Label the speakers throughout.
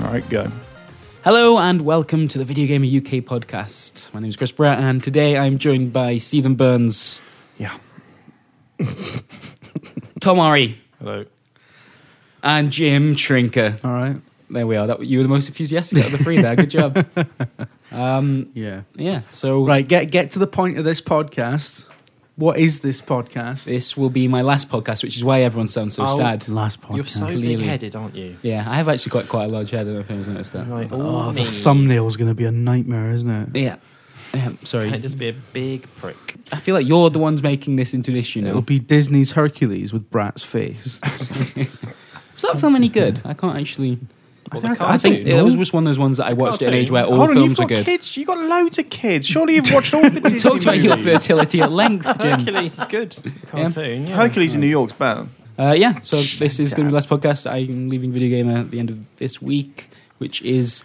Speaker 1: All right, go.
Speaker 2: Hello and welcome to the Video Gamer UK podcast. My name is Chris Brett, and today I'm joined by Stephen Burns,
Speaker 1: Yeah.
Speaker 2: Tom Ari,
Speaker 3: Hello.
Speaker 2: and Jim Trinker.
Speaker 1: All right.
Speaker 2: There we are. That you were the most enthusiastic out of the three there. Good job. Um,
Speaker 1: Yeah.
Speaker 2: yeah. So
Speaker 1: Right. Get get to the point of this podcast. What is this podcast?
Speaker 2: this will be my last podcast, which is why everyone sounds so
Speaker 3: Oh.
Speaker 2: sad.
Speaker 1: last
Speaker 3: You're so
Speaker 2: Clearly.
Speaker 3: big-headed, aren't you?
Speaker 2: Yeah, I have actually quite quite a large head. I don't know if anyone's noticed that.
Speaker 3: Like, all
Speaker 1: oh,
Speaker 3: me.
Speaker 1: the thumbnail's going to be a nightmare, isn't it?
Speaker 2: Yeah. Yeah,
Speaker 3: Can it
Speaker 2: sorry.
Speaker 3: just be a big prick?
Speaker 2: I feel like you're the ones making this into an issue now.
Speaker 1: It'll be Disney's Hercules with Brat's face.
Speaker 2: Was that film any good? I can't actually.
Speaker 3: Or the
Speaker 1: I- I
Speaker 3: cartoon?
Speaker 2: I think
Speaker 1: know.
Speaker 2: it was just one of those ones that I watched at an
Speaker 3: Cartoon.
Speaker 2: age where all
Speaker 4: Hold on,
Speaker 2: films
Speaker 4: you've
Speaker 2: are
Speaker 4: got
Speaker 2: good.
Speaker 4: kids. You've got loads of kids. Surely you've watched all the Disney
Speaker 2: Talked about your
Speaker 4: movies.
Speaker 2: fertility at length, Jim.
Speaker 3: Hercules is good. The cartoon, yeah.
Speaker 4: Hercules in New York's better.
Speaker 2: Uh, yeah, so this is going to be the last podcast. I'm leaving Video Gamer at the end of this week, which is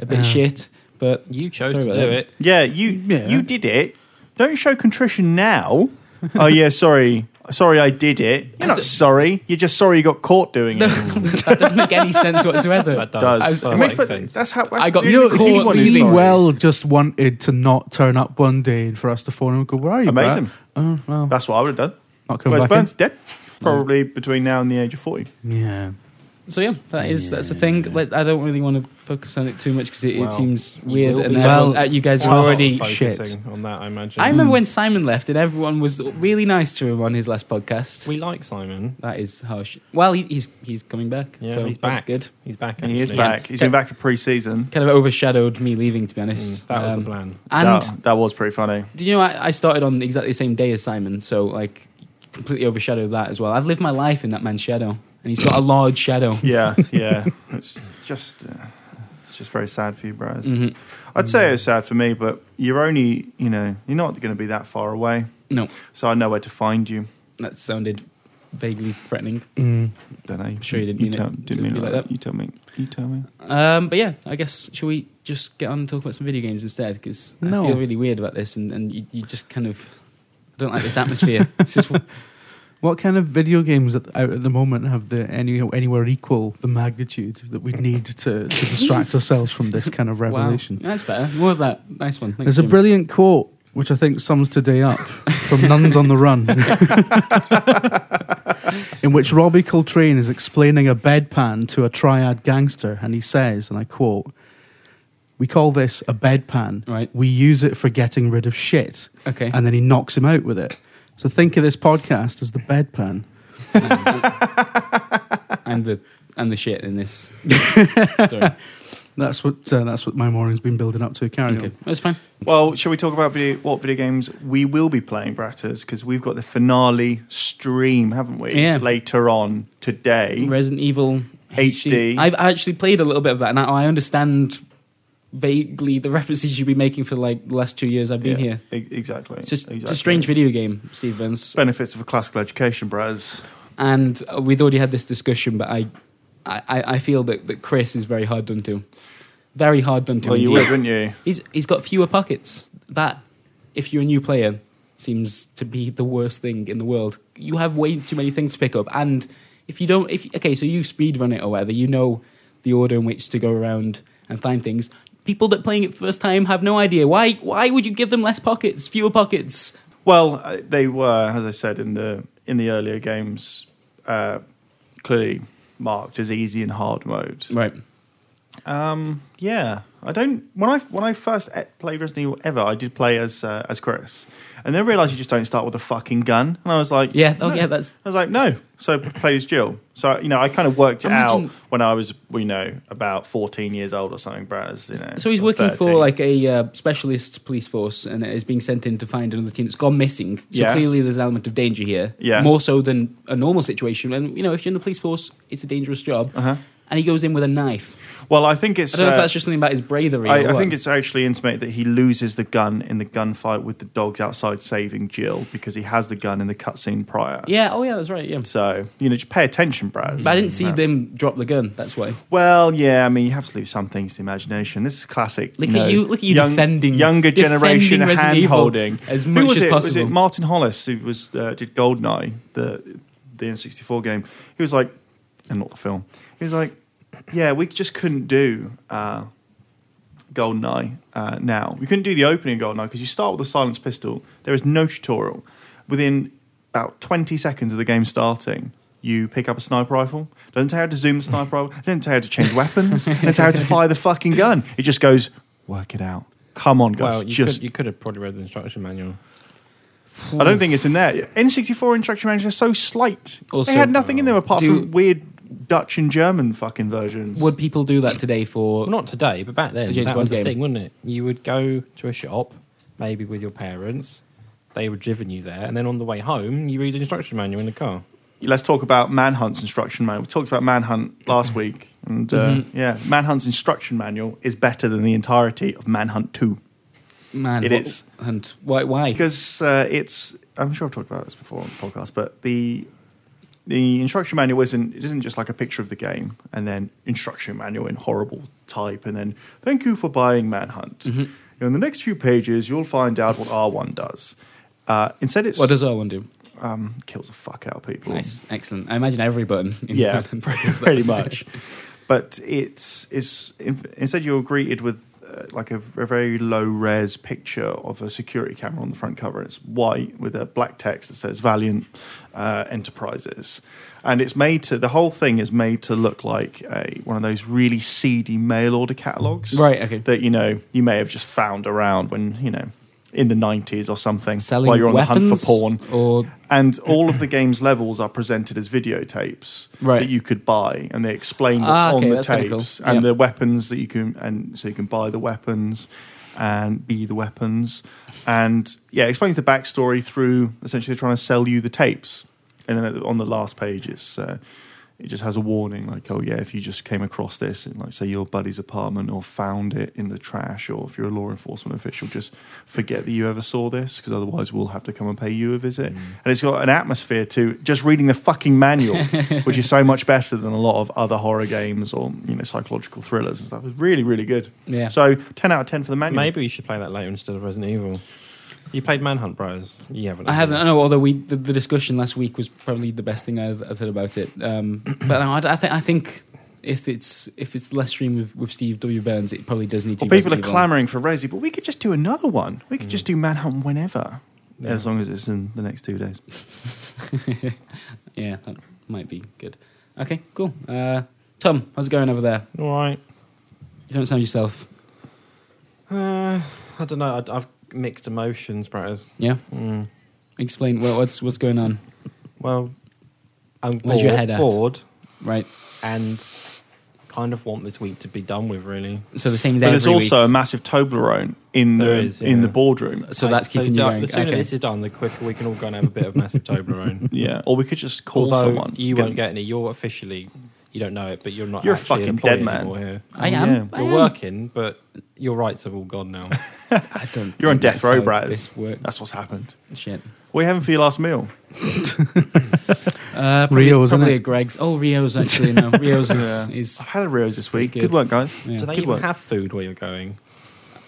Speaker 2: a bit
Speaker 1: Yeah.
Speaker 2: shit, but
Speaker 3: You chose
Speaker 2: Sorry
Speaker 3: to
Speaker 2: about
Speaker 3: do
Speaker 2: that.
Speaker 3: it.
Speaker 4: Yeah, you
Speaker 1: Yeah.
Speaker 4: you did it. Don't show contrition now. oh yeah, sorry, sorry, I did it. You're not sorry. You're just sorry you got caught doing
Speaker 2: no,
Speaker 4: it.
Speaker 2: that doesn't make any sense whatsoever.
Speaker 3: That
Speaker 4: It does.
Speaker 3: does.
Speaker 4: It makes- but that's how that's
Speaker 2: I got
Speaker 4: the only
Speaker 2: caught
Speaker 4: reason anyone is
Speaker 1: really
Speaker 4: sorry.
Speaker 1: well just wanted to not turn up one day and for us to phone him and go, where are you,
Speaker 4: Amazing.
Speaker 1: Brat?" Oh, well,
Speaker 4: That's what I would have done.
Speaker 1: not coming
Speaker 4: Where's
Speaker 1: back in.
Speaker 4: Burns dead? Probably between now and the age of forty.
Speaker 1: Yeah.
Speaker 2: So yeah, that is that's the thing. Like, I don't really want to focus on it too much because it, it
Speaker 3: Well,
Speaker 2: seems
Speaker 3: you
Speaker 2: weird,
Speaker 3: will
Speaker 2: and
Speaker 3: be- Oh,
Speaker 2: everyone-
Speaker 1: Well,
Speaker 2: uh, you guys are
Speaker 1: well,
Speaker 2: already
Speaker 3: focusing
Speaker 2: shit.
Speaker 3: on that, I imagine.
Speaker 2: I remember when Simon left, and everyone was really nice to him on his last podcast.
Speaker 3: we like Simon.
Speaker 2: that is harsh. Well, he, he's he's coming back,
Speaker 3: Yeah,
Speaker 2: so
Speaker 3: he's
Speaker 2: that's
Speaker 3: back.
Speaker 2: good.
Speaker 3: He's back.
Speaker 4: And he is
Speaker 3: actually.
Speaker 4: back. He's been back for pre-season.
Speaker 2: Kind of overshadowed me leaving, to be honest.
Speaker 3: Mm, that was the
Speaker 2: Um,
Speaker 3: plan.
Speaker 2: And
Speaker 4: that, that was pretty funny.
Speaker 2: do you know I, I started on exactly the same day as Simon, so like completely overshadowed that as well. I've lived my life in that man's shadow, and he's got a large shadow.
Speaker 4: Yeah, yeah. it's just uh, it's just very sad for you, Braz.
Speaker 2: Mhm.
Speaker 4: I'd say it was sad for me, but you're only, you know, you're not going to be that far away.
Speaker 2: No,
Speaker 4: So I know where to find you.
Speaker 2: that sounded vaguely threatening.
Speaker 1: Mm.
Speaker 4: Don't know.
Speaker 2: sure you didn't mean it-
Speaker 4: tell,
Speaker 2: didn't
Speaker 4: Didn't mean
Speaker 2: be
Speaker 4: it like
Speaker 2: like
Speaker 4: that. You tell me. You tell me.
Speaker 2: Um, but yeah, I guess shall we just get on and talk about some video games instead? Because
Speaker 1: No.
Speaker 2: I feel really weird about this, and, and you, you just kind of I don't like this atmosphere. it's just
Speaker 1: What kind of video games at, out at the moment have the any anywhere equal the magnitude that we need to, to distract ourselves from this kind of revelation?
Speaker 2: Wow. That's better. More of that. Nice one. Thanks,
Speaker 1: There's a
Speaker 2: Jim.
Speaker 1: brilliant quote which I think sums today up from Nuns on the Run, in which Robbie Coltrane is explaining a bedpan to a triad gangster, and he says, and I quote. We call this a bedpan.
Speaker 2: Right.
Speaker 1: We use it for getting rid of shit.
Speaker 2: Okay.
Speaker 1: And then he knocks him out with it. So think of this podcast as the bedpan.
Speaker 4: Mm-hmm.
Speaker 2: I'm the I'm the shit in this. story.
Speaker 1: That's what uh, that's what my morning's been building up to. Carry
Speaker 2: Okay,
Speaker 1: on.
Speaker 2: that's fine.
Speaker 4: Well, shall we talk about video, what video games we will be playing, Bratters? Because we've got the finale stream, haven't we?
Speaker 2: Yeah.
Speaker 4: Later on today.
Speaker 2: Resident Evil
Speaker 4: HD.
Speaker 2: I've actually played a little bit of that, and I, I understand vaguely the references you've been making for like the last two years I've been
Speaker 4: Yeah,
Speaker 2: here.
Speaker 4: e- exactly.
Speaker 2: It's just it's
Speaker 4: exactly.
Speaker 2: a strange video game, Steve Vince.
Speaker 4: Benefits of a classical education, Braz.
Speaker 2: and uh, we've already had this discussion, but I, I, I- I feel that, that Chris is very hard done to, very hard done to.
Speaker 4: Well, you
Speaker 2: indeed.
Speaker 4: would, wouldn't you?
Speaker 2: He's he's got fewer pockets. That, if you're a new player, seems to be the worst thing in the world. You have way too many things to pick up, and if you don't, if okay, so you speed run it or whatever, you know the order in which to go around and find things. People that playing it first time have no idea why. Why would you give them less pockets, fewer pockets?
Speaker 4: Well, uh, they were, as I said in the in the earlier games, uh, clearly marked as easy and hard mode.
Speaker 2: Right.
Speaker 4: Um, yeah, I don't. When I when I first e- played Resident Evil ever, I did play as uh, as Chris, and then realised you just don't start with a fucking gun. And I was like,
Speaker 2: Yeah. Oh,
Speaker 4: no.
Speaker 2: yeah. That's
Speaker 4: I was like, no. So I played as Jill. So you know, I kind of worked it
Speaker 2: Imagine-
Speaker 4: out when I was, you know, about fourteen years old or something. Whereas, you know,
Speaker 2: So he's
Speaker 4: or
Speaker 2: working
Speaker 4: 13.
Speaker 2: for like a uh, specialist police force and is being sent in to find another team that's gone missing. So
Speaker 4: Yeah.
Speaker 2: clearly there's an element of danger here.
Speaker 4: Yeah.
Speaker 2: More so than a normal situation. And, you know, if you're in the police force, it's a dangerous job.
Speaker 4: Uh-huh.
Speaker 2: And he goes in with a knife.
Speaker 4: Well, I think it's.
Speaker 2: I don't know
Speaker 4: uh,
Speaker 2: if that's just something about his bravery. or
Speaker 4: I, I
Speaker 2: what.
Speaker 4: think it's actually intimate that he loses the gun in the gunfight with the dogs outside saving Jill because he has the gun in the cutscene prior.
Speaker 2: Yeah, oh yeah, that's right, yeah.
Speaker 4: So, you know, just pay attention, Braz.
Speaker 2: But I didn't see
Speaker 4: Yeah.
Speaker 2: them drop the gun, that's why.
Speaker 4: Well, yeah, I mean, you have to leave some things to the imagination. This is classic.
Speaker 2: Look
Speaker 4: know,
Speaker 2: at you, look at you
Speaker 4: young-
Speaker 2: defending.
Speaker 4: younger
Speaker 2: defending
Speaker 4: generation
Speaker 2: Resident
Speaker 4: hand
Speaker 2: Evil
Speaker 4: holding.
Speaker 2: As
Speaker 4: Who
Speaker 2: much
Speaker 4: was
Speaker 2: as
Speaker 4: it? Was
Speaker 2: possible.
Speaker 4: it Martin Hollis who was uh, did Goldeneye, the the N64 game? He was like, and not the film. He was like, yeah, we just couldn't do uh, GoldenEye uh, now. We couldn't do the opening of GoldenEye because you start with a silenced pistol. There is no tutorial. Within about 20 seconds of the game starting, you pick up a sniper rifle. Doesn't tell you how to zoom the sniper rifle. Doesn't tell you how to change weapons. Doesn't tell you how to fire the fucking gun. It just goes, work it out. Come on, guys.
Speaker 3: well, you,
Speaker 4: just
Speaker 3: could, you could have probably read the instruction manual.
Speaker 4: I don't think it's in there. N64 instruction manuals are so slight.
Speaker 2: Also-
Speaker 4: they had nothing in them apart
Speaker 2: Do-
Speaker 4: from weird Dutch and German fucking versions.
Speaker 2: Would people do that today for?
Speaker 3: Well, not today, but back then,
Speaker 2: The James
Speaker 3: that
Speaker 2: Bond
Speaker 3: was the
Speaker 2: game.
Speaker 3: thing, wasn't it? You would go to a shop, maybe with your parents. They would driven you there, and then on the way home, you read the instruction manual in the car.
Speaker 4: Let's talk about Manhunt's instruction manual. We talked about Manhunt last week, and uh,
Speaker 2: Mhm.
Speaker 4: yeah, Manhunt's instruction manual is better than the entirety of Manhunt Two
Speaker 2: Man,
Speaker 4: It
Speaker 2: what-
Speaker 4: is.
Speaker 2: And why? Why?
Speaker 4: because uh, it's. I'm sure I've talked about this before on the podcast, but the the instruction manual isn't it isn't just like a picture of the game and then instruction manual in horrible type and then thank you for buying Manhunt.
Speaker 2: Mm-hmm.
Speaker 4: In the next few pages, you'll find out what R1 does. Uh, instead, it's
Speaker 2: What does Erwin do?
Speaker 4: um, kills the fuck out of people.
Speaker 2: Nice, excellent. I imagine every button. In
Speaker 4: yeah,
Speaker 2: Finland
Speaker 4: pretty,
Speaker 2: does that.
Speaker 4: pretty much. But it's is instead you're greeted with uh, like a, a very low res picture of a security camera on the front cover. It's white with a black text that says Valiant uh, Enterprises, and it's made to the whole thing is made to look like a one of those really seedy mail order catalogs,
Speaker 2: Right. Okay.
Speaker 4: That you know you may have just found around when you know in the 90s or something
Speaker 2: Selling
Speaker 4: while you're on
Speaker 2: weapons
Speaker 4: the hunt for porn
Speaker 2: or
Speaker 4: and all of the game's levels are presented as videotapes
Speaker 2: Right.
Speaker 4: that you could buy, and they explain what's
Speaker 2: Ah, okay,
Speaker 4: on the
Speaker 2: that's kinda
Speaker 4: tapes
Speaker 2: cool.
Speaker 4: and
Speaker 2: Yeah.
Speaker 4: the weapons that you can, and so you can buy the weapons and be the weapons, and yeah, explains the backstory through essentially trying to sell you the tapes, and then at the- on the last page, it's. Uh, it just has a warning like, oh, yeah, if you just came across this in, like, say, your buddy's apartment or found it in the trash, or if you're a law enforcement official, just forget that you ever saw this because otherwise we'll have to come and pay you a
Speaker 3: Mm.
Speaker 4: visit. And it's got an atmosphere to just reading the fucking manual, which is so much better than a lot of other horror games or, you know, psychological thrillers and stuff. It's really, really good.
Speaker 2: yeah.
Speaker 4: So 10 out of 10 for the manual.
Speaker 3: Maybe we should play that later instead of Resident Evil. You played Manhunt Bros. You haven't.
Speaker 2: I
Speaker 3: have you?
Speaker 2: haven't. I know. Although we, the, the discussion last week was probably the best thing I've, I've heard about it. Um, but no, I, I think I think if it's if it's the last stream with, with Steve W Burns, it probably does need to.
Speaker 4: Well,
Speaker 2: be
Speaker 4: people are
Speaker 2: Resident Evil.
Speaker 4: clamoring for Resi, but we could just do another one. We could just do Manhunt whenever,
Speaker 3: Yeah.
Speaker 4: as long as it's in the next two days.
Speaker 2: yeah, that might be good. Okay, cool. Uh, Tom, how's it going over there?
Speaker 3: All right.
Speaker 2: You don't sound yourself.
Speaker 3: Uh, I don't know. I, I've mixed emotions, Bratters.
Speaker 2: Yeah,
Speaker 3: Mm.
Speaker 2: explain what, what's what's going on,
Speaker 3: Well, I'm
Speaker 2: Where's
Speaker 3: bored,
Speaker 2: your head at?
Speaker 3: bored
Speaker 2: right?
Speaker 3: and kind of want this week to be done with, really.
Speaker 2: So the same as
Speaker 4: But
Speaker 2: every
Speaker 4: there's also a massive Toblerone in
Speaker 3: There
Speaker 4: the
Speaker 3: is,
Speaker 4: in
Speaker 3: yeah.
Speaker 4: the boardroom.
Speaker 2: week. So that's
Speaker 3: Like,
Speaker 2: keeping you
Speaker 3: the-
Speaker 2: going.
Speaker 3: The sooner
Speaker 2: okay.
Speaker 3: this is done, the quicker we can all go and have a bit of massive Toblerone.
Speaker 4: Yeah, or we could just call
Speaker 3: Although
Speaker 4: someone.
Speaker 3: you
Speaker 4: Get-
Speaker 3: won't get any. You're officially, you don't know it, but you're not.
Speaker 4: You're a
Speaker 3: actually
Speaker 4: fucking
Speaker 3: employed
Speaker 4: dead man.
Speaker 3: anymore Here.
Speaker 2: I
Speaker 4: Oh,
Speaker 2: am.
Speaker 4: yeah.
Speaker 2: I
Speaker 3: You're
Speaker 2: am.
Speaker 3: working, but your rights are all gone now.
Speaker 2: I don't.
Speaker 4: You're on
Speaker 2: think
Speaker 4: death
Speaker 2: that's
Speaker 4: row,
Speaker 2: how
Speaker 4: Bratters.
Speaker 2: This works.
Speaker 4: That's what's happened.
Speaker 2: Shit.
Speaker 4: What are you having for your last meal?
Speaker 2: Uh, probably,
Speaker 1: Rio, isn't
Speaker 2: probably
Speaker 1: it?
Speaker 2: a Greg's. Oh, Rio's actually no. Rio's is,
Speaker 4: Yeah.
Speaker 2: is
Speaker 4: I've had a Rio's this week.
Speaker 2: Pretty
Speaker 4: Good.
Speaker 2: good.
Speaker 4: work, guys.
Speaker 2: Yeah.
Speaker 3: Do they
Speaker 4: Good
Speaker 3: even
Speaker 4: work.
Speaker 3: have food where you're going?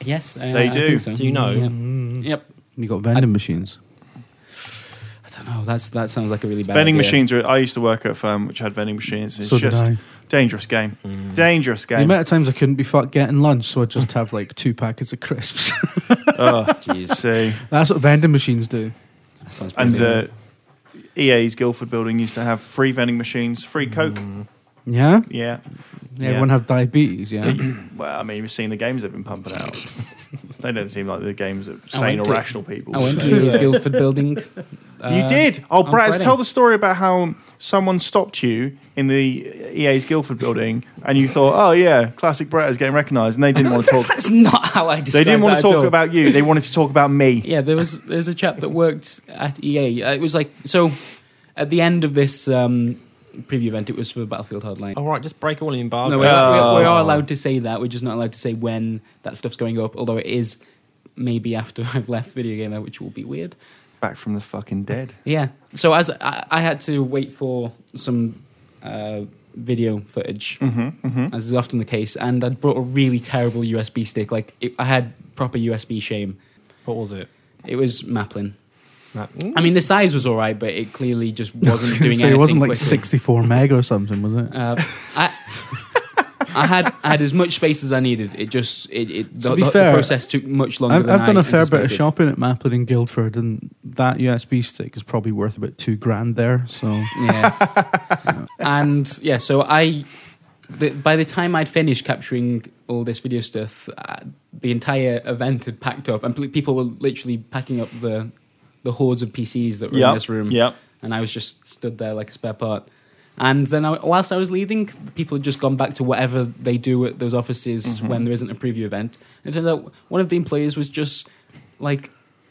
Speaker 2: yes. Uh,
Speaker 4: They
Speaker 2: I
Speaker 4: do.
Speaker 2: think so.
Speaker 3: Do you know?
Speaker 2: Yeah.
Speaker 1: Mm.
Speaker 2: Yep.
Speaker 1: You got vending machines.
Speaker 2: I don't know. Oh, That's that sounds like a really bad
Speaker 4: Vending
Speaker 2: idea.
Speaker 4: machines. Are, I used to work at a firm which had vending machines. It's
Speaker 1: So did
Speaker 4: just
Speaker 1: I.
Speaker 4: dangerous game.
Speaker 3: Mm.
Speaker 4: Dangerous
Speaker 1: The
Speaker 4: game.
Speaker 1: amount of times I couldn't be fucked getting lunch, so I'd just have like two packets of crisps.
Speaker 4: oh,
Speaker 2: Jeez.
Speaker 4: see,
Speaker 1: That's what vending machines do.
Speaker 2: That sounds
Speaker 4: and uh,
Speaker 2: pretty-
Speaker 4: EA's Guildford building used to have free vending machines, free Coke.
Speaker 3: Mm.
Speaker 1: Yeah?
Speaker 4: Yeah. Yeah.
Speaker 1: Everyone have diabetes, yeah?
Speaker 4: Well, I mean, you've seen the games they've been pumping out. they don't seem like the games of
Speaker 2: I
Speaker 4: sane
Speaker 2: went
Speaker 4: or
Speaker 2: to-
Speaker 4: rational people.
Speaker 2: I went
Speaker 4: So-
Speaker 2: to his Guildford building.
Speaker 4: You
Speaker 2: uh,
Speaker 4: did. Oh,
Speaker 2: on
Speaker 4: Brad,
Speaker 2: Friday.
Speaker 4: tell the story about how someone stopped you in the EA's Guildford building, and you thought, "Oh yeah, classic Brad is getting recognised," and they didn't want to talk.
Speaker 2: That's not how I
Speaker 4: they
Speaker 2: described
Speaker 4: didn't want to
Speaker 2: that at
Speaker 4: talk
Speaker 2: all.
Speaker 4: about you. They wanted to talk about me.
Speaker 2: Yeah, there was there's a chap that worked at EA. Uh, It was like so. At the end of this um, preview event, it was for Battlefield Hardline.
Speaker 3: All right, just break all the embargo.
Speaker 2: No, we are, we, we are
Speaker 4: Oh.
Speaker 2: allowed to say that. We're just not allowed to say when that stuff's going up. Although it is maybe after I've left Video Gamer, which will be weird.
Speaker 4: Back from the fucking dead.
Speaker 2: Yeah. So as I, I had to wait for some uh, video footage,
Speaker 4: Mm-hmm, mm-hmm.
Speaker 2: as is often the case, and I'd brought a really terrible USB stick. Like it, I had proper USB shame.
Speaker 3: What was it? hmm?
Speaker 2: It was Maplin.
Speaker 3: Matt?
Speaker 2: I mean, the size was all right, but it clearly just wasn't doing
Speaker 1: so
Speaker 2: anything.
Speaker 1: it wasn't like
Speaker 2: quickly.
Speaker 1: 64 meg or something, was it?
Speaker 2: Uh, I, I had I had as much space as I needed. It just it, it
Speaker 1: To
Speaker 2: the,
Speaker 1: be
Speaker 2: the- the
Speaker 1: fair,
Speaker 2: process took much longer.
Speaker 1: I've,
Speaker 2: than
Speaker 1: I've done
Speaker 2: a
Speaker 1: a fair bit of shopping at Maplin in Guildford, and that USB stick is probably worth about two grand there. So
Speaker 2: Yeah. and yeah, so I, the, by the time I'd finished capturing all this video stuff, uh, the entire event had packed up, and pl- people were literally packing up the the hordes of PCs that were in
Speaker 4: Yeah.
Speaker 2: this room.
Speaker 4: Yep.
Speaker 2: And I was just stood there like a spare part. And then, I, whilst I was leaving, people had just gone back to whatever they do at those offices
Speaker 4: Mm-hmm.
Speaker 2: when there isn't a preview event. And it turns out one of the employees was just like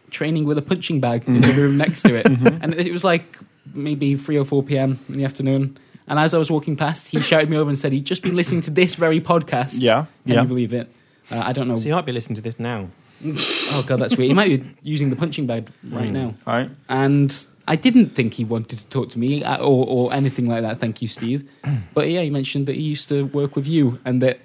Speaker 2: training with a punching bag in
Speaker 4: Mm-hmm.
Speaker 2: the room next to it. And it was like maybe 3 or 4 p.m. in the afternoon. And as I was walking past, he shouted me over and said he'd just been listening to this very podcast.
Speaker 4: Yeah.
Speaker 2: Can
Speaker 4: Yeah.
Speaker 2: you believe it? Uh, I don't know.
Speaker 3: So you might be listening to this now.
Speaker 2: Oh, God, that's weird. He might be using the punching bag right
Speaker 4: Hmm.
Speaker 3: Mm.
Speaker 2: now
Speaker 4: All right.
Speaker 2: and I didn't think he wanted to talk to me uh, or, or anything like that. Thank you, Steve. But yeah, he mentioned that he used to work with you, and that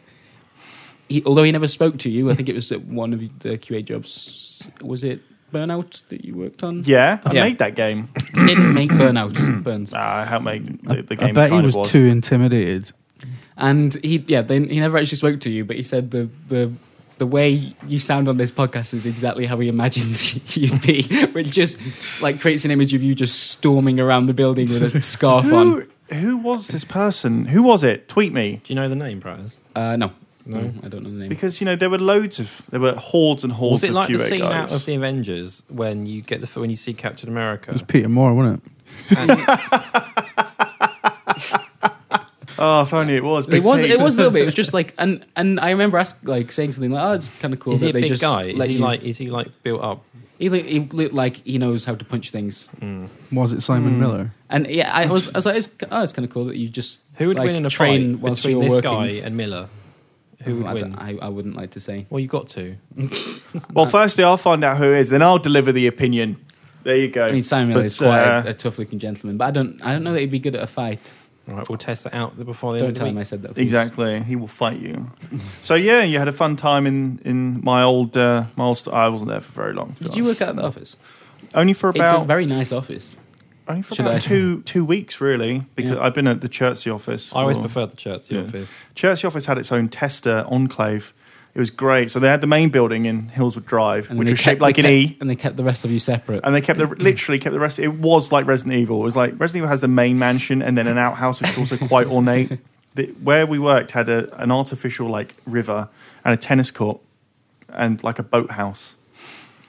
Speaker 2: he, although he never spoke to you, I think it was at one of the QA jobs. Was it Burnout that you worked on?
Speaker 4: Yeah, I
Speaker 2: Yeah.
Speaker 4: made that game.
Speaker 2: You didn't make Burnout, Burns.
Speaker 4: Uh, I helped make
Speaker 1: I,
Speaker 4: the, the
Speaker 1: I
Speaker 4: game.
Speaker 1: bet he
Speaker 4: kind
Speaker 1: was,
Speaker 4: of was.
Speaker 1: too intimidated.
Speaker 2: And he, yeah, they, he never actually spoke to you, but he said the the. The way you sound on this podcast is exactly how we imagined you'd be, which just like creates an image of you just storming around the building with a scarf on.
Speaker 4: Who, who was this person? Who was it? Tweet me.
Speaker 3: Do you know the name, Price?
Speaker 2: Uh, no.
Speaker 3: No?
Speaker 2: No, I don't know the name.
Speaker 4: Because, you know, there were loads of, there were hordes and hordes
Speaker 3: Was it
Speaker 4: of
Speaker 3: like
Speaker 4: QA
Speaker 3: the scene
Speaker 4: guys.
Speaker 3: out of the Avengers when you get the when you see Captain
Speaker 1: It was
Speaker 3: America?
Speaker 1: Peter Moore, wasn't it?
Speaker 4: oh, if only it was.
Speaker 2: It
Speaker 4: Big
Speaker 2: was
Speaker 4: Pete.
Speaker 2: it was a little bit. It was just like and and I remember ask, like saying something like, "Oh, it's kind of cool."
Speaker 3: Is
Speaker 2: that
Speaker 3: he a
Speaker 2: they
Speaker 3: big
Speaker 2: just
Speaker 3: guy? Is
Speaker 2: let
Speaker 3: he
Speaker 2: you-
Speaker 3: like is he like built up?
Speaker 2: he, look- he looked like he knows how to punch things.
Speaker 1: Was it Simon
Speaker 4: Hmm.
Speaker 1: Miller?
Speaker 2: And yeah, I was, I was like, it's, "Oh, it's kind of cool that you just
Speaker 3: Who would
Speaker 2: like,
Speaker 3: win in a
Speaker 2: train
Speaker 3: fight
Speaker 2: whilst
Speaker 3: between
Speaker 2: you're
Speaker 3: this
Speaker 2: working."
Speaker 3: guy and Miller? Who would
Speaker 2: I, don't-
Speaker 3: win?
Speaker 2: I, I wouldn't like to say.
Speaker 3: Well, you got to.
Speaker 4: Well, firstly, I'll find out who it is, then I'll deliver the opinion. There you go.
Speaker 2: I mean, Samuel
Speaker 4: But,
Speaker 2: is quite
Speaker 4: uh,
Speaker 2: a, a tough-looking gentleman, but I don't I don't know that he'd be good at a fight.
Speaker 3: All right, we'll test that out before the
Speaker 2: Don't
Speaker 3: end of
Speaker 2: tell
Speaker 3: the
Speaker 2: him I
Speaker 3: week.
Speaker 2: said that. please.
Speaker 4: Exactly, he will fight you. So yeah, you had a fun time in in my old uh, my old. St- I wasn't there for very long. to be
Speaker 2: Did you
Speaker 4: honest.
Speaker 2: work out of the office?
Speaker 4: only for
Speaker 2: it's a
Speaker 4: about
Speaker 2: very nice office.
Speaker 4: only for
Speaker 2: should
Speaker 4: about
Speaker 2: I-
Speaker 4: two two weeks really? Because
Speaker 2: Yeah.
Speaker 4: I've been at the Chertsey office.
Speaker 3: I always
Speaker 4: for-
Speaker 3: preferred the church, the
Speaker 4: Yeah.
Speaker 3: office.
Speaker 4: Chertsey office had its own tester enclave. It was great. So they had the main building in Hillswood Drive,
Speaker 2: And
Speaker 4: which
Speaker 2: they
Speaker 4: was
Speaker 2: kept-
Speaker 4: shaped like
Speaker 2: they
Speaker 4: an
Speaker 2: kept-
Speaker 4: E.
Speaker 2: and they kept the rest of you separate.
Speaker 4: And they kept the literally kept the rest. It was like Resident Evil. It was like Resident Evil has the main mansion and then an outhouse, which is also quite ornate. The, where we worked had a, an artificial like river and a tennis court and like a boathouse.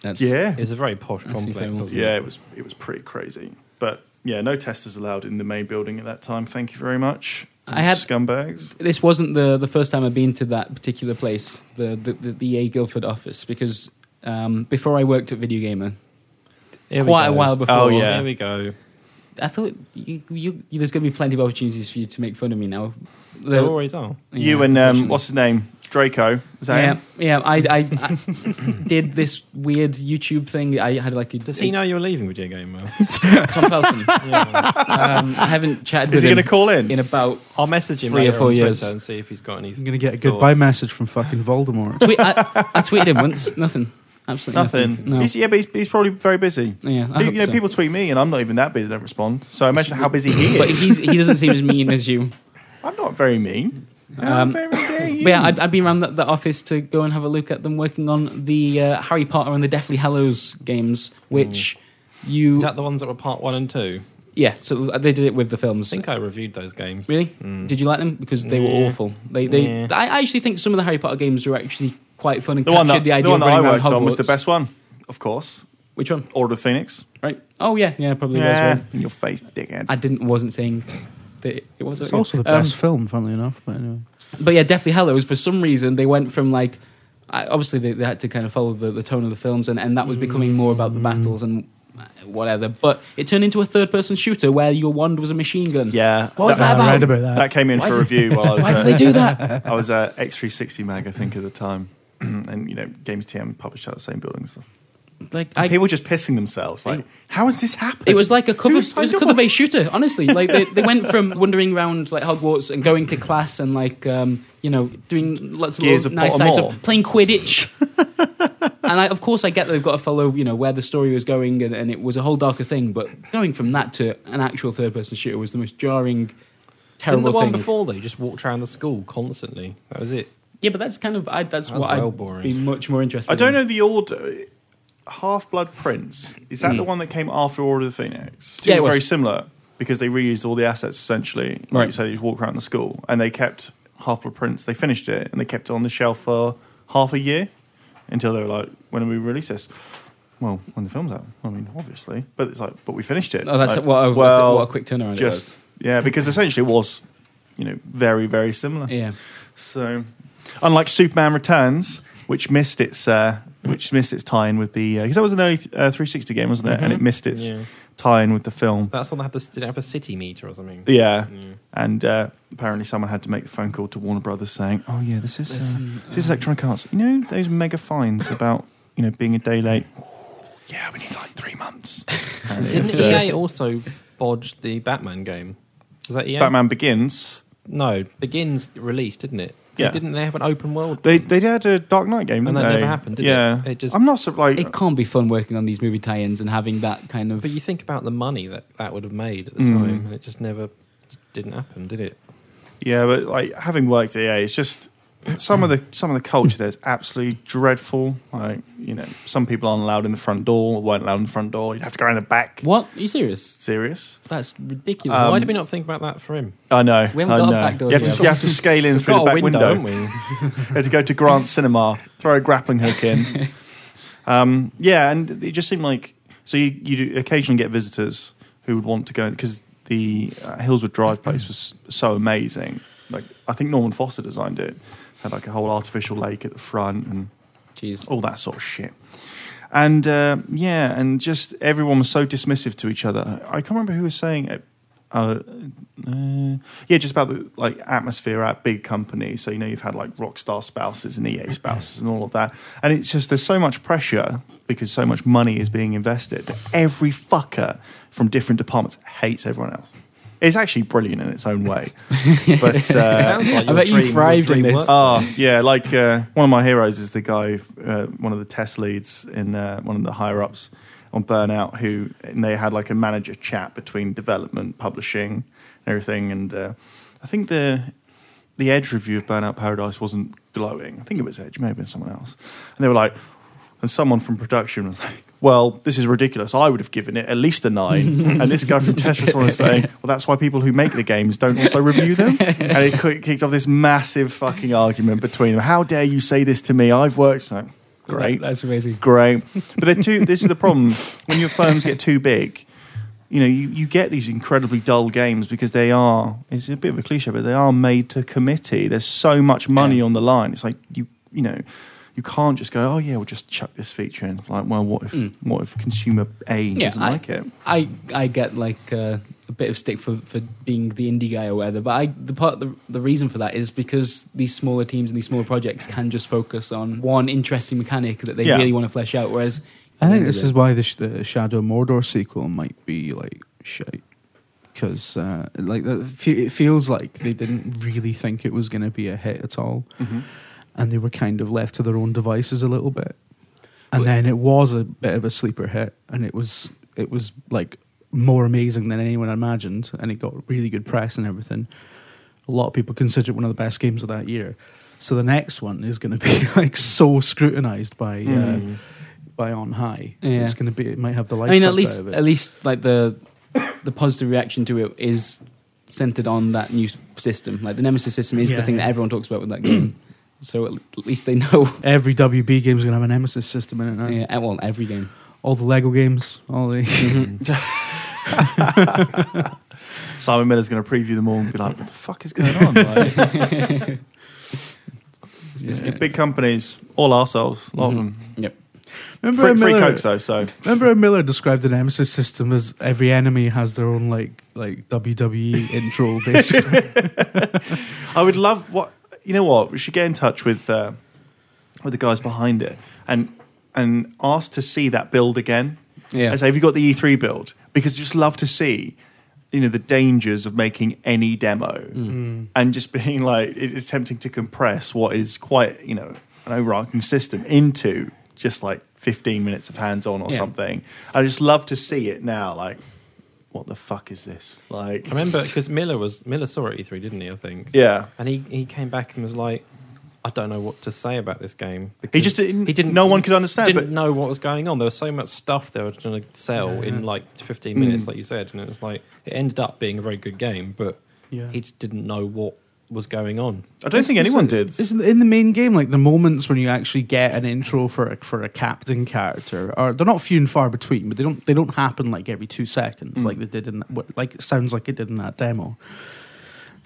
Speaker 2: That's,
Speaker 4: Yeah,
Speaker 3: It's a very posh
Speaker 2: That's
Speaker 3: complex.
Speaker 2: incredible.
Speaker 3: Wasn't
Speaker 4: yeah,
Speaker 3: It?
Speaker 4: it was it was pretty crazy. But yeah, no testers allowed in the main building at that time. Thank you very much.
Speaker 2: I had-
Speaker 4: scumbags.
Speaker 2: this wasn't the, the first time I've been to that particular place, the the, the, the A Guildford office, because um, before I worked at Video Gamer,
Speaker 3: Here we
Speaker 2: quite a
Speaker 3: go.
Speaker 2: while before,
Speaker 4: Oh, yeah.
Speaker 3: Here we go.
Speaker 2: I thought you, you, there's going to be plenty of opportunities for you to make fun of me now. The-
Speaker 3: There always are.
Speaker 4: Oh, you
Speaker 2: yeah,
Speaker 4: and um,
Speaker 2: unfortunately.
Speaker 4: what's his name? Draco. Is that
Speaker 2: yeah,
Speaker 4: him?
Speaker 2: yeah. I, I, I did this weird YouTube thing. I had like a
Speaker 3: Does he know you're leaving video game? Well,
Speaker 2: Tom Felton.
Speaker 3: yeah.
Speaker 2: um, I haven't chatted
Speaker 4: Is
Speaker 2: with
Speaker 4: he
Speaker 2: him
Speaker 4: going to call in?
Speaker 2: in about.
Speaker 3: I'll message him
Speaker 2: Three or
Speaker 3: later
Speaker 2: four
Speaker 3: on
Speaker 2: years.
Speaker 3: Twitter and see if he's got any.
Speaker 1: I'm going to get a goodbye message from fucking Voldemort.
Speaker 2: Tweet, I, I tweeted him once. Nothing. Absolutely nothing.
Speaker 4: Nothing. He's, yeah, but he's, he's probably very busy.
Speaker 2: No. Yeah. I
Speaker 4: You
Speaker 2: hope
Speaker 4: know,
Speaker 2: so.
Speaker 4: people tweet me, and I'm not even that busy. Don't respond. So imagine how busy he
Speaker 2: But
Speaker 4: is.
Speaker 2: he's, he doesn't seem as mean as you.
Speaker 4: I'm not very mean.
Speaker 2: Um,
Speaker 4: I'm very dare you.
Speaker 2: But yeah, I'd, I'd been around the, the office to go and have a look at them working on the uh, Harry Potter and the Deathly Hallows games, which you
Speaker 3: Is that the ones that were part one and two?
Speaker 2: yeah. So they did it with the
Speaker 3: I
Speaker 2: films.
Speaker 3: think I reviewed those games.
Speaker 2: Really?
Speaker 3: Mm.
Speaker 2: Did you like them? Because they were
Speaker 3: Yeah.
Speaker 2: awful. They they.
Speaker 3: Yeah.
Speaker 2: I I actually think some of the Harry Potter games were actually quite fun and
Speaker 4: the
Speaker 2: captured
Speaker 4: one that,
Speaker 2: the idea
Speaker 4: the one
Speaker 2: of
Speaker 4: that I
Speaker 2: running around
Speaker 4: worked on was
Speaker 2: Hogwarts.
Speaker 4: the best one, of course.
Speaker 2: Which one?
Speaker 4: Order of the Phoenix.
Speaker 2: Right? Oh yeah, yeah, probably those
Speaker 4: Yeah,
Speaker 2: were.
Speaker 4: in your face, dickhead.
Speaker 2: I didn't. Wasn't saying. That it, it was
Speaker 1: It's also the
Speaker 2: Um,
Speaker 1: best film, funnily enough. But anyway,
Speaker 2: But yeah, Deathly Hallows. For some reason, they went from like, I, obviously they, they had to kind of follow the, the tone of the films, and, and that was becoming more about the battles and uh, whatever. But it turned into a third-person shooter where your wand was a machine gun.
Speaker 4: yeah,
Speaker 2: What was that
Speaker 1: Uh, I read
Speaker 2: about?
Speaker 1: about that.
Speaker 4: That came in
Speaker 2: Why
Speaker 4: for
Speaker 2: did-
Speaker 4: review while I was
Speaker 2: Why
Speaker 4: uh,
Speaker 2: did they do that?
Speaker 4: I was at X360 Mag, I think, at the time. and, you know, Games TM published out the same building. and stuff.
Speaker 2: Like I,
Speaker 4: People were just pissing themselves. Like, how has this happened?
Speaker 2: it was like a cover,
Speaker 4: Who
Speaker 2: it was
Speaker 4: signed
Speaker 2: a
Speaker 4: up
Speaker 2: cover
Speaker 4: on-
Speaker 2: based shooter. Honestly, like they, they went from wandering around like Hogwarts and going to class and like um, you know doing lots of
Speaker 4: Gears
Speaker 2: little
Speaker 4: of
Speaker 2: nice
Speaker 4: Pottermore.
Speaker 2: sides of playing Quidditch. and I, of course, I get they've got to follow you know where the story was going, and, and it was a whole darker thing. But going from that to an actual third person shooter was the most jarring
Speaker 3: Didn't
Speaker 2: terrible
Speaker 3: the one
Speaker 2: thing.
Speaker 3: before though you just walked around the school constantly? That was it.
Speaker 2: Yeah, but that's kind of I, that's
Speaker 3: That's
Speaker 2: what
Speaker 3: well
Speaker 2: I'd
Speaker 3: boring.
Speaker 2: be much more interested.
Speaker 4: I don't
Speaker 2: in.
Speaker 4: know the order. Half Blood Prince is that
Speaker 2: Mm.
Speaker 4: the one that came after Order of the Phoenix?
Speaker 2: Yeah, it was.
Speaker 4: very similar because they reused all the assets essentially. Like
Speaker 2: Right.
Speaker 4: you say, they just walk around the school, and they kept Half Blood Prince. They finished it and they kept it on the shelf for half a year until they were like, "When do we release this?" Well, when the film's out. I mean, obviously, but it's like, but we finished it.
Speaker 2: Oh, that's
Speaker 4: Like,
Speaker 2: what, oh, that's-
Speaker 4: well,
Speaker 2: what a quick turnaround it
Speaker 4: just yeah, because essentially it was, you know, very very similar.
Speaker 2: was. Yeah,
Speaker 4: So, unlike Superman Returns, which missed its uh, which missed its tie-in with the because that was an early uh, 360 game, wasn't it? And it
Speaker 3: Mhm.
Speaker 4: missed its
Speaker 3: Yeah.
Speaker 4: tie-in with the film.
Speaker 3: That's one that had the did it have a city meter or something.
Speaker 4: Yeah,
Speaker 3: Yeah.
Speaker 4: and uh, apparently someone had to make the phone call to Warner Brothers saying, "Oh yeah, this is uh,
Speaker 2: Listen,
Speaker 4: this is Electronic Arts. You know those mega fines about you know being a day late." Yeah, we need like three months. Apparently
Speaker 3: Didn't E
Speaker 4: it's, uh,
Speaker 3: EA also bodge the Batman game? Was that EA?
Speaker 4: Batman Begins?
Speaker 3: No, Begins released, didn't it? They
Speaker 4: Yeah.
Speaker 3: Didn't they have an open world?
Speaker 4: They they had a Dark Knight game,
Speaker 3: And
Speaker 4: didn't
Speaker 3: that
Speaker 4: they?
Speaker 3: never happened, did it?
Speaker 4: yeah,
Speaker 3: It just-
Speaker 4: I'm not so like
Speaker 2: it can't be fun working on these movie tie-ins and having that kind of.
Speaker 3: But you think about the money that that would have made at the
Speaker 4: Mm.
Speaker 3: time, and it just never just didn't happen, did it?
Speaker 4: Yeah, but like having worked at EA, it's just some of the some of the culture there's absolutely dreadful. Like you know, some people aren't allowed in the front door, or weren't allowed in the front door. You'd have to go in the back.
Speaker 2: what? Are you serious?
Speaker 4: Serious?
Speaker 2: That's ridiculous.
Speaker 4: Um,
Speaker 3: Why did we not think about that for him?
Speaker 4: I know.
Speaker 2: We haven't
Speaker 4: I
Speaker 2: got
Speaker 4: know.
Speaker 2: a back door
Speaker 4: you, have
Speaker 2: yet.
Speaker 4: to, you have to scale in through the back window.
Speaker 3: haven't we?
Speaker 4: You have to go to Grant Cinema, throw a grappling hook in. um, yeah, and it just seemed like so you you do occasionally get visitors who would want to go because the uh, Hillswood Drive place was so amazing. Like I think Norman Foster designed it. Had like a whole artificial lake at the front and
Speaker 2: Jeez.
Speaker 4: all that sort of shit. And uh, yeah, and just everyone was so dismissive to each other. I can't remember who was saying it. Uh, uh, yeah, just about the like atmosphere at big companies. So you know you've had like rock star spouses and EA spouses and all of that, and it's just there's so much pressure because so much money is being invested that every fucker from different departments hates everyone else. It's actually brilliant in its own way, but uh,
Speaker 3: Sounds
Speaker 2: I
Speaker 3: like your
Speaker 2: bet you
Speaker 3: dream- your
Speaker 2: thrived in
Speaker 3: dream
Speaker 2: this.
Speaker 3: work.
Speaker 4: Oh, yeah. Like uh, one of my heroes is the guy, uh, one of the test leads in uh, one of the higher ups on Burnout, who and they had like a manager chat between development, publishing, and everything. And uh, I think the the Edge review of Burnout Paradise wasn't glowing. I think it was Edge, maybe it was someone else. And they were like, and someone from production was like, well, this is ridiculous. I would have given it at least a nine. and this guy from Tetris was saying, well, that's why people who make the games don't also review them. And it quick- kicked off this massive fucking argument between them. How dare you say this to me? I've worked. Like, great
Speaker 2: That's amazing.
Speaker 4: great. But they're too. this is the problem when your firms get too big. You know, you, you get these incredibly dull games because they are. It's a bit of a cliche, but they are made to committee. There's so much money
Speaker 2: Yeah.
Speaker 4: on the line. It's like you you know, you can't just go. Oh yeah, we'll just chuck this feature in. Like, well, what if
Speaker 2: Mm.
Speaker 4: what if consumer A doesn't
Speaker 2: I-
Speaker 4: like it?
Speaker 2: I I get like uh, a bit of stick for, for being the indie guy or whatever, but I the part the, the reason for that is because these smaller teams and these smaller projects can just focus on one interesting mechanic that they
Speaker 4: Yeah.
Speaker 2: really want to flesh out. Whereas
Speaker 1: I think this is why the, sh- the Shadow of Mordor sequel might be like shite because uh, like that fe- it feels like they didn't really think it was going to be a hit at all,
Speaker 2: Mm-hmm.
Speaker 1: and they were kind of left to their own devices a little bit. And then it was a bit of a sleeper hit, and it was it was like more amazing than anyone imagined, and it got really good press and everything. A lot of people consider it one of the best games of that year. So the next one is going to be like so scrutinized by uh,
Speaker 4: Um,
Speaker 3: Mm.
Speaker 1: by on high.
Speaker 2: Yeah.
Speaker 1: It's going to be. It might have the
Speaker 2: I
Speaker 1: life.
Speaker 2: mean, at
Speaker 1: sucked
Speaker 2: least
Speaker 1: out of it.
Speaker 2: at least like the the positive reaction to it is centered on that new system. Like the Nemesis system is
Speaker 1: Yeah,
Speaker 2: the thing
Speaker 1: yeah.
Speaker 2: that everyone talks about with that game. so at, at least they know.
Speaker 1: every WB game is going to have an Nemesis system in it now.
Speaker 2: Yeah, well, every game.
Speaker 1: All the Lego games, all the
Speaker 4: mm-hmm. Simon Miller's going to preview them all and be like, "What the fuck is going on?" Like,
Speaker 2: It's this game.
Speaker 4: big companies, all ourselves, a lot
Speaker 2: Mm-hmm.
Speaker 4: of them.
Speaker 2: Yep.
Speaker 1: remember
Speaker 4: Free,
Speaker 1: how
Speaker 4: free
Speaker 1: Miller,
Speaker 4: cokes though, so
Speaker 1: Remember how Miller described the Nemesis system as every enemy has their own like like WWE intro basically.
Speaker 4: I would love what you know. What we should get in touch with uh, with the guys behind it and and ask to see that build again.
Speaker 2: Yeah.
Speaker 4: I say, have you got the E3 build? Because just love to see, you know, the dangers of making any demo and just being like it- it's tempting to compress what is quite you know an overarching system into just like 15 minutes of hands on or
Speaker 2: Yeah.
Speaker 4: something. I just love to see it now, like. what the fuck is this? Like,
Speaker 3: I remember because Miller was Miller saw it at E3, didn't he? I think.
Speaker 4: yeah.
Speaker 3: And he, he came back and was like, I don't know what to say about this game.
Speaker 4: He
Speaker 3: because
Speaker 4: just didn't, No one could understand.
Speaker 3: Didn't
Speaker 4: But
Speaker 3: know what was going on. There was so much stuff they were trying to sell in like 15 minutes,
Speaker 4: Mm.
Speaker 3: like you said, and it was like it ended up being a very good game, but
Speaker 1: Yeah.
Speaker 3: he just didn't know what was going on.
Speaker 4: I don't think anyone did.
Speaker 1: It's in the main game, like the moments when you actually get an intro for a, for a captain character, are they're not few and far between, but they don't they don't happen like every two seconds,
Speaker 4: Mm.
Speaker 1: like they did in that, what- like it sounds like it did in that demo.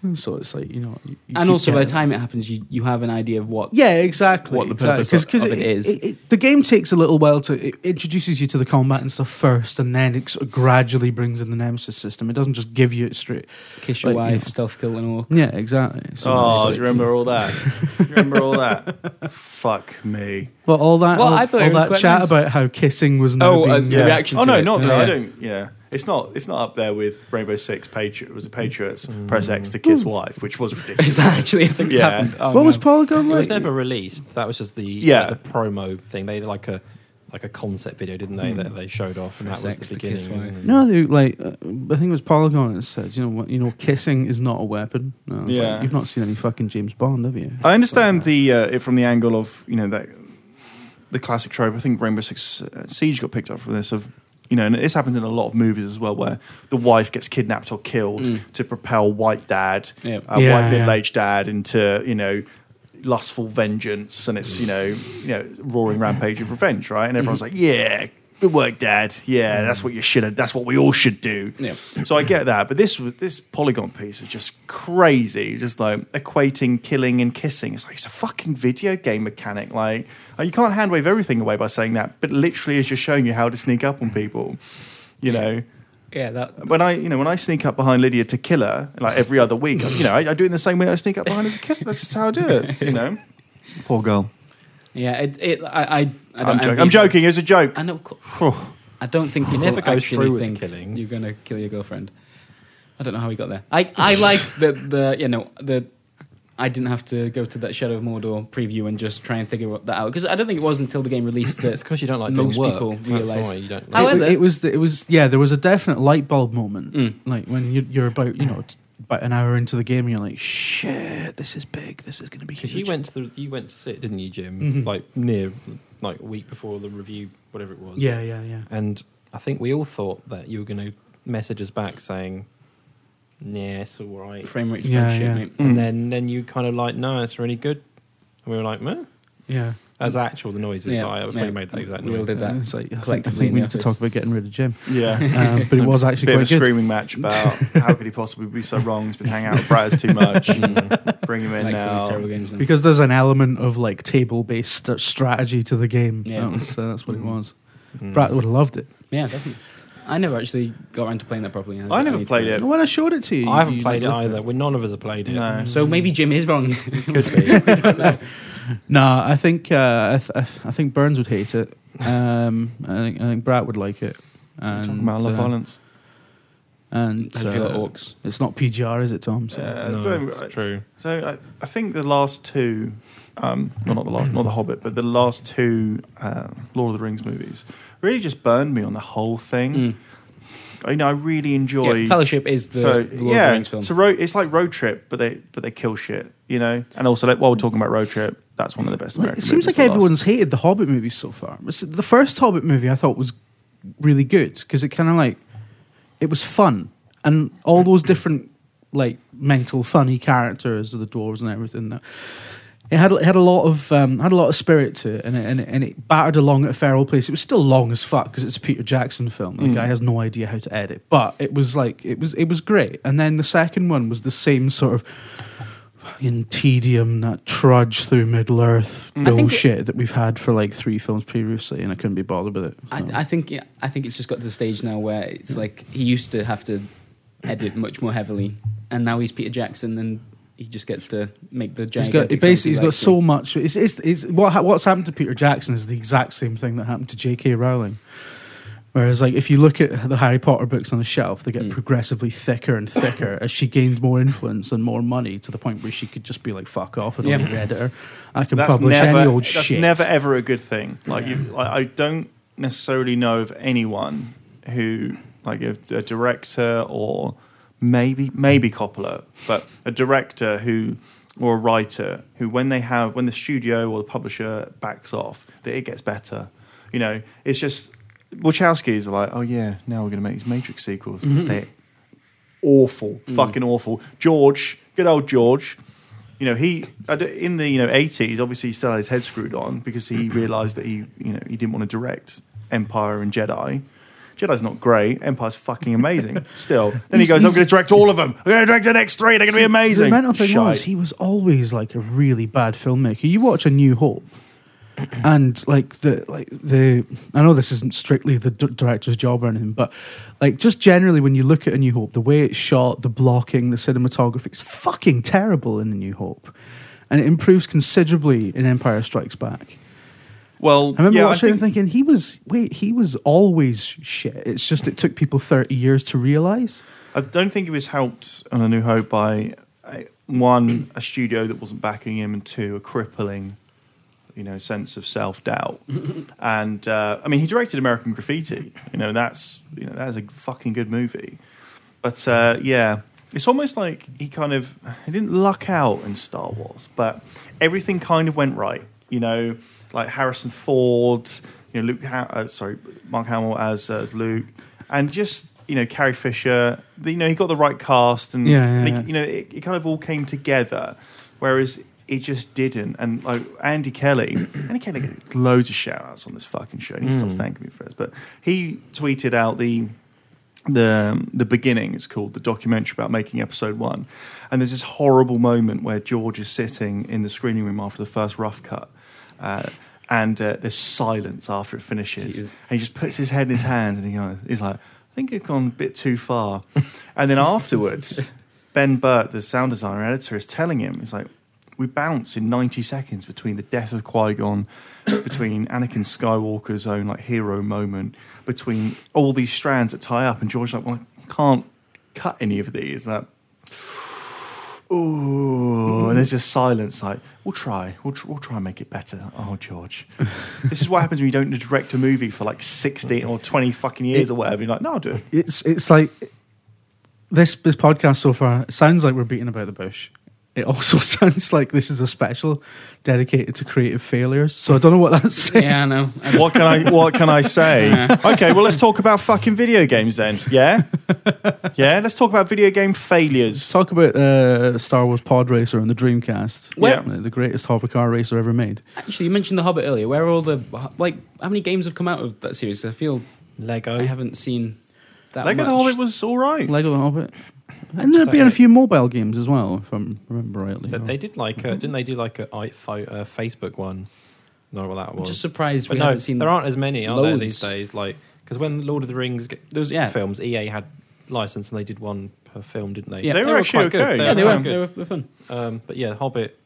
Speaker 1: And So it's like you know, you, you
Speaker 2: and
Speaker 1: keep
Speaker 2: also by the
Speaker 1: getting-
Speaker 2: time it happens, you, you have an idea of what.
Speaker 1: yeah, exactly.
Speaker 2: what the
Speaker 1: exactly.
Speaker 2: purpose of-
Speaker 1: 'Cause- 'cause
Speaker 2: of it is.
Speaker 1: the game takes a little while to it introduces you to the combat and stuff first, and then it sort of gradually brings in the nemesis system. It doesn't just give you it straight.
Speaker 2: Kiss your
Speaker 1: Like, you
Speaker 2: wife,
Speaker 1: know.
Speaker 2: stealth kill, and all.
Speaker 1: Yeah, exactly. So
Speaker 4: Oh, do
Speaker 1: it's
Speaker 4: you
Speaker 1: like-
Speaker 4: remember all that? Do you remember all that? Fuck me.
Speaker 1: Well, all that,
Speaker 2: Well,
Speaker 1: all,
Speaker 2: I thought it
Speaker 1: all
Speaker 2: was
Speaker 1: that
Speaker 2: quite
Speaker 1: chat
Speaker 2: nice.
Speaker 1: about how kissing was never
Speaker 2: Oh,
Speaker 1: being
Speaker 2: as- Yeah. reaction
Speaker 4: Oh
Speaker 2: to
Speaker 4: no,
Speaker 2: it.
Speaker 4: not
Speaker 2: Yeah.
Speaker 4: no,
Speaker 2: Yeah.
Speaker 4: I don't. Yeah, it's not. It's not up there with Rainbow Six Patriot. Was a Patriots press X to kiss wife, which was
Speaker 2: Is
Speaker 4: ridiculous.
Speaker 2: that actually a thing that's
Speaker 4: Yeah.
Speaker 2: happened? Oh,
Speaker 1: What was
Speaker 2: no.
Speaker 1: Polygon
Speaker 3: It
Speaker 1: like?
Speaker 3: was never released. That was just the
Speaker 4: Yeah.
Speaker 3: the promo thing. They did like a like a concept video, didn't they? That they showed off, and that was
Speaker 2: Sex
Speaker 3: the
Speaker 2: to kiss
Speaker 3: beginning.
Speaker 2: wife.
Speaker 1: Hmm. no, they, like uh, I think it was Polygon that said, you know what, you know, kissing is not a weapon. No, it's like,
Speaker 4: Yeah.
Speaker 1: you've not seen any fucking James Bond, have you?
Speaker 4: I understand the uh, it from the angle of you know that the classic trope. I think Rainbow Six uh, Siege got picked up from this of you know, and this happens in a lot of movies as well, where the wife gets kidnapped or killed
Speaker 2: Mm.
Speaker 4: to propel white dad,
Speaker 2: Yeah.
Speaker 4: uh,
Speaker 1: Yeah,
Speaker 4: white
Speaker 1: yeah.
Speaker 4: middle-aged dad into you know lustful vengeance, and it's you know you know roaring rampage of revenge, right? And everyone's
Speaker 2: Mm-hmm.
Speaker 4: like, yeah. Good work, Dad. Yeah,
Speaker 2: Mm.
Speaker 4: that's what you should have. That's what we all should do.
Speaker 2: Yeah.
Speaker 4: So I get that, but this was this polygon piece was just crazy. Just like equating killing and kissing. It's like it's a fucking video game mechanic. Like uh, you can't hand wave everything away by saying that, but literally it's just showing you how to sneak up on people. You know,
Speaker 2: Yeah, that.
Speaker 4: when I you know when I sneak up behind Lydia to kill her like every other week, you know I, I do it in the same way I sneak up behind her to kiss. her. That's just how I do it. You know, poor girl.
Speaker 2: Yeah, it. it I. I, I don't
Speaker 4: I'm joking.
Speaker 2: envy
Speaker 4: I'm
Speaker 2: you.
Speaker 4: joking. It was a joke.
Speaker 2: And of course, I don't think you
Speaker 3: never
Speaker 2: never
Speaker 3: goes
Speaker 2: go
Speaker 3: through
Speaker 2: through
Speaker 3: with the
Speaker 2: think
Speaker 3: killing.
Speaker 2: You're gonna kill your girlfriend. I don't know how he got there. I I like the the you know the. I didn't have to go to that Shadow of Mordor preview and just try and figure that out because I don't think it was until the game released
Speaker 3: It's
Speaker 2: that
Speaker 3: because you don't like
Speaker 2: most
Speaker 3: doing work.
Speaker 2: people
Speaker 3: That's
Speaker 2: realise-
Speaker 3: why you don't.
Speaker 1: It,
Speaker 2: However-
Speaker 1: wa- it was the, it was yeah. There was a definite light bulb moment,
Speaker 2: Mm.
Speaker 1: like when you, you're about you know t- about an hour into the game, and you're like, shit, this is big. This is going to be
Speaker 3: Because
Speaker 1: huge.
Speaker 3: you went to the, you went to sit, didn't you, Jim?
Speaker 1: Mhm.
Speaker 3: Like near, like a week before the review, whatever it was.
Speaker 1: yeah, yeah, yeah.
Speaker 3: And I think we all thought that you were going to message us back saying, "Yeah, it's all right."
Speaker 2: frame rates
Speaker 1: Yeah,
Speaker 2: yeah, shit,
Speaker 1: yeah.
Speaker 2: mate.
Speaker 3: And
Speaker 4: Mm.
Speaker 3: then then you kind of like, "No, it's really good." And we were like, "Meh."
Speaker 1: Yeah,
Speaker 3: As actual the noises,
Speaker 2: Yeah,
Speaker 3: I probably
Speaker 2: yeah.
Speaker 3: made that exact
Speaker 2: We all
Speaker 3: noise.
Speaker 2: did that.
Speaker 1: It's like, I think- I
Speaker 2: collectively
Speaker 1: think
Speaker 2: in
Speaker 1: we
Speaker 2: the
Speaker 1: need to talk
Speaker 2: office.
Speaker 1: about getting rid of Jim,
Speaker 4: Yeah.
Speaker 1: um, but it was actually
Speaker 4: Bit of a
Speaker 1: quite good.
Speaker 4: screaming match about how could he possibly be so wrong? He's been hanging out with Bratters too much.
Speaker 3: Mm.
Speaker 4: Bring him in
Speaker 2: Like some of these
Speaker 4: now.
Speaker 2: terrible games now.
Speaker 1: because there's an element of like table based st- strategy to the game.
Speaker 2: Yeah.
Speaker 1: That was- uh, that's what it was.
Speaker 3: Mm.
Speaker 1: Brad would have loved it.
Speaker 2: yeah, definitely. I never actually got around to playing that properly.
Speaker 4: I never
Speaker 2: need to
Speaker 4: played
Speaker 2: play
Speaker 4: it.
Speaker 1: When I showed it to you,
Speaker 3: I haven't
Speaker 1: you
Speaker 3: played it
Speaker 1: looked at
Speaker 3: either. We none of us have played it.
Speaker 4: No.
Speaker 2: So maybe Jim is wrong.
Speaker 3: Could be.
Speaker 1: No, I think uh, I, th- I think Burns would hate it. Um, I think I think Brat would like it. And,
Speaker 4: Talking about love
Speaker 1: uh,
Speaker 4: violence.
Speaker 1: And
Speaker 2: How do you feel
Speaker 1: uh,
Speaker 2: about orcs?
Speaker 1: It's not PGR, is it, Tom? So.
Speaker 4: Uh,
Speaker 3: No,
Speaker 4: so,
Speaker 3: it's
Speaker 4: uh,
Speaker 3: true.
Speaker 4: So I, I think the last two, um, well, not the last, not the Hobbit, but the last two uh, Lord of the Rings movies really just burned me on the whole thing.
Speaker 2: Mm.
Speaker 4: I, you know, I really enjoyed
Speaker 2: Yeah, Fellowship is the,
Speaker 4: So,
Speaker 2: the Lord
Speaker 4: yeah,
Speaker 2: of the Rings film.
Speaker 4: It's, a road, it's like Road Trip, but they but they kill shit, you know. And also, like, while we're talking about Road Trip, that's one of the best
Speaker 1: Like,
Speaker 4: American
Speaker 1: it seems
Speaker 4: movies
Speaker 1: like
Speaker 4: of the last-
Speaker 1: everyone's hated the Hobbit movies so far. It's- The first Hobbit movie I thought was really good because it kind of like it was fun and all those different like mental funny characters, the dwarves and everything. That it had it had a lot of um, had a lot of spirit to it, and it, and it, and it battered along at a feral pace. It was still long as fuck because it's a Peter Jackson film. The
Speaker 4: Mm.
Speaker 1: guy has no idea how to edit, but it was like it was it was great. And then the second one was the same sort of fucking tedium that trudge through Middle Earth
Speaker 4: Mm.
Speaker 2: I think it-
Speaker 1: bullshit that we've had for like three films previously, and I couldn't be bothered with it.
Speaker 2: I,
Speaker 1: So-
Speaker 2: I think yeah, I think it's just got to the stage now where
Speaker 4: Hmm.
Speaker 2: it's like he used to have to edit much more heavily, and now he's Peter Jackson, and he just gets to make the.
Speaker 1: He's got,
Speaker 2: gigantic films he
Speaker 1: basically, he's got
Speaker 2: likes
Speaker 1: so much. It's, it's, it's, what, ha- what's happened to Peter Jackson is the exact same thing that happened to J.K. Rowling. Whereas, like, if you look at the Harry Potter books on the shelf, they get
Speaker 2: Mm.
Speaker 1: progressively thicker and thicker as she gained more influence and more money to the point where she could just be like, "Fuck off! I don't
Speaker 2: Yeah.
Speaker 1: need an editor. I can
Speaker 4: that's
Speaker 1: publish
Speaker 4: never,
Speaker 1: any old
Speaker 4: that's
Speaker 1: shit."
Speaker 4: never ever a good thing. Like, you, like I don't necessarily know of anyone who like a, a director or maybe maybe Coppola, but a director who or a writer who, when they have when the studio or the publisher backs off, that it gets better. You know, it's just Wachowski's are like, oh yeah, now we're going to make these Matrix sequels.
Speaker 1: Mm-hmm.
Speaker 4: They're awful,
Speaker 1: Mm.
Speaker 4: fucking awful. George, good old George. You know, he I d- in the you know eighties, obviously he still had his head screwed on because he realised that he you know he didn't want to direct Empire and Jedi. Jedi's not great. Empire's fucking amazing. Still, then he
Speaker 1: He's-
Speaker 4: goes, "I'm
Speaker 1: he's-
Speaker 4: going to direct all of them. I'm going to direct the next three. They're going to be amazing."
Speaker 1: The mental thing was
Speaker 4: Shite.
Speaker 1: he was always like a really bad filmmaker. You watch A New Hope, and like the like the I know this isn't strictly the d- director's job or anything, but like just generally when you look at A New Hope, the way it's shot, the blocking, the cinematography, it's fucking terrible in A New Hope, and it improves considerably in Empire Strikes Back.
Speaker 4: well,
Speaker 1: I remember
Speaker 4: yeah,
Speaker 1: watching it
Speaker 4: think-
Speaker 1: and thinking he was wait he was always shit. It's just it took people thirty years to realize.
Speaker 4: I don't think he was helped on A New Hope by uh, one, a studio that wasn't backing him, and two, a crippling, you know, sense of self doubt. and uh, I mean, he directed American Graffiti. You know, that's you know that's a fucking good movie. But uh, yeah, it's almost like he kind of he didn't luck out in Star Wars, but everything kind of went right. You know, like Harrison Ford, you know, Luke, ha- uh, sorry, Mark Hamill as uh, as Luke, and just you know Carrie Fisher. You know, he got the right cast, and
Speaker 1: Yeah, yeah,
Speaker 4: they-
Speaker 1: yeah.
Speaker 4: you know, it, it kind of all came together. Whereas it just didn't. And like Andy Kelly, Andy Kelly gets loads of shout outs on this fucking show, and he starts
Speaker 1: Hmm.
Speaker 4: thanking me for it. But he tweeted out the the the beginning. It's called the documentary about making episode one, and there's this horrible moment where George is sitting in the screening room after the first rough cut, uh, and uh, there's silence after it finishes,
Speaker 2: Jesus.
Speaker 4: and he just puts his head in his hands and he goes, he's like, I think it's gone a bit too far, and then afterwards. Ben Burt, the sound designer editor, is telling him, he's like, we bounce in 90 seconds between the death of Qui Gon, between Anakin Skywalker's own like hero moment, between all these strands that tie up, and George's like, well, I can't cut any of these. That, ooh, and there's just silence. Like, we'll try, we'll, tr- we'll try and make it better. Oh, George, this is what happens when you don't direct a movie for like 16 or 20 fucking years or whatever. You're like, no, I'll do it.
Speaker 1: it's it's like this this podcast so far it sounds like we're beating about the bush. It also sounds like this is a special dedicated to creative failures. So I don't know what that's saying.
Speaker 2: Yeah, I know. I-
Speaker 4: What can I What can I say? Okay, well, let's talk about fucking video games then. Yeah, yeah. Let's talk about video game
Speaker 1: Let's
Speaker 4: failures.
Speaker 1: talk about uh, Star Wars Pod Racer on the Dreamcast.
Speaker 2: Well-
Speaker 1: the greatest hover car racer ever made.
Speaker 2: Actually, you mentioned The Hobbit earlier. Where are all the like? How many games have come out of that series? I feel
Speaker 3: Lego.
Speaker 2: I haven't seen that
Speaker 4: Lego
Speaker 2: much.
Speaker 4: the Hobbit was all right.
Speaker 1: Lego the Hobbit, and there'd been a few mobile games as well, if I remember rightly.
Speaker 3: Th- They did like a, didn't they do like a i- pho- uh, Facebook one? Not what that
Speaker 2: I'm
Speaker 3: was.
Speaker 2: just surprised
Speaker 3: but
Speaker 2: we
Speaker 3: no,
Speaker 2: haven't seen.
Speaker 3: there aren't as many are there these
Speaker 2: loads.
Speaker 3: days. Like because when Lord of the Rings g-
Speaker 2: There was- yeah.
Speaker 3: films, EA had license and they did one per film, didn't they?
Speaker 2: Yeah,
Speaker 4: They were actually
Speaker 3: quite
Speaker 4: okay.
Speaker 3: Good.
Speaker 2: yeah, they were,
Speaker 3: quite
Speaker 2: they were they were fun.
Speaker 3: good. Um, but yeah, Hobbit.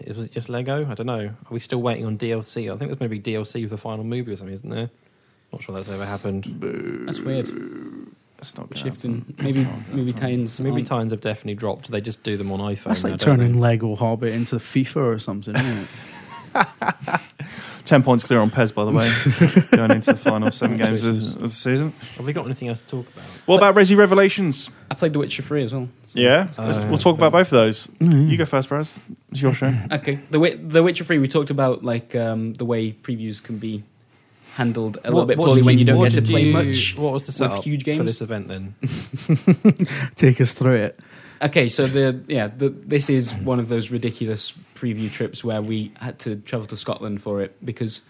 Speaker 3: it- Was it just Lego? I don't know. Are we still waiting on DLC? I think there's going to be DLC with the final movie or something, isn't there? Not sure that's ever happened.
Speaker 2: That's weird.
Speaker 4: That's Uh, not gonna happen.
Speaker 2: Shifting maybe movie Um, times.
Speaker 3: Movie
Speaker 2: aren't-
Speaker 3: times have definitely dropped. They just do them on iPhone.
Speaker 1: that's
Speaker 3: now,
Speaker 1: like
Speaker 3: don't they?
Speaker 1: turning Lego Hobbit into FIFA or something. Isn't it?
Speaker 4: Ten points clear on Pez, by the way. Going into the final seven games of, of the season.
Speaker 3: Have we got anything else to talk about?
Speaker 4: What about Resi Revelations?
Speaker 2: I played The Witcher 3 as well. so-
Speaker 4: Yeah, let's-
Speaker 3: Uh,
Speaker 4: we'll talk about both of those.
Speaker 2: Hmm.
Speaker 1: Mm.
Speaker 4: You go first, Brez. It's your show.
Speaker 2: Okay. The Wi- The Witcher 3 we talked about like um, the way previews can be handled a little
Speaker 3: What-
Speaker 2: bit
Speaker 3: what
Speaker 2: poorly
Speaker 3: did
Speaker 2: when you don't
Speaker 3: what
Speaker 2: get to
Speaker 3: did
Speaker 2: play
Speaker 3: you-
Speaker 2: much.
Speaker 3: What was the
Speaker 2: with
Speaker 3: setup
Speaker 2: huge
Speaker 3: for
Speaker 2: games.
Speaker 3: this event then?
Speaker 1: Take us through it.
Speaker 2: Okay, so the yeah, the, this is one of those ridiculous preview trips where we had to travel to Scotland for it because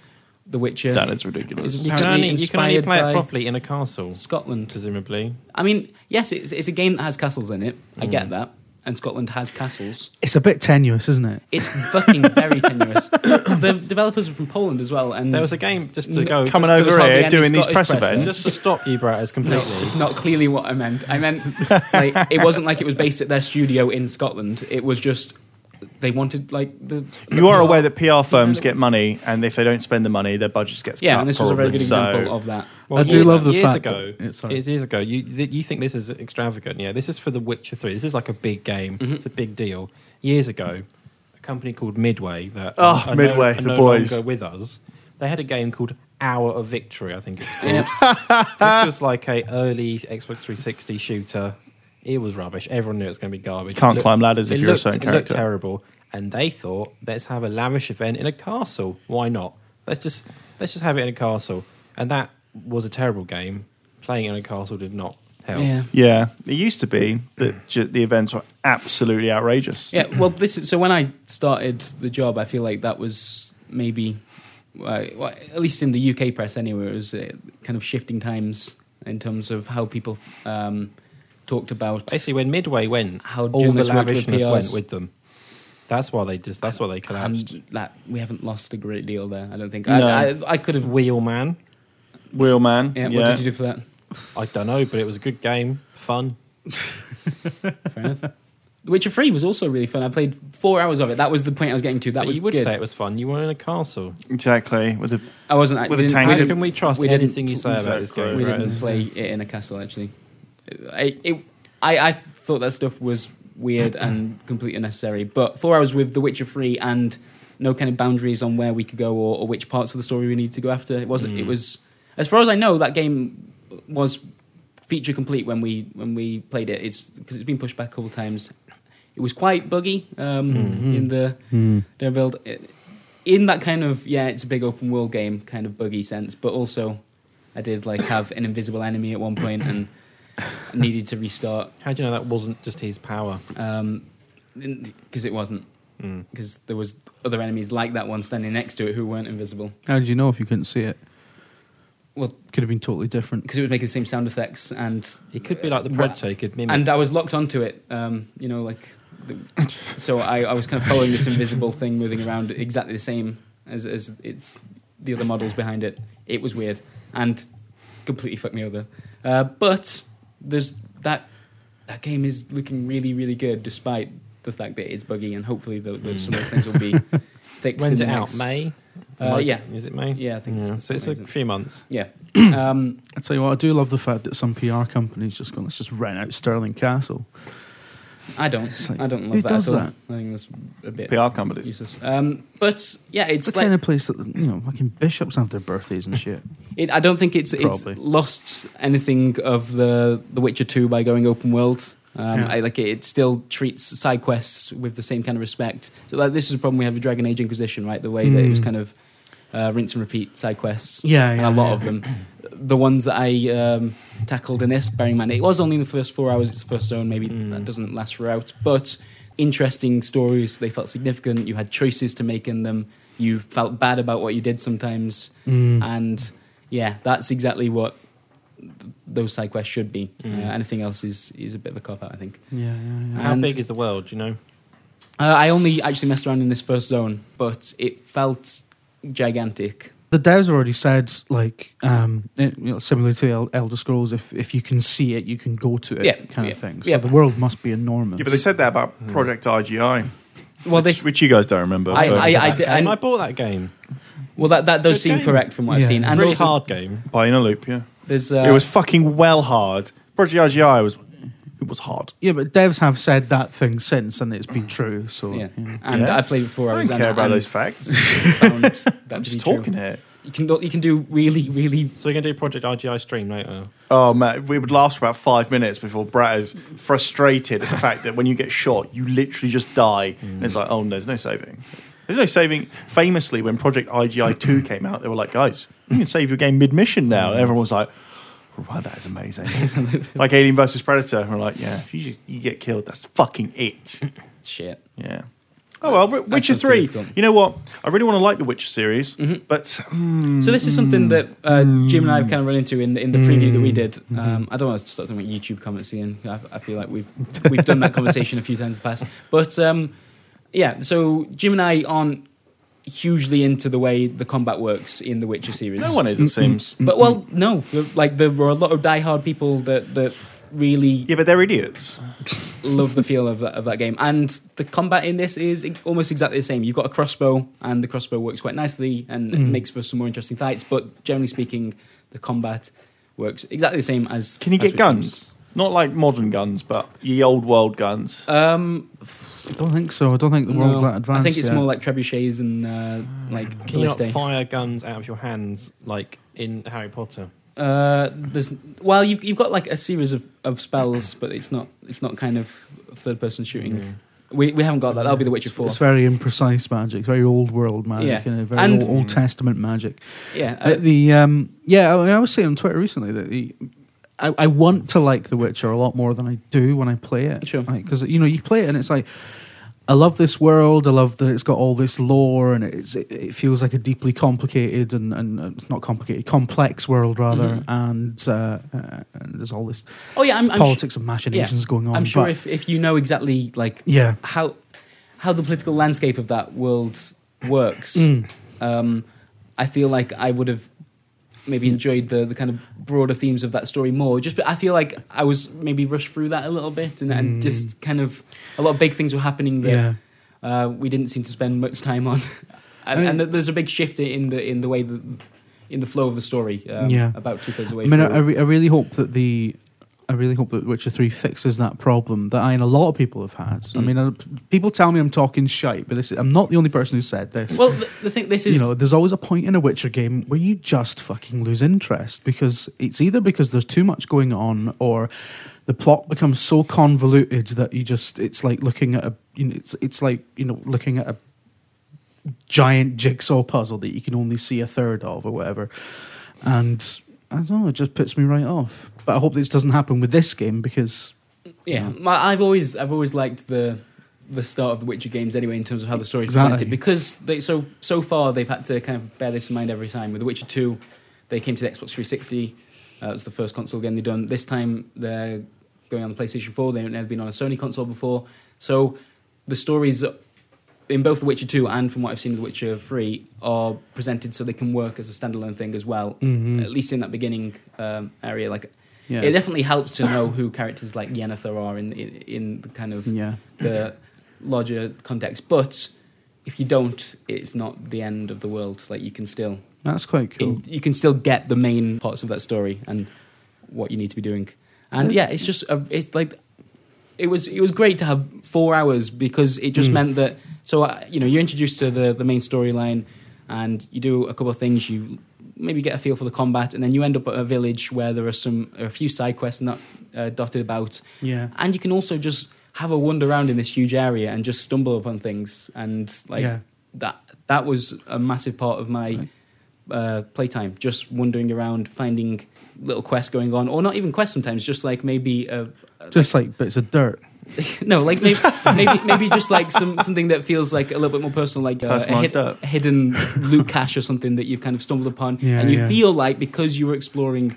Speaker 2: The Witcher
Speaker 4: That is ridiculous.
Speaker 2: Is
Speaker 3: You can, only,
Speaker 2: Apparently
Speaker 3: you can only
Speaker 2: inspired
Speaker 3: play
Speaker 2: by-
Speaker 3: it properly in a castle,
Speaker 2: Scotland.
Speaker 3: presumably.
Speaker 2: I mean, yes, it's, it's a game that has castles in it. I
Speaker 3: Mm.
Speaker 2: get that, and Scotland has castles.
Speaker 1: It's a bit tenuous, isn't it?
Speaker 2: It's fucking very tenuous. The developers are from Poland as well, and
Speaker 3: There was a game just to
Speaker 2: Mm. N-
Speaker 3: go
Speaker 4: Coming
Speaker 3: just,
Speaker 2: there's
Speaker 4: over
Speaker 2: hardly
Speaker 4: here
Speaker 2: any
Speaker 4: doing these
Speaker 2: Scottish
Speaker 4: press
Speaker 2: press
Speaker 4: events.
Speaker 2: there.
Speaker 3: just to stop you, Bratters,
Speaker 2: No,
Speaker 3: completely.
Speaker 2: it's not clearly what I meant. I meant like it wasn't like it was based at their studio in Scotland. It was just they wanted like the.
Speaker 4: You are aware that PR firms get money, and if they don't spend the money, their budgets gets
Speaker 2: yeah,
Speaker 4: cut.
Speaker 2: and this was a very
Speaker 4: probably.
Speaker 2: good
Speaker 4: So-
Speaker 2: example of that.
Speaker 3: Well,
Speaker 1: I do
Speaker 3: years-
Speaker 1: love the
Speaker 3: years
Speaker 1: fact
Speaker 3: ago.
Speaker 1: that- yeah, sorry.
Speaker 3: it's years ago. You th- you think this is extravagant? Yeah, this is for The Witcher Three. This is like a big game.
Speaker 4: Mm-hmm.
Speaker 3: It's a big deal. Years ago, a company called Midway that
Speaker 4: Oh,
Speaker 3: are
Speaker 4: Midway,
Speaker 3: no,
Speaker 4: the
Speaker 3: are no
Speaker 4: boys.
Speaker 3: longer with us. They had a game called Hour of Victory, I think it's called. this was like a early Xbox 360 shooter. It was rubbish. Everyone knew it was going to be garbage.
Speaker 4: You can't
Speaker 3: It
Speaker 4: climb ladders if
Speaker 3: it
Speaker 4: you're a
Speaker 3: looked-
Speaker 4: certain
Speaker 3: It looked
Speaker 4: character.
Speaker 3: terrible, and they thought, let's have a lavish event in a castle. Why not? Let's just let's just have it in a castle. And that was a terrible game. Playing it in a castle did not help.
Speaker 2: Yeah.
Speaker 4: Yeah, it used to be that ju- the events were absolutely outrageous.
Speaker 2: Yeah, well, this is, so when I started the job, I feel like that was maybe, uh, well, at least in the UK press anyway, it was uh, kind of shifting times in terms of how people um, talked about.
Speaker 3: Basically, when Midway went,
Speaker 2: How
Speaker 3: all the
Speaker 2: journalists worked with
Speaker 3: lavishness
Speaker 2: PRs.
Speaker 3: went with them. That's why they just. That's why they collapsed.
Speaker 2: and that we haven't lost a great deal there. I don't think.
Speaker 4: No.
Speaker 2: I, I, I could have.
Speaker 3: Wheelman,
Speaker 4: Wheelman.
Speaker 2: Yeah,
Speaker 4: Yeah,
Speaker 2: What did you do for that?
Speaker 3: I don't know, but it was a good game, fun.
Speaker 2: Fair enough. The Witcher Three was also really fun. I played four hours of it. That was the point I was getting to. That
Speaker 3: But
Speaker 2: was
Speaker 3: you would
Speaker 2: good.
Speaker 3: say it was fun. You were in a castle.
Speaker 4: exactly. With the
Speaker 2: I wasn't. I
Speaker 4: with a
Speaker 2: didn't-
Speaker 4: tank.
Speaker 2: we
Speaker 3: How
Speaker 2: didn't-
Speaker 3: can we trust
Speaker 2: we didn't
Speaker 3: anything you say about this
Speaker 4: exactly.
Speaker 3: game?
Speaker 2: We
Speaker 3: right?
Speaker 2: didn't play it in a castle actually. I, it, I, I thought that stuff was weird and completely unnecessary. But four hours with The Witcher Three and no kind of boundaries on where we could go or, or which parts of the story we needed to go after. It wasn't. It
Speaker 3: Mm.
Speaker 2: was, as far as I know, that game was feature complete when we when we played it. It's because it's been pushed back a couple times. It was quite buggy um,
Speaker 3: Mhm.
Speaker 2: in the Devil in that kind of yeah, it's a big open world game kind of buggy sense, but also I did like have an invisible enemy at one point and needed to restart
Speaker 3: How do you know that wasn't just his power?
Speaker 2: because it wasn't
Speaker 3: Mm.
Speaker 2: because there was other enemies like that one standing next to it who weren't invisible
Speaker 1: How did you know if you couldn't see it?
Speaker 2: Well-
Speaker 1: could have been totally different.
Speaker 2: because it was making the same sound effects and
Speaker 3: It could be like the Predator. He could mimic.
Speaker 2: and I was locked onto it, um, you know, like the, so I, I was kind of following this invisible thing moving around exactly the same as, as it's the other models behind it. It was weird and completely fucked me over. Uh, but there's that that game is looking really really good despite the fact that it's buggy and hopefully the, the,
Speaker 3: Mm.
Speaker 2: some of those things will be
Speaker 1: Hmm.
Speaker 2: fixed.
Speaker 3: When's
Speaker 2: in
Speaker 3: it
Speaker 2: the
Speaker 3: out?
Speaker 2: next-
Speaker 3: May.
Speaker 2: Uh,
Speaker 3: Might-
Speaker 2: yeah.
Speaker 3: Is it May?
Speaker 2: Yeah, I think
Speaker 3: Yeah.
Speaker 2: it's
Speaker 3: So it's a
Speaker 2: amazing.
Speaker 3: few months.
Speaker 2: um,
Speaker 1: I tell you what, I do love the fact that some PR companies just gone. Let's just rent out Sterling Castle.
Speaker 2: I don't.
Speaker 1: It's like,
Speaker 2: I don't love
Speaker 1: who
Speaker 2: that
Speaker 1: does
Speaker 2: at all.
Speaker 1: that?
Speaker 2: I think that's a bit
Speaker 4: PR companies.
Speaker 2: useless. Um, but yeah, it's
Speaker 1: It's the
Speaker 2: like,
Speaker 1: kind of place that you know, fucking bishops have their birthdays and shit.
Speaker 2: It, I don't think it's
Speaker 1: Probably.
Speaker 2: it's lost anything of the The Witcher Two by going open world. Um,
Speaker 4: Yeah.
Speaker 2: I, like it, it still treats side quests with the same kind of respect. So like, this is a problem we have with Dragon Age Inquisition, right? The way that it was
Speaker 1: Mm.
Speaker 2: kind of uh, rinse and repeat side quests,
Speaker 1: yeah,
Speaker 2: and a lot of them. The ones that I um, tackled in this, bearing in mind it was only the first four hours, it's the first zone. Maybe
Speaker 3: Mm.
Speaker 2: that doesn't last throughout, but interesting stories. They felt significant. You had choices to make in them. You felt bad about what you did sometimes
Speaker 1: Mm.
Speaker 4: Hmm.
Speaker 2: and yeah, that's exactly what th- those side quests should be.
Speaker 4: Hmm.
Speaker 3: Mm.
Speaker 2: Uh, anything else is is a bit of a cop out, I think.
Speaker 1: yeah, yeah, yeah.
Speaker 3: How
Speaker 2: And-
Speaker 3: big is the world? You know.
Speaker 2: Uh, I only actually messed around in this first zone, but it felt gigantic.
Speaker 1: The devs already said, like, um, it- you know, similar to the El- Elder Scrolls, if if you can see it, you can go to it,
Speaker 2: Yeah,
Speaker 1: kind
Speaker 2: yeah,
Speaker 1: of thing. So
Speaker 2: yeah.
Speaker 1: the world must be enormous.
Speaker 4: Yeah, but they said that about
Speaker 2: Hmm.
Speaker 4: Project IGI,
Speaker 2: Well, this.
Speaker 4: which you guys don't remember.
Speaker 2: I-
Speaker 4: but
Speaker 2: I-
Speaker 3: That
Speaker 2: did-
Speaker 3: game,
Speaker 2: I-
Speaker 3: I bought that game.
Speaker 2: Well, that, that does
Speaker 3: Good
Speaker 2: seem
Speaker 3: game.
Speaker 2: correct from what I've
Speaker 1: Yeah.
Speaker 2: seen, and
Speaker 3: really
Speaker 2: also
Speaker 3: hard game.
Speaker 4: by Inner Loop, yeah.
Speaker 2: there's uh,
Speaker 4: it was fucking well hard. Project IGI was it was hard.
Speaker 1: yeah, but devs have said that thing since, and it's been true. So
Speaker 2: yeah,
Speaker 1: you know.
Speaker 2: and
Speaker 4: Yeah.
Speaker 2: I played before
Speaker 4: I
Speaker 2: was
Speaker 4: don't care about those facts.
Speaker 2: Found that
Speaker 4: I'm
Speaker 2: to
Speaker 4: just
Speaker 2: be true.
Speaker 4: talking here.
Speaker 2: You can do- you can do really really
Speaker 3: So we're gonna do Project RGI stream later.
Speaker 4: Oh man, we would last for about five minutes before Brad is frustrated at the fact that when you get shot, you literally just die. And it's like, oh, there's no saving. There's no saving. Famously, when Project IGI two came out, they were like, guys, you can save your game mid mission now. And everyone was like, wow, that is amazing. like Alien versus Predator, and we're like, yeah, if you just, you get killed, that's fucking it.
Speaker 2: shit.
Speaker 4: Yeah. Oh well,
Speaker 2: That's-
Speaker 4: Witcher
Speaker 2: that's not too
Speaker 4: three.
Speaker 2: difficult.
Speaker 4: You know what? I really want to like the Witcher series,
Speaker 2: Mm-hmm.
Speaker 4: but mm,
Speaker 2: So this is something that uh, Jim and I
Speaker 4: Mm-hmm.
Speaker 2: have kind of run into in the, in the preview that we did. Um, I don't want to start talking about YouTube comments again. I, I feel like we've we've done that conversation a few times in the past. But um, yeah, so Jim and I aren't hugely into the way the combat works in the Witcher series.
Speaker 4: no one is. It seems.
Speaker 1: Mm,
Speaker 2: But well, no, like there were a lot of diehard people that that really
Speaker 4: Yeah, but they're idiots.
Speaker 2: love the feel of that, of that game. And the combat in this is e-, almost exactly the same. You've got a crossbow, and the crossbow works quite nicely and
Speaker 1: Mm.
Speaker 2: it makes for some more interesting fights. But generally speaking, the combat works exactly the same as.
Speaker 4: Can you
Speaker 2: as
Speaker 4: get
Speaker 2: Witcher
Speaker 4: guns?
Speaker 2: Games.
Speaker 4: Not like modern guns, but ye old world guns.
Speaker 2: Um,
Speaker 1: mm. I don't think so. I don't think the world's
Speaker 2: no.
Speaker 1: that advanced.
Speaker 2: I think it's
Speaker 1: yet.
Speaker 2: more like trebuchets and uh, like
Speaker 3: Can you not
Speaker 2: ballista.
Speaker 3: fire guns out of your hands like in Harry Potter?
Speaker 2: Uh, there's well, you, you've got like a series of, of spells, but it's not it's not kind of third person shooting. We we haven't got that. That'll be The Witcher Four.
Speaker 1: It's very imprecise magic. It's very old world magic.
Speaker 2: Yeah.
Speaker 1: And very
Speaker 2: And-
Speaker 1: old, Old Testament magic.
Speaker 2: Yeah,
Speaker 1: Uh,
Speaker 2: uh,
Speaker 1: the um, yeah, I, mean, I was saying on Twitter recently that the, I, I want to like The Witcher a lot more than I do when I play it.
Speaker 2: Sure.
Speaker 1: because you know you play it and it's like. I love this world. I love that it's got all this lore, and it's it, it feels like a deeply complicated and and uh, not complicated, complex world rather.
Speaker 2: Mhm.
Speaker 1: And, uh, uh, and there's all this
Speaker 2: oh yeah, I'm, I'm
Speaker 1: politics and machinations going on.
Speaker 2: I'm sure
Speaker 1: but-
Speaker 2: if, if you know exactly like
Speaker 1: yeah,
Speaker 2: how how the political landscape of that world works,
Speaker 1: Mm.
Speaker 2: um, I feel like I would have maybe enjoyed the, the kind of broader themes of that story more. Just but I feel like I was maybe rushed through that a little bit, and, and
Speaker 1: Mm.
Speaker 2: just kind of a lot of big things were happening that
Speaker 1: yeah.
Speaker 2: uh, we didn't seem to spend much time on. and,
Speaker 1: I mean-
Speaker 2: and th- there's a big shift in the in the way the in the flow of the story. Um,
Speaker 1: Yeah.
Speaker 2: about two thirds away.
Speaker 1: I mean, I,
Speaker 2: through.
Speaker 1: I, re- I really hope that the I really hope that Witcher Three fixes that problem that I and a lot of people have had. I
Speaker 2: Mm.
Speaker 1: mean, uh, people tell me I'm talking shite, but this is, I'm not the only person who said this.
Speaker 2: well, the, the thing this is
Speaker 1: you know, there's always a point in a Witcher game where you just fucking lose interest because it's either because there's too much going on or the plot becomes so convoluted that you just it's like looking at a you know, it's it's like you know looking at a giant jigsaw puzzle that you can only see a third of or whatever. And I don't know, it just puts me right off. But I hope this doesn't happen with this game because
Speaker 2: Yeah,
Speaker 1: Yeah.
Speaker 2: my, I've always I've always liked the the start of the Witcher games anyway in terms of how the story is
Speaker 1: Exactly.
Speaker 2: presented because they so so far they've had to kind of bear this in mind every time. With The Witcher Two, they came to the Xbox 360. Uh, it was the first console game they've done. This time they're going on the PlayStation 4. They've never been on a Sony console before, so the stories in both The Witcher 2 and from what I've seen of The Witcher 3 are presented so they can work as a standalone thing as well.
Speaker 1: Mhm.
Speaker 2: At least in that beginning um, area, like
Speaker 1: yeah.
Speaker 2: it definitely helps to know who characters like Yennefer are in in, in the kind of
Speaker 1: yeah.
Speaker 2: the larger context. But if you don't, it's not the end of the world. Like you can still
Speaker 1: That's quite cool.
Speaker 2: in, you can still get the main parts of that story and what you need to be doing. And yeah, it's just a, it's like it was it was great to have four hours because it just
Speaker 1: Mm.
Speaker 2: meant that so uh, you know you're introduced to the the main storyline and you do a couple of things you maybe get a feel for the combat and then you end up at a village where there are some a few side quests not uh, dotted about
Speaker 1: yeah.
Speaker 2: and you can also just have a wander around in this huge area and just stumble upon things and like
Speaker 1: yeah.
Speaker 2: that that was a massive part of my
Speaker 1: Right.
Speaker 2: uh, playtime. Just wandering around, finding little quests going on, or not even quests sometimes. Just like maybe a,
Speaker 1: Just like bits of dirt.
Speaker 2: no, like maybe maybe, maybe just like some something that feels like a little bit more personal, like uh, a,
Speaker 4: Personalised
Speaker 2: hid-
Speaker 4: up.
Speaker 2: a hidden loot cache or something that you've kind of stumbled upon,
Speaker 1: Yeah,
Speaker 2: and you
Speaker 1: yeah.
Speaker 2: feel like because you were exploring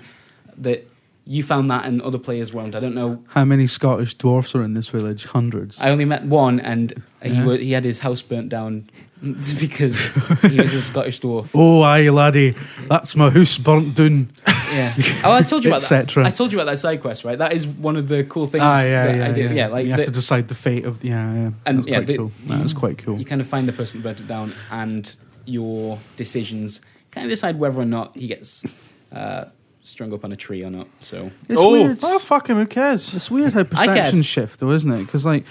Speaker 2: that you found that and other players weren't. I don't know.
Speaker 1: How many Scottish dwarfs are in this village? Hundreds.
Speaker 2: I only met one, and he
Speaker 1: Yeah.
Speaker 2: wa he had his house burnt down because he was a Scottish dwarf.
Speaker 1: oh, aye, laddie, that's my house burnt down.
Speaker 2: Yeah. Oh, I told you about that.
Speaker 1: Etc.
Speaker 2: I told you about that side quest, right? That is one of the cool things
Speaker 1: Ah, yeah,
Speaker 2: that
Speaker 1: yeah,
Speaker 2: I did.
Speaker 1: yeah.
Speaker 2: Yeah, like
Speaker 1: you have
Speaker 2: the-
Speaker 1: to decide the fate of the, yeah, yeah.
Speaker 2: And,
Speaker 1: That's
Speaker 2: yeah,
Speaker 1: quite
Speaker 2: the-
Speaker 1: cool. That is quite cool.
Speaker 2: you kind of find the person that burnt it down, and your decisions kind of decide whether or not he gets uh, strung up on a tree or not. So
Speaker 1: It's
Speaker 4: oh,
Speaker 1: weird.
Speaker 4: oh, fuck him, who cares?
Speaker 1: It's weird how perception
Speaker 2: cared.
Speaker 1: shift though, isn't it? Because like,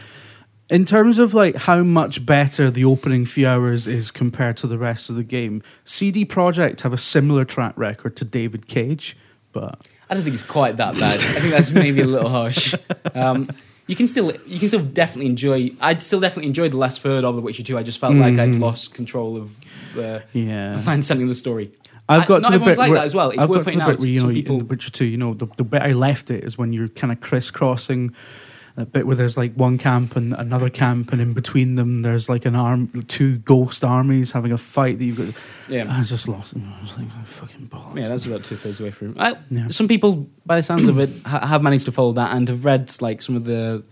Speaker 1: in terms of like how much better the opening few hours is compared to the rest of the game, CD Projekt have a similar track record to David Cage, but
Speaker 2: I don't think it's quite that bad. I think that's maybe a little harsh. Um, you can still, you can still definitely enjoy. I'd still definitely enjoy the last third of The Witcher Two. I just felt like I'd
Speaker 1: Mm.
Speaker 2: lost control of the
Speaker 1: yeah,
Speaker 2: understanding of the story. I-
Speaker 1: I've got
Speaker 2: not
Speaker 1: to the
Speaker 2: everyone's
Speaker 1: bit
Speaker 2: like
Speaker 1: where,
Speaker 2: that as well. It's
Speaker 1: I've
Speaker 2: worth
Speaker 1: got to
Speaker 2: pointing
Speaker 1: the bit
Speaker 2: out.
Speaker 1: where you know
Speaker 2: Some
Speaker 1: you-
Speaker 2: people-
Speaker 1: in Witcher Two. You know the, the bit I left it is when you're kind of crisscrossing. A bit where there's like one camp and another camp, and in between them there's like an arm, two ghost armies having a fight. That you've got.
Speaker 2: Yeah.
Speaker 1: I just lost. I was like, oh, fucking bollocks.
Speaker 2: Yeah, that's about two thirds away from. I,
Speaker 1: Yeah.
Speaker 2: Some people, by the sounds of it, ha- have managed to follow that and have read like some of the,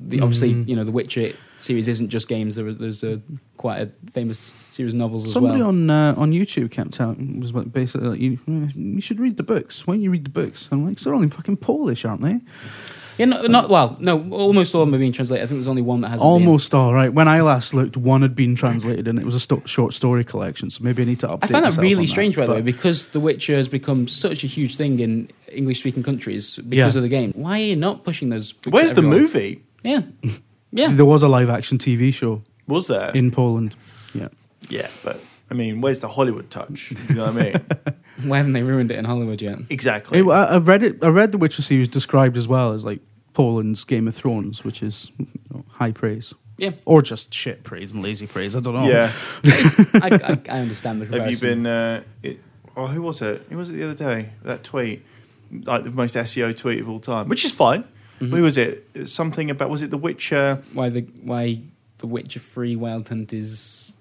Speaker 2: the obviously
Speaker 1: Mm.
Speaker 2: you know the Witcher series isn't just games. There, there's a quite a famous series of novels as
Speaker 1: Somebody
Speaker 2: well.
Speaker 1: on uh, on YouTube kept out was like basically like, you, you should read the books. Why don't you read the books? I'm like, they're all in fucking Polish, aren't they?
Speaker 2: Yeah, no, not well. No, almost all of them have been translated. I think there's only one that hasn't. been.
Speaker 1: Almost all right. When I last looked, one had been translated, and it was a sto- short story collection. So maybe I need to update.
Speaker 2: I find that
Speaker 1: myself on
Speaker 2: really strange, by the
Speaker 1: but-
Speaker 2: way, because The Witcher has become such a huge thing in English-speaking countries because
Speaker 1: Yeah.
Speaker 2: of the game. Why are you not pushing those? books to
Speaker 4: Where's the
Speaker 2: everyone?
Speaker 4: movie?
Speaker 2: Yeah, yeah.
Speaker 1: There was a live action TV show
Speaker 4: Was there?
Speaker 1: in Poland. Yeah.
Speaker 4: yeah, but I mean, where's the Hollywood touch? You know what I mean?
Speaker 2: Why haven't they ruined it in Hollywood yet?
Speaker 4: exactly.
Speaker 1: It, I I read it. I read the Witcher series described as well as like Poland's Game of Thrones, which is you know, high praise
Speaker 2: Yeah,
Speaker 1: or just shit praise and lazy praise. I don't know.
Speaker 4: yeah.
Speaker 2: I, I, I understand the comparison.
Speaker 4: Have you been? Uh, it, oh, who was it? Who was it the other day? That tweet, like the most SEO tweet of all time, which is fine.
Speaker 2: Mm-hmm.
Speaker 4: Who was it? It was Something about was it The Witcher?
Speaker 2: Why the why the Witcher Free Wild Hunt is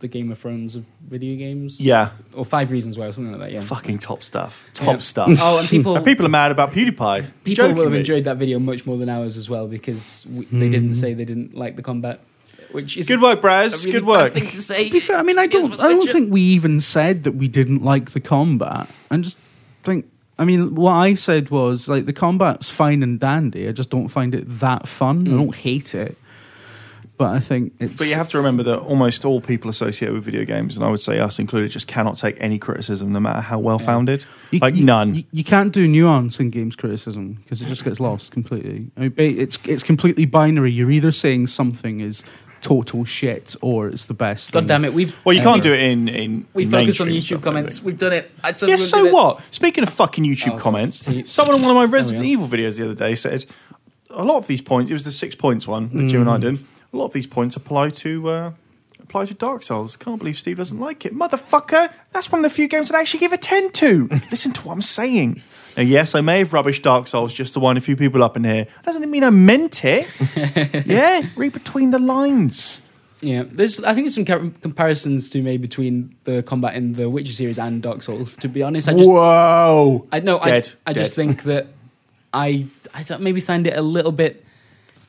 Speaker 2: the Game of Thrones of video games?
Speaker 4: Yeah,
Speaker 2: or Five Reasons Why or something like that. Yeah.
Speaker 4: fucking top stuff.
Speaker 2: Yeah.
Speaker 4: Top stuff.
Speaker 2: Oh, and people
Speaker 4: And people are mad about PewDiePie.
Speaker 2: people will have
Speaker 4: Jokingly.
Speaker 2: enjoyed that video much more than ours as well because we, they didn't say they didn't like the combat, which is
Speaker 4: Good work, Braz.
Speaker 2: a really
Speaker 4: Good
Speaker 2: bad
Speaker 4: work.
Speaker 2: thing to say.
Speaker 1: To be fair, I mean, I
Speaker 2: Yes,
Speaker 1: don't.
Speaker 2: with
Speaker 1: I don't
Speaker 2: Witcher.
Speaker 1: think we even said that we didn't like the combat. I just think. I mean, what I said was like the combat's fine and dandy. I just don't find it that fun.
Speaker 2: Hmm.
Speaker 1: I don't hate it, but I think it's.
Speaker 4: But you have to remember that almost all people associated with video games, and I would say us included, just cannot take any criticism, no matter how well founded.
Speaker 1: You-
Speaker 4: Like
Speaker 1: you-
Speaker 4: none.
Speaker 1: You, you can't do nuance in games criticism because it just gets lost completely. I mean, ba- it's it's completely binary. You're either saying something is total shit or it's the best.
Speaker 2: God damn it, we've
Speaker 4: well, you can't do it in in.
Speaker 2: We
Speaker 4: in
Speaker 2: focused on
Speaker 4: mainstream
Speaker 2: YouTube
Speaker 4: stuff,
Speaker 2: comments.
Speaker 4: maybe.
Speaker 2: We've done it. I said
Speaker 4: Yes,
Speaker 2: we'll
Speaker 4: so
Speaker 2: do it.
Speaker 4: what? Speaking of fucking YouTube
Speaker 2: Oh,
Speaker 4: comments,
Speaker 2: see-
Speaker 4: someone on one of my Resident
Speaker 2: go.
Speaker 4: Evil videos the other day said a lot of these points. It was the six points one that Jim and I
Speaker 2: Hmm.
Speaker 4: did. A lot of these points apply to uh, apply to Dark Souls. Can't believe Steve doesn't like it, motherfucker. That's one of the few games that I actually give a ten to. Listen to what I'm saying. Now, yes, I may have rubbished Dark Souls just to wind a few people up in here. Doesn't mean I meant it. yeah, read between the lines.
Speaker 2: Yeah, there's. I think there's some com- comparisons to made between the combat in the Witcher series and Dark Souls. To be honest, I just
Speaker 4: Whoa.
Speaker 2: I know. I,
Speaker 4: Dead.
Speaker 2: I just
Speaker 4: Dead.
Speaker 2: think that I I don't- maybe find it a little bit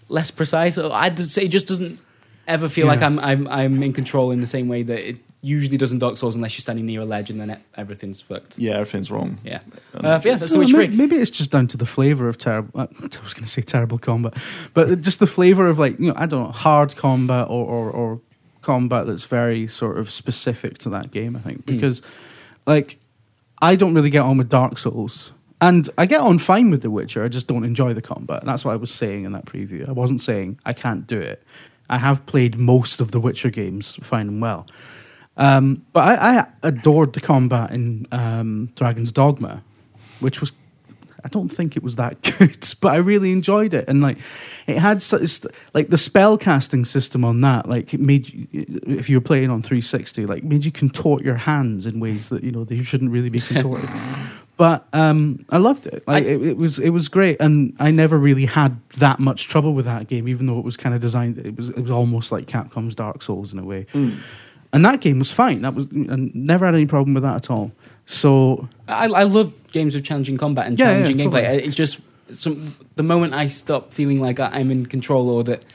Speaker 2: less precise. Or I'd say it just doesn't ever feel like
Speaker 1: Yeah.
Speaker 2: I'm I'm I'm in control in the same way that it usually does in Dark Souls, unless you're standing near a ledge and then it, everything's fucked. Yeah.
Speaker 4: yeah, everything's wrong. Um,
Speaker 2: Uh, but yeah, that's the
Speaker 1: Well,
Speaker 2: Witcher
Speaker 1: may-
Speaker 2: Free.
Speaker 1: Oh, maybe it's just down to the flavor of terrible. I was going to say terrible combat, but just the flavor of like you know I don't know hard combat or or, or combat that's very sort of specific to that game. I
Speaker 2: Hmm.
Speaker 1: think because like I don't really get on with Dark Souls, and I get on fine with The Witcher. I just don't enjoy the combat. That's what I was saying in that preview. I wasn't saying I can't do it. I have played most of the Witcher games fine and well. Um, but I, I adored the combat in um, Dragon's Dogma, which was I don't think it was that good, but I really enjoyed it. And like, it had such like the spell casting system on that. Like, it made you, if you were playing on 360, like made you contort your hands in ways that you know that you shouldn't really be contorted. but um, I loved it. Like,
Speaker 2: I-
Speaker 1: it, it was it was great, and I never really had that much trouble with that game, even though it was kind of designed. It was it was almost like Capcom's Dark Souls in a way. And that game was fine. That was I never had any problem with that at all. So
Speaker 2: I, I love games of challenging combat and
Speaker 1: Yeah, yeah,
Speaker 2: challenging gameplay.
Speaker 1: totally.
Speaker 2: I- It's just some, the moment I stop feeling like I- I'm in control or that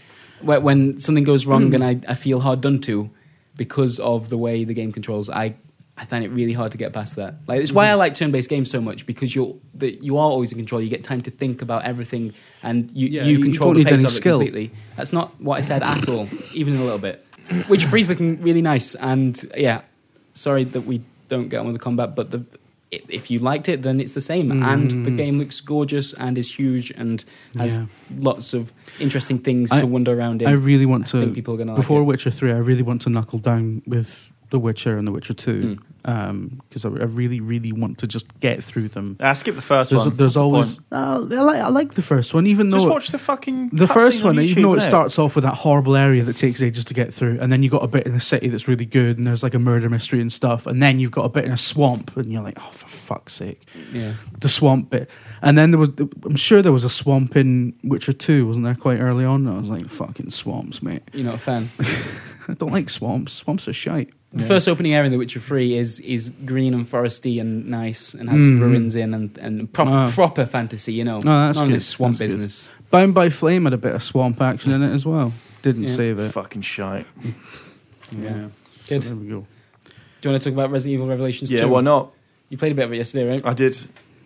Speaker 2: whe- when something goes wrong and I, I feel hard done to because of the way the game controls, I, I find it really hard to get past that. Like it's
Speaker 1: Mm-hmm.
Speaker 2: why I like turn-based games so much because you're that you are always in control. You get time to think about everything and you,
Speaker 1: Yeah,
Speaker 2: you
Speaker 1: you
Speaker 2: control
Speaker 1: don't
Speaker 2: the
Speaker 1: need
Speaker 2: pace
Speaker 1: any
Speaker 2: of
Speaker 1: skill.
Speaker 2: it completely. That's not what I said at all, even a little bit. Which free's looking really nice and yeah, sorry that we don't get on with the combat, but the i- if you liked it, then it's the same.
Speaker 1: Mm.
Speaker 2: And the game looks gorgeous and is huge and has
Speaker 1: Yeah.
Speaker 2: lots of interesting things
Speaker 1: I-
Speaker 2: to wander around in.
Speaker 1: I really want to.
Speaker 2: I think people are going
Speaker 4: Oh,
Speaker 2: to like
Speaker 1: before
Speaker 2: it.
Speaker 1: Witcher Three, I really want to knuckle down with The Witcher and The Witcher Two
Speaker 4: Hmm.
Speaker 1: because I, I really, really want to just get through them.
Speaker 4: Ah, skip the first
Speaker 1: There's,
Speaker 4: one. What's
Speaker 1: there's
Speaker 4: the
Speaker 1: always
Speaker 4: point?
Speaker 1: uh, I, like, I like the first one, even though
Speaker 4: Just watch the fucking
Speaker 1: the first
Speaker 4: cutscene on
Speaker 1: one, even
Speaker 4: YouTube
Speaker 1: though it
Speaker 4: now.
Speaker 1: starts off with that horrible area that takes ages to get through, and then you got a bit in the city that's really good, and there's like a murder mystery and stuff, and then you've got a bit in a swamp, and you're like, oh for fuck's sake,
Speaker 2: yeah.
Speaker 1: the swamp bit, and then there was I'm sure there was a swamp in Witcher Two, wasn't there? Quite early on, I was like, fucking swamps, mate.
Speaker 2: You're not a fan.
Speaker 1: I don't like swamps. Swamps are shite.
Speaker 2: The first opening area in The Witcher 3 is is green and foresty and nice and has
Speaker 1: Mhm.
Speaker 2: ruins in and, and proper
Speaker 1: Ah.
Speaker 2: proper fantasy, you know.
Speaker 1: No, that's
Speaker 2: Oh, None
Speaker 1: good.
Speaker 2: of this swamp
Speaker 1: That's good.
Speaker 2: business.
Speaker 1: Bound by Flame had a bit of swamp action in it as well. Didn't
Speaker 2: Yeah.
Speaker 1: save it.
Speaker 4: Fucking shite.
Speaker 2: Yeah.
Speaker 1: So
Speaker 2: Good.
Speaker 1: there we go.
Speaker 2: Do you want to talk about Resident Evil Revelations
Speaker 4: Yeah,
Speaker 2: 2?
Speaker 4: why not?
Speaker 2: You played a bit of it yesterday, right?
Speaker 4: I did.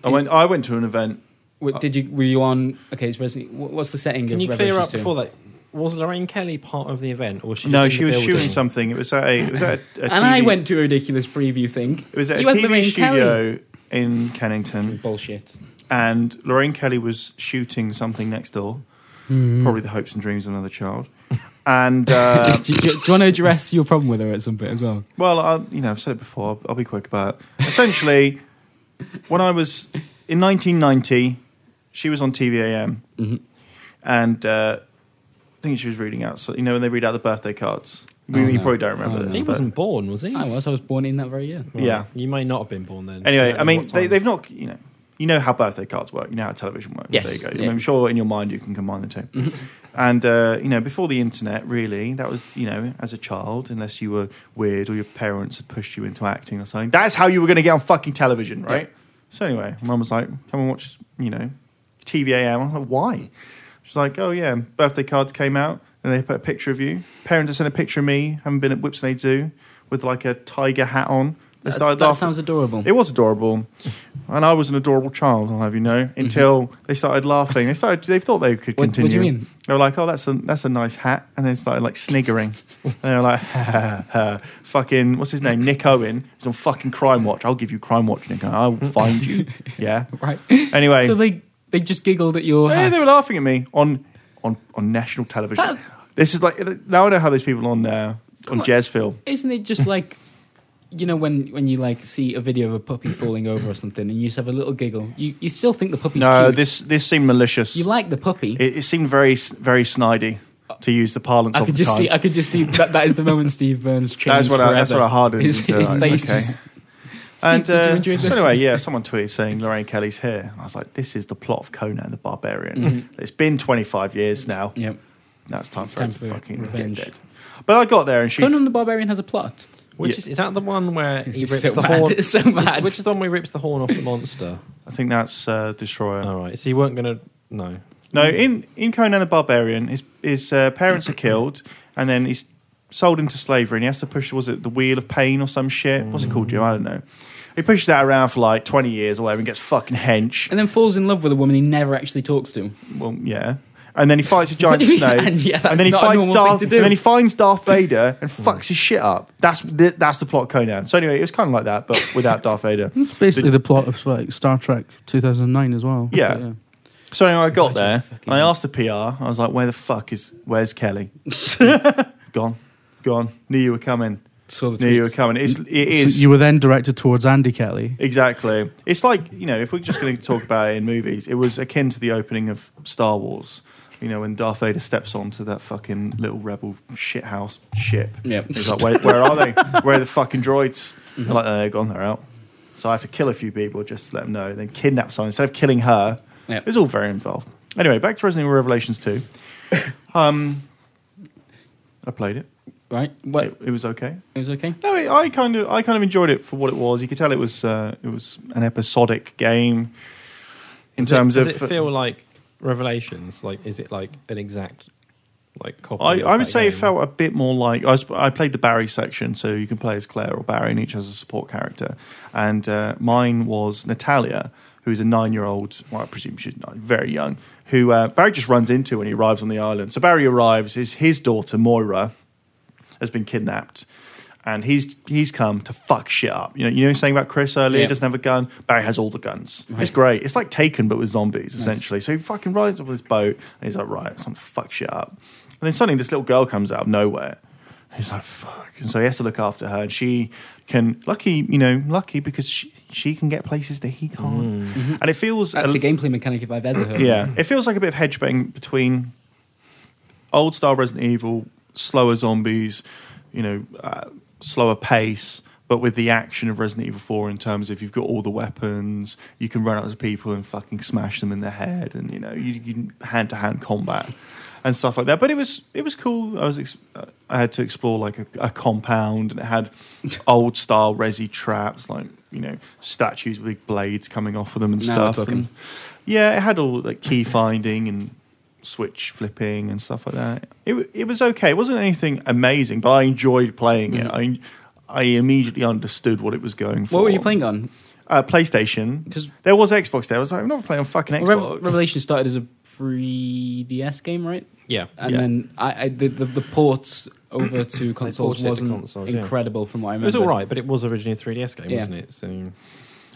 Speaker 4: I went. I went to an event
Speaker 2: What, did you were you on? Okay, it's Resident. what- What's the setting?
Speaker 3: Can
Speaker 2: of
Speaker 3: you clear
Speaker 2: Revelations
Speaker 3: up
Speaker 2: 2?
Speaker 3: before that? Was Lorraine Kelly part of the event, or was she?
Speaker 4: no,
Speaker 3: just
Speaker 4: she
Speaker 3: in the
Speaker 4: was
Speaker 3: building?
Speaker 4: shooting something. It was at a, it was at a, a
Speaker 2: And
Speaker 4: TV,
Speaker 2: I went to a ridiculous preview thing.
Speaker 4: It was at a
Speaker 2: You had
Speaker 4: TV
Speaker 2: Lorraine Kelly.
Speaker 4: studio in Kennington,
Speaker 2: Bullshit.
Speaker 4: and Lorraine Kelly was shooting something next door.
Speaker 2: Mm.
Speaker 4: Probably the hopes and dreams of another child. And uh,
Speaker 2: do, you, do you want to address your problem with her at some bit as well?
Speaker 4: Well, I, you know, I've said it before. I'll, I'll be quick about it. Essentially, when I was in 1990, she was on TVAM,
Speaker 2: Mhm.
Speaker 4: and uh, I think she was reading out. So you know, when they read out the birthday cards, we,
Speaker 2: Oh,
Speaker 4: you
Speaker 2: no.
Speaker 4: probably don't remember
Speaker 2: Oh,
Speaker 4: this.
Speaker 3: He
Speaker 4: but-
Speaker 3: wasn't born, was he?
Speaker 2: I was. I was born in that very year.
Speaker 3: Right.
Speaker 4: Yeah.
Speaker 3: you may not have been born then.
Speaker 4: Anyway,
Speaker 3: don't
Speaker 4: I
Speaker 3: know
Speaker 4: mean,
Speaker 3: what
Speaker 4: they,
Speaker 3: time.
Speaker 4: they've not. You know, you know how birthday cards work. You know how television works.
Speaker 2: Yes,
Speaker 4: there you go.
Speaker 2: yeah. Mm-hmm.
Speaker 4: I'm sure in your mind you can combine the two. and uh, you know, before the internet, really, that was you know, as a child, unless you were weird or your parents had pushed you into acting or something, that's how you were going to get on fucking television, right? So anyway, mum was like, "Come and watch," you know, TVAM. I was like, "Why?" She's like, "Oh yeah, birthday cards came out." And they put a picture of you. Parents had sent a picture of me, having been at Whipsnade Zoo, with like a tiger hat on. They
Speaker 2: That's-
Speaker 4: started
Speaker 2: that
Speaker 4: laughing.
Speaker 2: sounds adorable.
Speaker 4: It was adorable, and I was an adorable child. I'll have you know. Until they started laughing, they started. They thought they could
Speaker 2: Mm-hmm. What- what do
Speaker 4: continue.
Speaker 2: you mean?
Speaker 4: They were like, "Oh, that's a that's a nice hat," and they started like sniggering. and they were like, ha, ha, ha. "Fucking what's his name? Nick Owen is on fucking Crime Watch. I'll give you Crime Watch, Nick. Owen. I'll find you." Yeah.
Speaker 2: right.
Speaker 4: Anyway,
Speaker 2: So they they just giggled at your.
Speaker 4: yeah,
Speaker 2: hat.
Speaker 4: they were laughing at me on on on national television.
Speaker 2: That-
Speaker 4: this is like now I know how those people on uh, on
Speaker 2: on.
Speaker 4: Jazzville.
Speaker 2: Isn't it just like, you know, when when you like see a video of a puppy falling over or something, and you just have a little giggle, you, you still think the puppy's
Speaker 4: No,
Speaker 2: cute.
Speaker 4: this this seemed malicious.
Speaker 2: you like the puppy.
Speaker 4: It, it seemed very, very snidey to use the parlance
Speaker 2: I
Speaker 4: of
Speaker 2: could
Speaker 4: the
Speaker 2: just
Speaker 4: time.
Speaker 2: see. I could just see that. That is the moment Steve Burns changed.
Speaker 4: that's what I, that's what
Speaker 2: forever.
Speaker 4: I hardened
Speaker 2: His,
Speaker 4: into.
Speaker 2: his
Speaker 4: like,
Speaker 2: face
Speaker 4: okay.
Speaker 2: just. Steve,
Speaker 4: and
Speaker 2: did you
Speaker 4: uh,
Speaker 2: enjoy the-
Speaker 4: so anyway, yeah, someone tweeted saying Lorraine Kelly's here. I was like, this is the plot of Conan the Barbarian. It's been 25 years now.
Speaker 2: Yep.
Speaker 4: Now it's time for
Speaker 2: Mm-hmm.
Speaker 4: her
Speaker 2: time
Speaker 4: to
Speaker 2: for
Speaker 4: fucking
Speaker 2: revenge.
Speaker 4: get dead. But I got there and she.
Speaker 2: Conan the Barbarian has a plot.
Speaker 3: Which
Speaker 4: Yeah.
Speaker 3: is, is that the one where he
Speaker 2: It's
Speaker 3: rips
Speaker 2: so
Speaker 3: the
Speaker 2: bad.
Speaker 3: horn?
Speaker 2: It's so
Speaker 3: is-
Speaker 2: bad.
Speaker 3: Which is the one where he rips the horn off the monster?
Speaker 4: I think that's uh, Destroyer.
Speaker 2: Oh,
Speaker 3: All right, so you weren't gonna no.
Speaker 4: No,
Speaker 2: Mm.
Speaker 4: in, in Conan the Barbarian, his his uh, parents are killed, and then he's sold into slavery, and he has to push was it the wheel of pain or some shit? What's it called, Jim? I don't know. He pushes that around for like twenty years or whatever, and gets fucking hench.
Speaker 2: And then falls in love with a woman he never actually talks to.
Speaker 4: Well, yeah. And then he fights a giant
Speaker 2: do you mean?
Speaker 4: snake,
Speaker 2: And yeah, that's
Speaker 4: then he
Speaker 2: not a
Speaker 4: finds
Speaker 2: normal
Speaker 4: Darth,
Speaker 2: thing to do. Mm.
Speaker 4: and then he finds Darth Vader and fucks his shit up. That's the, that's the plot, of Conan. So anyway, it was kind of like that, but without Darth Vader.
Speaker 1: It's basically the plot of like Star Trek 2009 as well.
Speaker 4: Yeah.
Speaker 1: But,
Speaker 4: So anyway, I got
Speaker 2: Such a
Speaker 4: there
Speaker 2: fucking-
Speaker 4: and I asked the PR. I was like, "Where the fuck is? Where's Kelly? gone, gone. Knew you were coming.
Speaker 2: Saw the
Speaker 4: Knew you were
Speaker 2: tweets.
Speaker 4: coming. It's, it
Speaker 1: So
Speaker 4: is
Speaker 1: you were then directed towards Andy Kelly.
Speaker 4: exactly. It's like you know, if we're just going to talk about it in movies, it was akin to the opening of Star Wars. You know, when Darth Vader steps onto that fucking little rebel shithouse ship.
Speaker 2: Yep.
Speaker 4: He's like, where, where are they? Where are the fucking droids? They're like, no, they're gone. They're out. So I have to kill a few people just to let them know. Then kidnap someone instead of killing her.
Speaker 2: Yep.
Speaker 4: It was all very involved. Anyway, back to Resident Evil Revelations 2. Um, I played it.
Speaker 2: Right. What?
Speaker 4: It, it was okay.
Speaker 2: It was okay.
Speaker 4: No, it, I kind of I kind of enjoyed it for what it was. You could tell it was uh, it was an episodic game in
Speaker 3: Does it-
Speaker 4: terms
Speaker 3: does
Speaker 4: of
Speaker 3: it feel like Revelations? Like, is it like an exact like copy?
Speaker 4: I,
Speaker 3: of
Speaker 4: I would
Speaker 3: that
Speaker 4: say it
Speaker 3: game?
Speaker 4: felt a bit more like I, was, I played the Barry section, so you can play as Claire or Barry, and each has a support character. And uh, mine was Natalia, who's a nine-year-old. Well, I presume she's nine, very young. Who uh, Barry just runs into when he arrives on the island. So Barry arrives. His his daughter Moira has been kidnapped. And he's he's come to fuck shit up. You know, you know, what I'm saying about Chris earlier,
Speaker 2: Yeah.
Speaker 4: doesn't have a gun. Barry has all the guns. It's great. It's like Taken, but with zombies essentially. So he fucking rides up with his boat, and he's like, right, it's time to fuck shit up. And then suddenly this little girl comes out of nowhere. He's like, fuck. And so he has to look after her, and she can lucky, you know, lucky because she, she can get places that he can't. And it feels
Speaker 2: That's
Speaker 4: a-
Speaker 3: um,
Speaker 2: the gameplay mechanic if I've ever heard.
Speaker 4: yeah, it feels like a bit of hedge bang between old style Resident Evil, slower zombies, you know, uh, slower pace, but with the action of Resident Evil 4 in terms of you've got all the weapons, you can run up to people and fucking smash them in the head, and you know, you, you can hand to hand combat and stuff like that. But it was it was cool. I was ex- uh, I had to explore like a, a compound, and it had old style Resi traps like. You know, statues with big blades coming off of them and
Speaker 2: Now we're
Speaker 4: stuff.
Speaker 2: talking.
Speaker 4: and- yeah, it had all like key finding and switch flipping and stuff like that. It w- it was okay. It wasn't anything amazing, but I enjoyed playing it. I I immediately understood what it was going for.
Speaker 2: What Mm-hmm. were you playing on?
Speaker 4: uh, PlayStation.
Speaker 2: Because
Speaker 4: There was Xbox there. I was like, I'm not playing on fucking Xbox.
Speaker 2: Revelation started as a free DS game, right?
Speaker 3: Yeah.
Speaker 2: And
Speaker 4: Yeah.
Speaker 2: then I, I the, the the ports over to consoles
Speaker 3: ported it to
Speaker 2: wasn't
Speaker 3: consoles, yeah.
Speaker 2: incredible from what I
Speaker 3: It
Speaker 2: remember.
Speaker 3: was all right, but it was originally a 3DS game,
Speaker 2: Yeah.
Speaker 3: wasn't it? So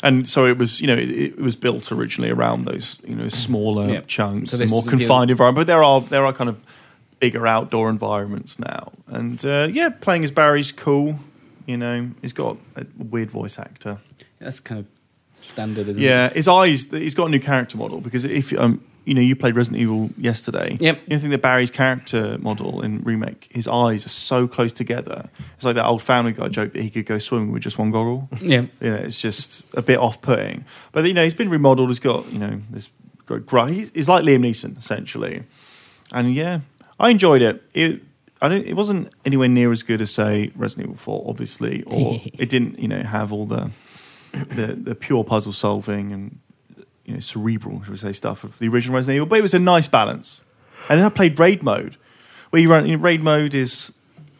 Speaker 4: and so it was, you know, it, it was built originally around those, you know, smaller
Speaker 2: Yeah.
Speaker 4: chunks,
Speaker 2: So
Speaker 4: and
Speaker 2: this
Speaker 4: more
Speaker 2: is appealing.
Speaker 4: confined environment. But there are there are kind of bigger outdoor environments now, and uh, yeah, playing as Barry's cool. You know, he's got a weird voice actor.
Speaker 2: That's kind of standard, isn't it?
Speaker 4: Yeah, his eyes. He's got a new character model because if um, you know, you played Resident Evil yesterday.
Speaker 2: Yep.
Speaker 4: You know, I think that Barry's character model in remake, his eyes are so close together. It's like that old Family Guy joke that he could go swimming with just one goggle.
Speaker 2: Yeah.
Speaker 4: You know, it's just a bit off-putting. But you know, he's been remodeled. He's got you know this great gr- he's, he's like Liam Neeson essentially, and yeah, I enjoyed it. It I don't. It wasn't anywhere near as good as say Resident Evil Four, obviously, or it didn't you know have all the the, the pure puzzle solving and you know cerebral, should we say, stuff of the original Resident Evil. But it was a nice balance. And then I played raid mode, where you run. You know, raid mode is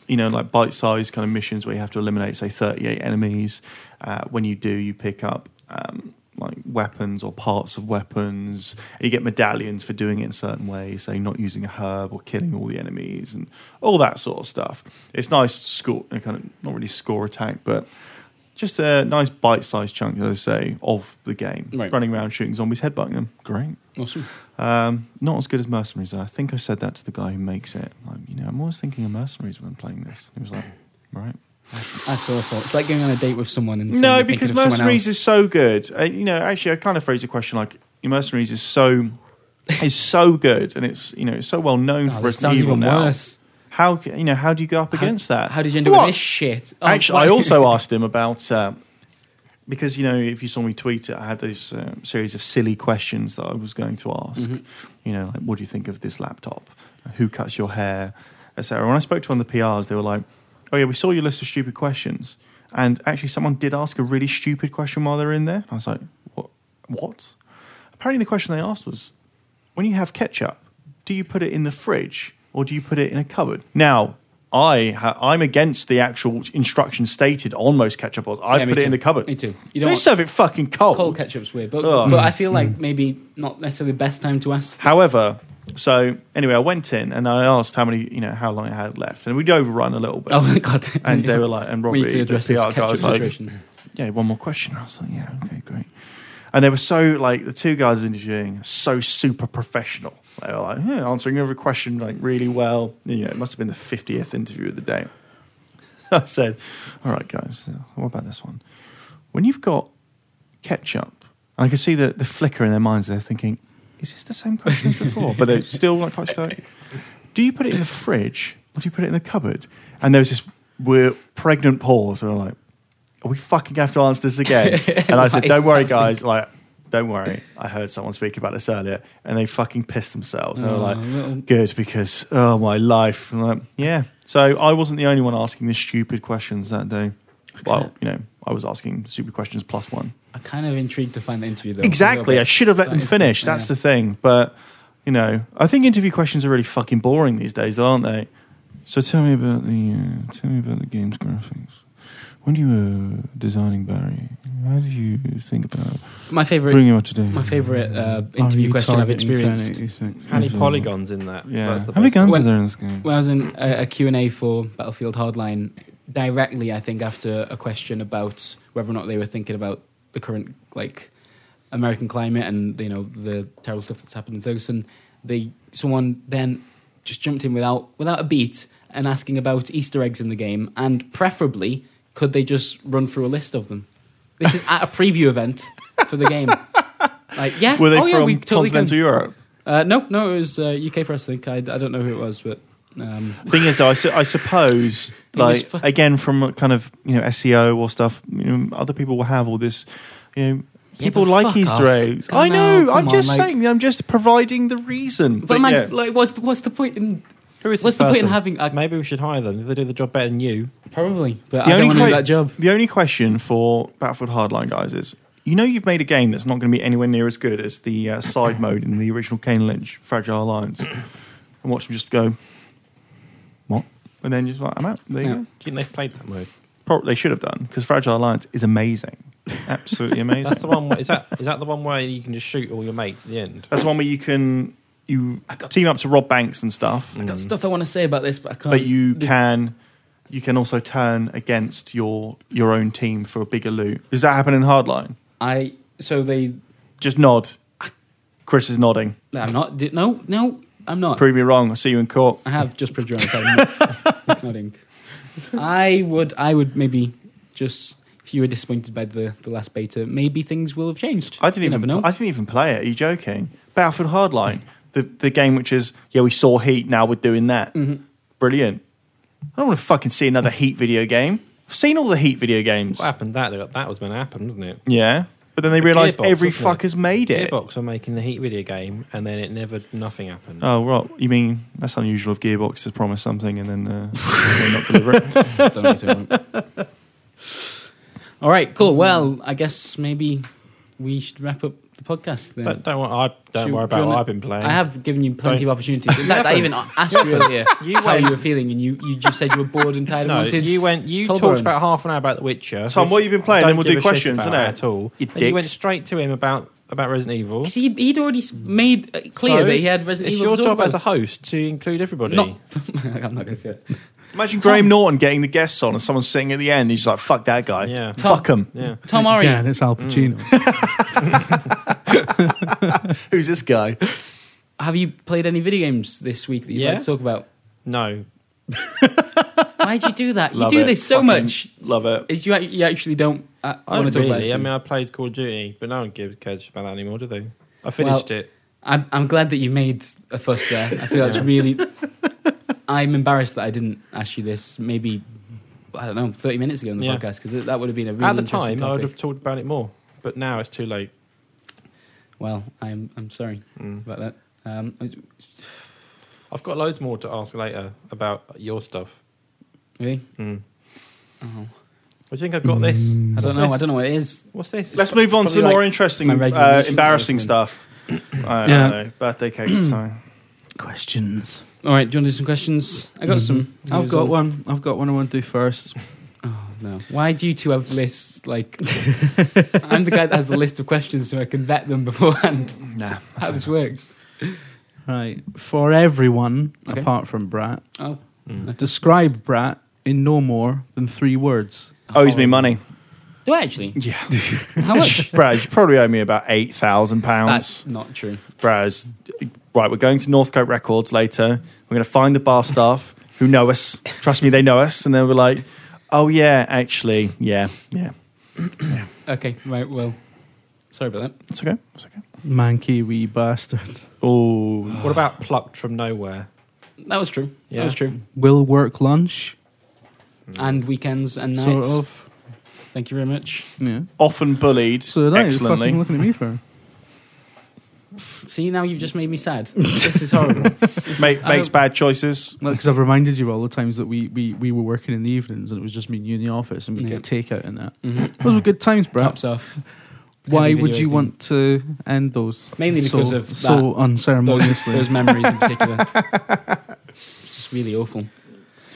Speaker 4: you know like bite-sized kind of missions where you have to eliminate say 38 enemies. Uh, when you do, you pick up. Um, like weapons or parts of weapons, and you get medallions for doing it in certain ways, say not using a herb or killing all the enemies and all that sort of stuff. It's nice score, kind of not really score attack, but just a nice bite-sized chunk, as I say, of the game.
Speaker 2: Right.
Speaker 4: Running around shooting zombies, headbutting them. Great.
Speaker 2: Awesome.
Speaker 4: Um, not as good as Mercenaries. though. I think I said that to the guy who makes it. Like, you know, I'm always thinking of Mercenaries when I'm playing this. He was like, right.
Speaker 2: I saw a thought. It's like going on a date with someone and suddenly
Speaker 4: No,
Speaker 2: thinking
Speaker 4: because
Speaker 2: of someone
Speaker 4: Mercenaries
Speaker 2: else.
Speaker 4: is so good. Uh, you know, actually, I kind of phrased the question like Mercenaries is so is so good, and it's you know it's so well known
Speaker 2: Oh,
Speaker 4: for
Speaker 2: this
Speaker 4: its
Speaker 2: sounds
Speaker 4: evil
Speaker 2: even
Speaker 4: now.
Speaker 2: worse.
Speaker 4: How ca- you know how do you go up
Speaker 2: How-
Speaker 4: against that?
Speaker 2: How did you end up
Speaker 4: What?
Speaker 2: with this shit? Oh,
Speaker 4: Actually, I
Speaker 2: why-
Speaker 4: also asked him about uh, because you know if you saw me tweet it, I had those um, series of silly questions that I was going to ask. You know, like what do you think of this laptop? Who cuts your hair, etc. When I spoke to one of the PRs, they were like, "Oh yeah, we saw your list of stupid questions, and actually someone did ask a really stupid question while they were in there." I was like, "What? What?" Apparently, the question they asked was, when you have ketchup, do you put it in the fridge or do you put it in a cupboard? Now, I ha- I'm against the actual instruction stated on most ketchup bottles. I
Speaker 2: Yeah, me
Speaker 4: put it in
Speaker 2: too.
Speaker 4: the cupboard.
Speaker 2: Me too. You
Speaker 4: You
Speaker 2: don't
Speaker 4: they
Speaker 2: want-
Speaker 4: serve it fucking cold.
Speaker 2: cold ketchup's weird, but
Speaker 4: Ugh. Mm.
Speaker 2: but I feel like maybe not necessarily the best time to ask.
Speaker 4: However, so anyway, I went in and I asked how many, you know, how long I had left, and we'd overrun a little bit.
Speaker 2: Oh my god!
Speaker 4: And they were like, and
Speaker 2: we
Speaker 4: Robbie,
Speaker 2: need to
Speaker 4: the
Speaker 2: address this
Speaker 4: PR guy,
Speaker 2: ketchup
Speaker 4: was like,
Speaker 2: situation.
Speaker 4: yeah, one more question. I was like, yeah, okay, great. And they were so like the two guys interviewing so super professional. They were like yeah, answering every question like really well. You know, it must have been the fiftieth interview of the day. I said, "All right, guys, what about this one? When you've got ketchup, and I can see the, the flicker in their minds. They're thinking, is this the same question as before? but they're still like quite stoic do you put it in the fridge or do you put it in the cupboard? And there was this we're pregnant pause, and I'm like, are we fucking gonna have to answer this again? And I said,
Speaker 2: Why is
Speaker 4: don't
Speaker 2: this
Speaker 4: worry,
Speaker 2: happening?
Speaker 4: guys. Like, don't worry. I heard someone speak about this earlier, and they fucking pissed themselves. And they were
Speaker 2: Oh,
Speaker 4: like,
Speaker 2: little-
Speaker 4: good because oh my life. And I'm like, yeah. So I wasn't the only one asking the stupid questions that day. Well, you know, I was asking stupid questions plus one.
Speaker 2: I'm kind of intrigued to find the interview though.
Speaker 4: Exactly. I should have let
Speaker 2: That
Speaker 4: them
Speaker 2: is-
Speaker 4: finish. That's
Speaker 2: yeah.
Speaker 4: the thing. But you know, I think interview questions are really fucking boring these days, though, aren't they? So tell me about the uh, tell me about the game's graphics. When you were designing Barry, how did you think about
Speaker 2: My favorite,
Speaker 4: bringing him up today?
Speaker 2: my favorite uh,
Speaker 1: Oh,
Speaker 2: interview question I've experienced
Speaker 3: how
Speaker 4: Mm-hmm.
Speaker 1: Mm-hmm.
Speaker 3: many polygons in that?
Speaker 4: Yeah.
Speaker 3: That's the
Speaker 4: how many
Speaker 3: best one.
Speaker 4: guns
Speaker 2: When-
Speaker 4: are there in this game?
Speaker 2: when I was in a, a Q&A for Battlefield Hardline. Directly, I think after a question about whether or not they were thinking about the current like American climate and you know the terrible stuff that's happened in Ferguson, they someone then just jumped in without without a beat and asking about Easter eggs in the game and preferably could they just run through a list of them? This is at a preview event for the game. Like yeah,
Speaker 4: were they
Speaker 2: oh,
Speaker 4: from
Speaker 2: yeah, we totally can.
Speaker 4: continental Europe?
Speaker 2: Uh, no, no, it was uh, UK press. I think I, I don't know who it was, but um,
Speaker 4: thing is, though, I, su- I suppose,
Speaker 2: It was
Speaker 4: like
Speaker 2: fuck-
Speaker 4: again, from kind of you know SEO or stuff, you know, other people will have all this, you know.
Speaker 2: Yeah,
Speaker 4: People
Speaker 2: but
Speaker 4: like
Speaker 2: fuck
Speaker 4: Easter
Speaker 2: off.
Speaker 4: eggs.
Speaker 2: Come
Speaker 4: I know.
Speaker 2: on,
Speaker 4: I'm
Speaker 2: come
Speaker 4: just
Speaker 2: on, like-
Speaker 4: saying. I'm just providing the reason.
Speaker 2: but,
Speaker 4: But,
Speaker 2: man,
Speaker 4: yeah,
Speaker 2: like, what's what's the point in
Speaker 3: Who is this
Speaker 2: what's the point in
Speaker 3: person?
Speaker 2: having a,
Speaker 3: Maybe we should hire them. They do the job better than you.
Speaker 2: probably? But
Speaker 4: The
Speaker 2: I
Speaker 4: only
Speaker 2: don't want to do
Speaker 4: cra-
Speaker 2: that job.
Speaker 4: the only question for Battlefield Hardline guys is: you know, you've made a game that's not going to be anywhere near as good as the uh, side mode in the original Kane Lynch Fragile Alliance, and watch them just go, what? And then just like, I'm out. There you
Speaker 2: Yeah.
Speaker 4: go.
Speaker 3: Do you think they've played that mode?
Speaker 4: Probably they should have done because Fragile Alliance is amazing. Absolutely amazing.
Speaker 3: That's the one. Where, is that is that the one where you can just shoot all your mates at the end?
Speaker 4: That's the one where you can you
Speaker 2: I got-
Speaker 4: team up to rob banks and stuff,
Speaker 2: I've got stuff I want to say about this, but I can't.
Speaker 4: but you
Speaker 2: this-
Speaker 4: can you can also turn against your your own team for a bigger loot. Does that happen in hardline?
Speaker 2: I so they.
Speaker 4: Just nod. Chris is nodding.
Speaker 2: I'm not. di- No, no, I'm not.
Speaker 4: Prove me wrong. I'll see you in court.
Speaker 2: I have just proved you wrong. I'm nodding. I would. I would maybe just. If you were disappointed by the, the last beta, maybe things will have changed.
Speaker 4: I didn't
Speaker 2: You
Speaker 4: even
Speaker 2: never know.
Speaker 4: I didn't even play it. Are you joking? Battlefield Hardline, the the game which is yeah we saw Heat, now we're doing that.
Speaker 3: Mm-hmm.
Speaker 4: Brilliant. I don't want to fucking see another Heat video game. I've seen all the Heat video games.
Speaker 3: What happened? That that was meant to happen, wasn't it?
Speaker 4: Yeah, but then they
Speaker 3: The
Speaker 4: realised
Speaker 3: Gearbox,
Speaker 4: every
Speaker 3: wasn't it?
Speaker 4: fucker's made it.
Speaker 3: Gearbox were making the Heat video game, and then it never nothing happened.
Speaker 4: Oh right, you mean that's unusual of Gearbox to promise something and then uh, they not deliver it?
Speaker 2: Don't know, don't know. All right, cool. Well, I guess maybe we should wrap up the podcast then.
Speaker 3: Don't, don't, want, I, don't
Speaker 2: Should-
Speaker 3: worry about
Speaker 2: do you
Speaker 3: what
Speaker 2: wanna-
Speaker 3: I've been playing.
Speaker 2: I have given you plenty
Speaker 3: Don't-
Speaker 2: of opportunities. In fact, I even asked you earlier
Speaker 3: You
Speaker 2: how
Speaker 3: went-
Speaker 2: you were feeling, and you, you just said you were bored and tired and
Speaker 3: No,
Speaker 2: wanted.
Speaker 3: you went. You
Speaker 2: Tolbert
Speaker 3: talked
Speaker 2: in.
Speaker 3: about half an hour about The Witcher.
Speaker 4: Tom,
Speaker 3: which
Speaker 4: what have you been playing?
Speaker 3: I
Speaker 4: Then
Speaker 3: don't
Speaker 4: we'll
Speaker 3: give
Speaker 4: do
Speaker 3: a shit
Speaker 4: questions,
Speaker 3: about
Speaker 4: innit?
Speaker 3: At all.
Speaker 4: You
Speaker 3: And you went
Speaker 4: dicks.
Speaker 3: straight to him about about Resident Evil.
Speaker 2: See, he'd, he'd already s- made it clear
Speaker 3: So,
Speaker 2: that he had Resident
Speaker 3: It's
Speaker 2: Evil.
Speaker 3: your
Speaker 2: to talk
Speaker 3: job as a
Speaker 2: about.
Speaker 3: host to include everybody.
Speaker 2: Not, I'm not going to say it.
Speaker 4: Imagine Graham Norton getting the guests on and someone sitting at the end. He's just like, "Fuck that guy.
Speaker 3: Yeah.
Speaker 4: Fuck him.
Speaker 3: Yeah.
Speaker 2: Tom Mm. Ari,
Speaker 1: Yeah, and it's Al Pacino.
Speaker 4: Who's this guy?"
Speaker 2: have you played any video games this week that you'd
Speaker 3: Yeah.
Speaker 2: like to talk about?
Speaker 3: No.
Speaker 2: Why'd you do that? you
Speaker 4: Love
Speaker 2: do
Speaker 4: it.
Speaker 2: this so
Speaker 4: Fucking
Speaker 2: much.
Speaker 4: Love it.
Speaker 2: Is you, ac- you actually don't uh,
Speaker 3: I
Speaker 2: want
Speaker 3: don't
Speaker 2: to talk about
Speaker 3: really.
Speaker 2: it?
Speaker 3: I mean, I played Call of Duty, but no one gives cares about that anymore, do they? I finished it.
Speaker 2: I'm, I'm glad that you made a fuss there. I feel that's
Speaker 3: Yeah.
Speaker 2: really. I'm embarrassed that I didn't ask you this. Maybe I don't know, 30 minutes ago in the
Speaker 3: Yeah.
Speaker 2: podcast because that would have been a really
Speaker 3: At the
Speaker 2: interesting
Speaker 3: time, I would
Speaker 2: topic.
Speaker 3: have talked about it more, but now it's too late.
Speaker 2: Well, I'm I'm sorry
Speaker 3: Mm.
Speaker 2: about that. Um,
Speaker 3: I've got loads more to ask later about your stuff.
Speaker 2: really?
Speaker 3: Mm.
Speaker 2: Oh.
Speaker 3: I think I've got this.
Speaker 2: I
Speaker 3: What's
Speaker 2: don't know. I
Speaker 3: this?
Speaker 2: don't know what it is.
Speaker 3: What's this?
Speaker 4: Let's move on to
Speaker 2: probably
Speaker 4: more
Speaker 2: like
Speaker 4: interesting,
Speaker 2: my resolution
Speaker 4: uh,
Speaker 2: that I
Speaker 4: embarrassing
Speaker 2: was
Speaker 4: stuff. I don't
Speaker 1: Yeah.
Speaker 4: know. Birthday cake or something.
Speaker 1: Questions.
Speaker 2: All right, do you want to do some questions? I got
Speaker 3: Mm-hmm.
Speaker 2: some.
Speaker 1: I've
Speaker 2: Who's
Speaker 1: got
Speaker 2: on?
Speaker 1: one. I've got one I want to do first.
Speaker 2: Oh no! Why do you two have lists? Like, I'm the guy that has the list of questions, so I can vet them beforehand.
Speaker 4: Nah.
Speaker 2: How this works?
Speaker 1: Right. For everyone,
Speaker 2: Okay.
Speaker 1: apart from Brat,
Speaker 2: Oh,
Speaker 3: Mm.
Speaker 1: describe Brat in no more than three words.
Speaker 4: Owes me money.
Speaker 2: do I actually?
Speaker 4: Yeah.
Speaker 2: How much?
Speaker 4: Braz, you probably owe me about eight thousand
Speaker 2: That's
Speaker 4: pounds.
Speaker 2: not true.
Speaker 4: Braz, right, we're going to Northcote Records later. We're going to find the bar staff who know us. Trust me, they know us. And then we're like, oh yeah, actually, yeah, yeah.
Speaker 2: Okay, right, well, sorry about that.
Speaker 4: It's okay. It's okay.
Speaker 1: Manky wee bastard.
Speaker 4: Oh,
Speaker 3: What about plucked from nowhere?
Speaker 2: That was true. That
Speaker 3: Yeah.
Speaker 2: was true.
Speaker 1: Will work lunch,
Speaker 4: Mm.
Speaker 2: And weekends and nights.
Speaker 1: sort of.
Speaker 2: Thank you very much.
Speaker 1: Yeah.
Speaker 4: often bullied
Speaker 1: So that is fucking
Speaker 4: excellently.
Speaker 1: looking at me for.
Speaker 2: See, now you've just made me sad. this is horrible. This
Speaker 4: Make,
Speaker 2: is- I
Speaker 4: makes
Speaker 2: don't-
Speaker 4: bad choices.
Speaker 1: Because I've reminded you all the times that we, we, we were working in the evenings and it was just me and you in the office and we
Speaker 2: Yeah.
Speaker 1: get takeout and that.
Speaker 2: Mhm.
Speaker 1: Those were good times, Brat.
Speaker 2: Tops off.
Speaker 1: Why
Speaker 2: Heavy
Speaker 1: would you
Speaker 2: videos
Speaker 1: want to end those?
Speaker 2: Mainly because
Speaker 1: so,
Speaker 2: of that.
Speaker 1: so
Speaker 2: and Those,
Speaker 1: unceremoniously.
Speaker 2: those memories in particular. It's just really awful.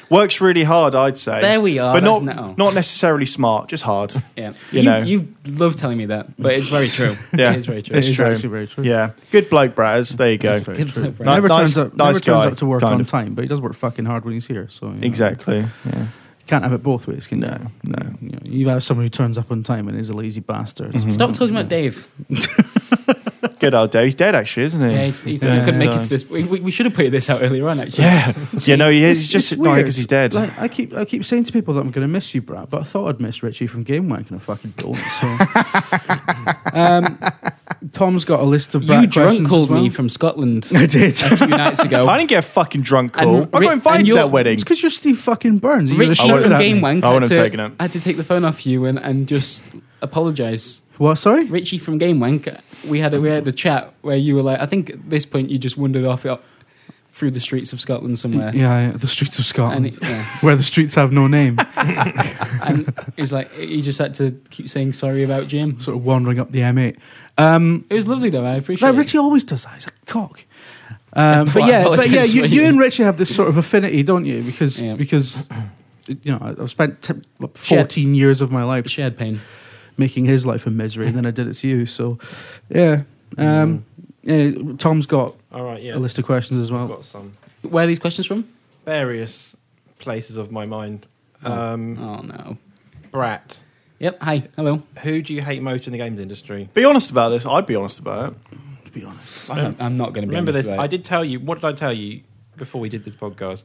Speaker 4: Works really hard, I'd say.
Speaker 2: There we are.
Speaker 4: but
Speaker 2: that's
Speaker 4: not
Speaker 2: no.
Speaker 4: not necessarily smart, just hard.
Speaker 2: yeah.
Speaker 4: you
Speaker 2: You,
Speaker 4: know.
Speaker 2: you love telling me that, but it's very true.
Speaker 4: Yeah.
Speaker 2: It's very true.
Speaker 1: It
Speaker 4: It's
Speaker 1: is
Speaker 4: true.
Speaker 1: actually very true.
Speaker 4: Yeah, good bloke, Braz. There you go.
Speaker 1: That's very
Speaker 2: Good
Speaker 1: true.
Speaker 2: bloke, Braz.
Speaker 1: Never,
Speaker 4: Nice-
Speaker 1: turns, out,
Speaker 4: nice
Speaker 1: never turns
Speaker 4: guy,
Speaker 1: out to work
Speaker 4: kind
Speaker 1: on
Speaker 4: of.
Speaker 1: time, but he does work fucking hard when he's here. So you know,
Speaker 4: Exactly. Yeah.
Speaker 1: can't have it both ways. Can you?
Speaker 4: No, no. Mm-hmm.
Speaker 1: You, know, you have someone who turns up on time and is a lazy bastard.
Speaker 2: Stop talking about Dave.
Speaker 4: Good old Dave. He's dead, actually, isn't he?
Speaker 2: Yeah, he's, he's,
Speaker 4: dead.
Speaker 2: he couldn't make it
Speaker 4: Yeah.
Speaker 2: to this. We, we, we should have put this out earlier on, actually.
Speaker 4: Yeah, yeah. No, he is.
Speaker 1: It's-
Speaker 4: He's just
Speaker 1: it's
Speaker 4: no,
Speaker 1: weird.
Speaker 4: because he's dead.
Speaker 1: Like, I keep I keep saying to people that I'm going to miss you, Brad, but I thought I'd miss Richie from Game Wank, and I fucking don't. So, um, Tom's got a list of Brad
Speaker 2: You drunk
Speaker 1: questions
Speaker 2: called
Speaker 1: as well.
Speaker 2: me from Scotland
Speaker 1: I did.
Speaker 2: a few nights ago.
Speaker 4: I didn't get a fucking drunk
Speaker 2: And
Speaker 4: call. I
Speaker 2: Ri-
Speaker 4: got invited
Speaker 2: and
Speaker 4: to
Speaker 2: you're-
Speaker 4: that wedding.
Speaker 1: It's because you're Steve fucking Burns. You're
Speaker 2: Richie
Speaker 4: wouldn't
Speaker 2: from
Speaker 4: have-
Speaker 2: Game Wank
Speaker 4: I wouldn't
Speaker 2: had
Speaker 4: have
Speaker 2: to-
Speaker 4: taken it.
Speaker 2: had to take the phone off you and, and just apologise.
Speaker 1: What? Sorry.
Speaker 2: Richie from Game Wank, we had a, we had a chat where you were like, I think at this point you just wandered off up through the streets of Scotland somewhere.
Speaker 1: Yeah, yeah, the streets of
Speaker 2: And
Speaker 1: Scotland,
Speaker 2: it, yeah.
Speaker 1: where the streets have no name,
Speaker 2: and it was like you just had to keep saying sorry about Jim.
Speaker 1: sort of wandering up the M8. Um,
Speaker 2: It was lovely though. I appreciate.
Speaker 1: No,
Speaker 2: it.
Speaker 1: Richie always does that. He's a cock. Um, but
Speaker 2: Well, I
Speaker 1: yeah, but yeah,
Speaker 2: apologise
Speaker 1: you,
Speaker 2: for
Speaker 1: you
Speaker 2: you.
Speaker 1: and Richie have this sort of affinity, don't you? Because
Speaker 2: Yeah.
Speaker 1: because you know I- I've spent t- what,
Speaker 2: Shared-
Speaker 1: fourteen years of my life
Speaker 2: shared pain.
Speaker 1: making his life a misery than I did it to you. So, yeah.
Speaker 2: Mm-hmm.
Speaker 1: Um, yeah, Tom's got
Speaker 3: All right, yeah.
Speaker 1: a list of questions as
Speaker 3: I've
Speaker 1: well.
Speaker 3: got some
Speaker 2: Where are these questions from?
Speaker 3: Oh. various places of my mind. Um,
Speaker 2: Oh no.
Speaker 3: Brat,
Speaker 2: Yep. Hi. Hello.
Speaker 3: who do you hate most in the games industry?
Speaker 4: Be honest about this. I'd be honest about it.
Speaker 1: To be honest,
Speaker 2: I'm, I'm not going to
Speaker 3: Remember this? I did tell you. What did I tell you before we did this podcast?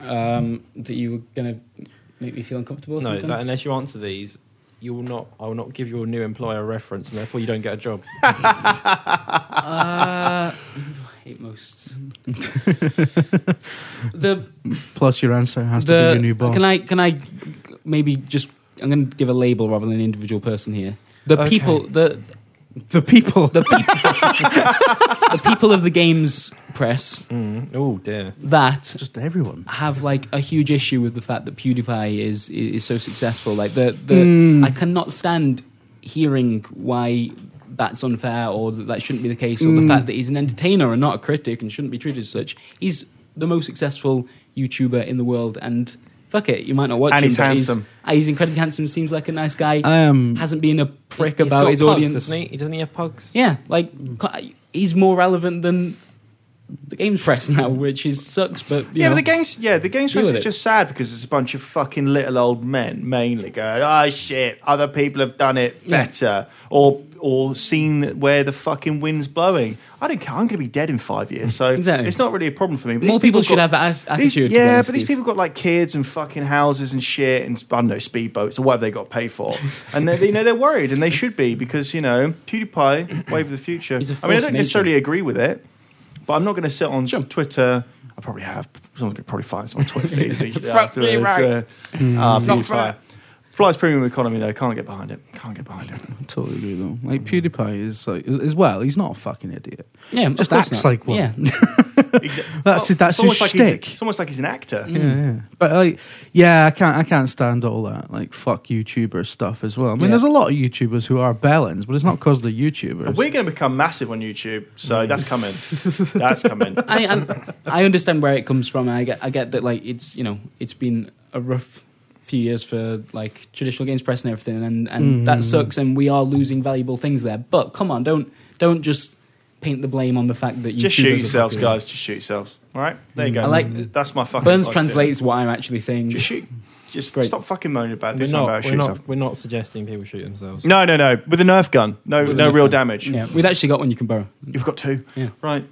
Speaker 2: um, that you were going to make me feel uncomfortable. Or
Speaker 3: No,
Speaker 2: something?
Speaker 3: that unless you answer these, you will not. I will not give your new employer a reference, and therefore you don't get a job.
Speaker 2: Uh, who do I hate most? the
Speaker 1: plus your answer has to be
Speaker 2: the
Speaker 1: your new boss.
Speaker 2: can I can I maybe just I'm going to give a label rather than an individual person here. The
Speaker 3: Okay.
Speaker 2: people the
Speaker 1: the people.
Speaker 2: the people the people of the games press
Speaker 3: Mm. Oh dear.
Speaker 2: that
Speaker 1: just everyone.
Speaker 2: have like a huge issue with the fact that PewDiePie is is so successful. Like the the
Speaker 4: Hmm.
Speaker 1: Mm.
Speaker 2: I cannot stand hearing why that's unfair or that, that shouldn't be the case or
Speaker 1: Mm.
Speaker 4: Hmm.
Speaker 2: the fact that he's an entertainer and not a critic and shouldn't be treated as such. He's the most successful YouTuber in the world and fuck it, you might not watch
Speaker 4: And
Speaker 2: him.
Speaker 4: he's
Speaker 2: but
Speaker 4: handsome.
Speaker 2: He's, uh, he's incredibly handsome. Seems like a nice guy.
Speaker 4: Um,
Speaker 1: I am.
Speaker 2: hasn't been a prick
Speaker 3: He's
Speaker 2: about
Speaker 3: got
Speaker 2: his
Speaker 3: pugs,
Speaker 2: audience.
Speaker 3: doesn't he? He doesn't he have pugs?
Speaker 2: Yeah, like c- he's more relevant than the games press now, which is sucks. But you
Speaker 4: yeah,
Speaker 2: know.
Speaker 4: but the games. Yeah, the games
Speaker 2: Deal
Speaker 4: press
Speaker 2: with
Speaker 4: is
Speaker 2: it.
Speaker 4: just sad because it's a bunch of fucking little old men mainly going, "Oh shit, other people have done it
Speaker 2: Yeah.
Speaker 4: better," or or seen where the fucking wind's blowing. I don't care. I'm going to be dead in five years, so
Speaker 2: Exactly.
Speaker 4: it's not really a problem for me. But
Speaker 2: More
Speaker 4: these
Speaker 2: people should
Speaker 4: got-
Speaker 2: have that at-
Speaker 4: these-
Speaker 2: attitude. to be
Speaker 4: yeah,
Speaker 2: honest,
Speaker 4: but these
Speaker 2: Steve.
Speaker 4: people got like kids and fucking houses and shit and I don't know speedboats or whatever they got paid for, and they, you know they're worried and they should be because you know PewDiePie wave of the future. I
Speaker 2: He's a
Speaker 4: mean, I
Speaker 2: force
Speaker 4: don't
Speaker 2: of
Speaker 4: necessarily agree with it, but I'm not going to sit on
Speaker 2: Sure.
Speaker 4: Twitter. I probably have. Someone's going to probably find some on Twitter feed
Speaker 3: Probably
Speaker 4: afterwards.
Speaker 3: right.
Speaker 4: Uh,
Speaker 2: Mm.
Speaker 4: uh,
Speaker 3: not
Speaker 4: PewDiePie.
Speaker 3: fair.
Speaker 4: Flies premium economy though. Can't get behind it. Can't get behind it.
Speaker 1: totally agree though. Like PewDiePie is like as well. He's not a fucking idiot.
Speaker 2: Yeah, Um, of
Speaker 1: Just
Speaker 2: course
Speaker 1: acts like one.
Speaker 2: Yeah,
Speaker 4: Exa-
Speaker 1: That's his- that's
Speaker 4: it's almost
Speaker 1: his
Speaker 4: like he's a-
Speaker 1: shtick.
Speaker 4: It's almost like he's an actor.
Speaker 2: Mm.
Speaker 1: Yeah, yeah. Hmm. But like, yeah, I can't, I can't stand all that like fuck YouTuber stuff as well. I mean,
Speaker 2: Yeah.
Speaker 1: there's a lot of YouTubers who are bellends, but it's not because they're YouTubers.
Speaker 4: We're going to become massive on YouTube, so that's coming. that's coming.
Speaker 2: I, I I understand where it comes from. And I get I get that like it's you know it's been a rough few years for like traditional games press and everything, and and
Speaker 4: Mm.
Speaker 2: that sucks. And we are losing valuable things there. But come on, don't don't just paint the blame on the fact that you
Speaker 4: Just shoot yourselves, guys. Just shoot yourselves. All right, there you go.
Speaker 2: Mm. I
Speaker 3: Mm.
Speaker 2: like-
Speaker 4: that's my fucking.
Speaker 2: Burns
Speaker 4: advice
Speaker 2: translates what I'm actually saying.
Speaker 4: to you. Just shoot. Just
Speaker 2: Great.
Speaker 4: stop fucking moaning about
Speaker 3: We're
Speaker 4: this. Not, about
Speaker 3: not,
Speaker 4: it,
Speaker 3: we're,
Speaker 4: shoot
Speaker 3: not,
Speaker 4: yourself.
Speaker 3: we're not suggesting people shoot themselves.
Speaker 4: No, no, no. With a Nerf gun, no,
Speaker 2: With a
Speaker 4: no
Speaker 2: Nerf
Speaker 4: real
Speaker 2: gun.
Speaker 4: damage.
Speaker 2: Yeah, we've actually got one you can borrow.
Speaker 4: You've got two.
Speaker 2: Yeah.
Speaker 4: Right.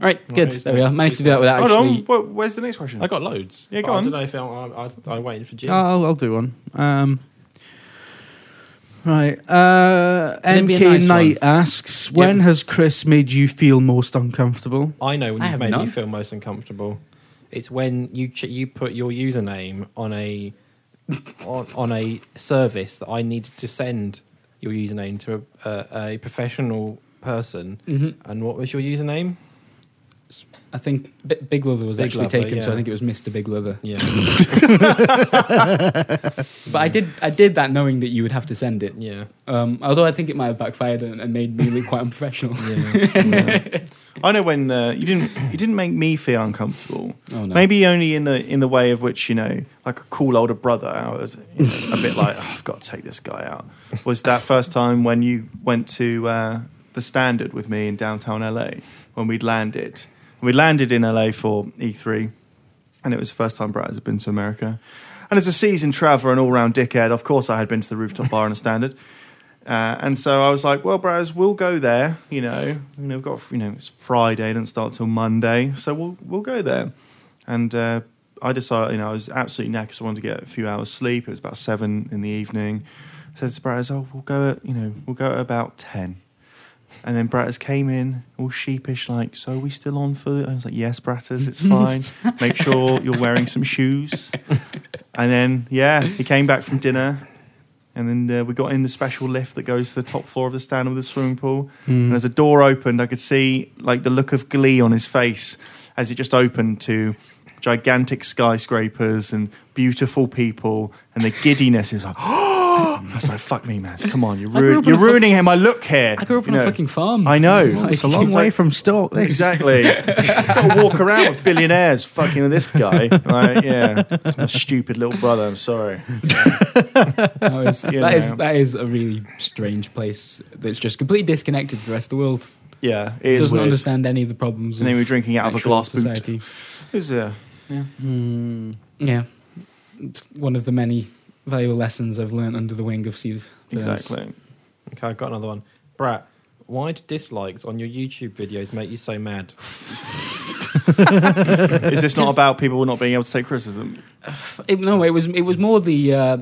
Speaker 2: All right,
Speaker 3: Well,
Speaker 2: good.
Speaker 3: it's-
Speaker 2: There we are. Managed to do that without
Speaker 4: Hold
Speaker 2: actually.
Speaker 4: on. What, where's the next question?
Speaker 3: I got loads.
Speaker 4: Yeah,
Speaker 3: but
Speaker 4: go
Speaker 3: I
Speaker 4: on. Ah.
Speaker 3: don't know if I, I, I, I waited for Jim.
Speaker 1: I'll, I'll do one. Um, right. Uh,
Speaker 2: Can it be a
Speaker 1: MK
Speaker 2: nice
Speaker 1: Knight asks, when has Chris made you feel most uncomfortable?
Speaker 3: I know when
Speaker 2: I
Speaker 3: you've
Speaker 2: have
Speaker 3: made
Speaker 2: none.
Speaker 3: me feel most uncomfortable. It's when you ch- you put your username on a on, on a service that I needed to send your username to a, a, a professional person.
Speaker 2: Mhm.
Speaker 3: And what was your username?
Speaker 2: I think B- Big Leather was
Speaker 3: Big
Speaker 2: actually
Speaker 3: Leather,
Speaker 2: taken, so
Speaker 3: yeah.
Speaker 2: I think it was Mr. Big Leather.
Speaker 3: Yeah,
Speaker 2: But I did I did that knowing that you would have to send it.
Speaker 3: yeah,
Speaker 2: Um, although I think it might have backfired and, and made me look quite unprofessional.
Speaker 3: yeah.
Speaker 4: I know when uh, you didn't. You didn't make me feel uncomfortable.
Speaker 2: Oh, no.
Speaker 4: Maybe only in the in the way of which you know, like a cool older brother. I was you know, a bit like, oh, I've got to take this guy out. Was that first time when you went to uh, the Standard with me in downtown LA when we'd landed? We landed in LA for E3, and it was the first time Brad had been to America. And as a seasoned traveller and all round dickhead, of course I had been to the rooftop bar in the Standard. Uh, and so I was like, well, Braz, we'll go there. You know, you know, we've got you know, it's Friday, doesn't start till Monday, so we'll we'll go there. And uh, I decided, you know, I was absolutely knackered. So I wanted to get a few hours sleep. It was about seven in the evening. I said to Braz, oh, we'll go at you know, we'll go at about ten. And then Bratters came in, all sheepish, like, "So are we still on for?" I was like, "Yes, Bratters, it's fine. Make sure you're wearing some shoes." And then, yeah, he came back from dinner, and then uh, we got in the special lift that goes to the top floor of the stand with the swimming pool.
Speaker 2: Hmm.
Speaker 4: And as the door opened, I could see like the look of glee on his face as it just opened to gigantic skyscrapers and beautiful people, and the giddiness is like. I was like, fuck me, man. Come on, you're,
Speaker 2: I grew
Speaker 4: ru-
Speaker 2: up on
Speaker 4: you're
Speaker 2: a fuck-
Speaker 4: ruining him. I look here.
Speaker 2: I grew up
Speaker 4: you
Speaker 2: on a
Speaker 4: know.
Speaker 2: fucking farm.
Speaker 4: I know.
Speaker 1: It's a long
Speaker 4: It's
Speaker 1: way
Speaker 4: like-
Speaker 1: from Stoke. This.
Speaker 4: Exactly. You've got to walk around with billionaires fucking with this guy. Like, yeah. It's my stupid little brother. I'm sorry.
Speaker 2: That is-
Speaker 4: You
Speaker 2: that is
Speaker 4: know.
Speaker 2: that is a really strange place that's just completely disconnected to the rest of the world.
Speaker 4: Yeah, it is
Speaker 2: Doesn't
Speaker 4: weird.
Speaker 2: understand any of the problems.
Speaker 4: And then
Speaker 2: of
Speaker 4: we were drinking out of a
Speaker 2: actual
Speaker 4: glass boot.
Speaker 2: society.
Speaker 4: Is there?
Speaker 2: Yeah, it's one of the many valuable lessons I've learned under the wing of Steve. Burns.
Speaker 4: Exactly.
Speaker 3: Okay, I've got another one. Brat, why do dislikes on your YouTube videos make you so mad?
Speaker 4: Is this not about people not being able to take criticism?
Speaker 2: It- no, it was it was more the uh,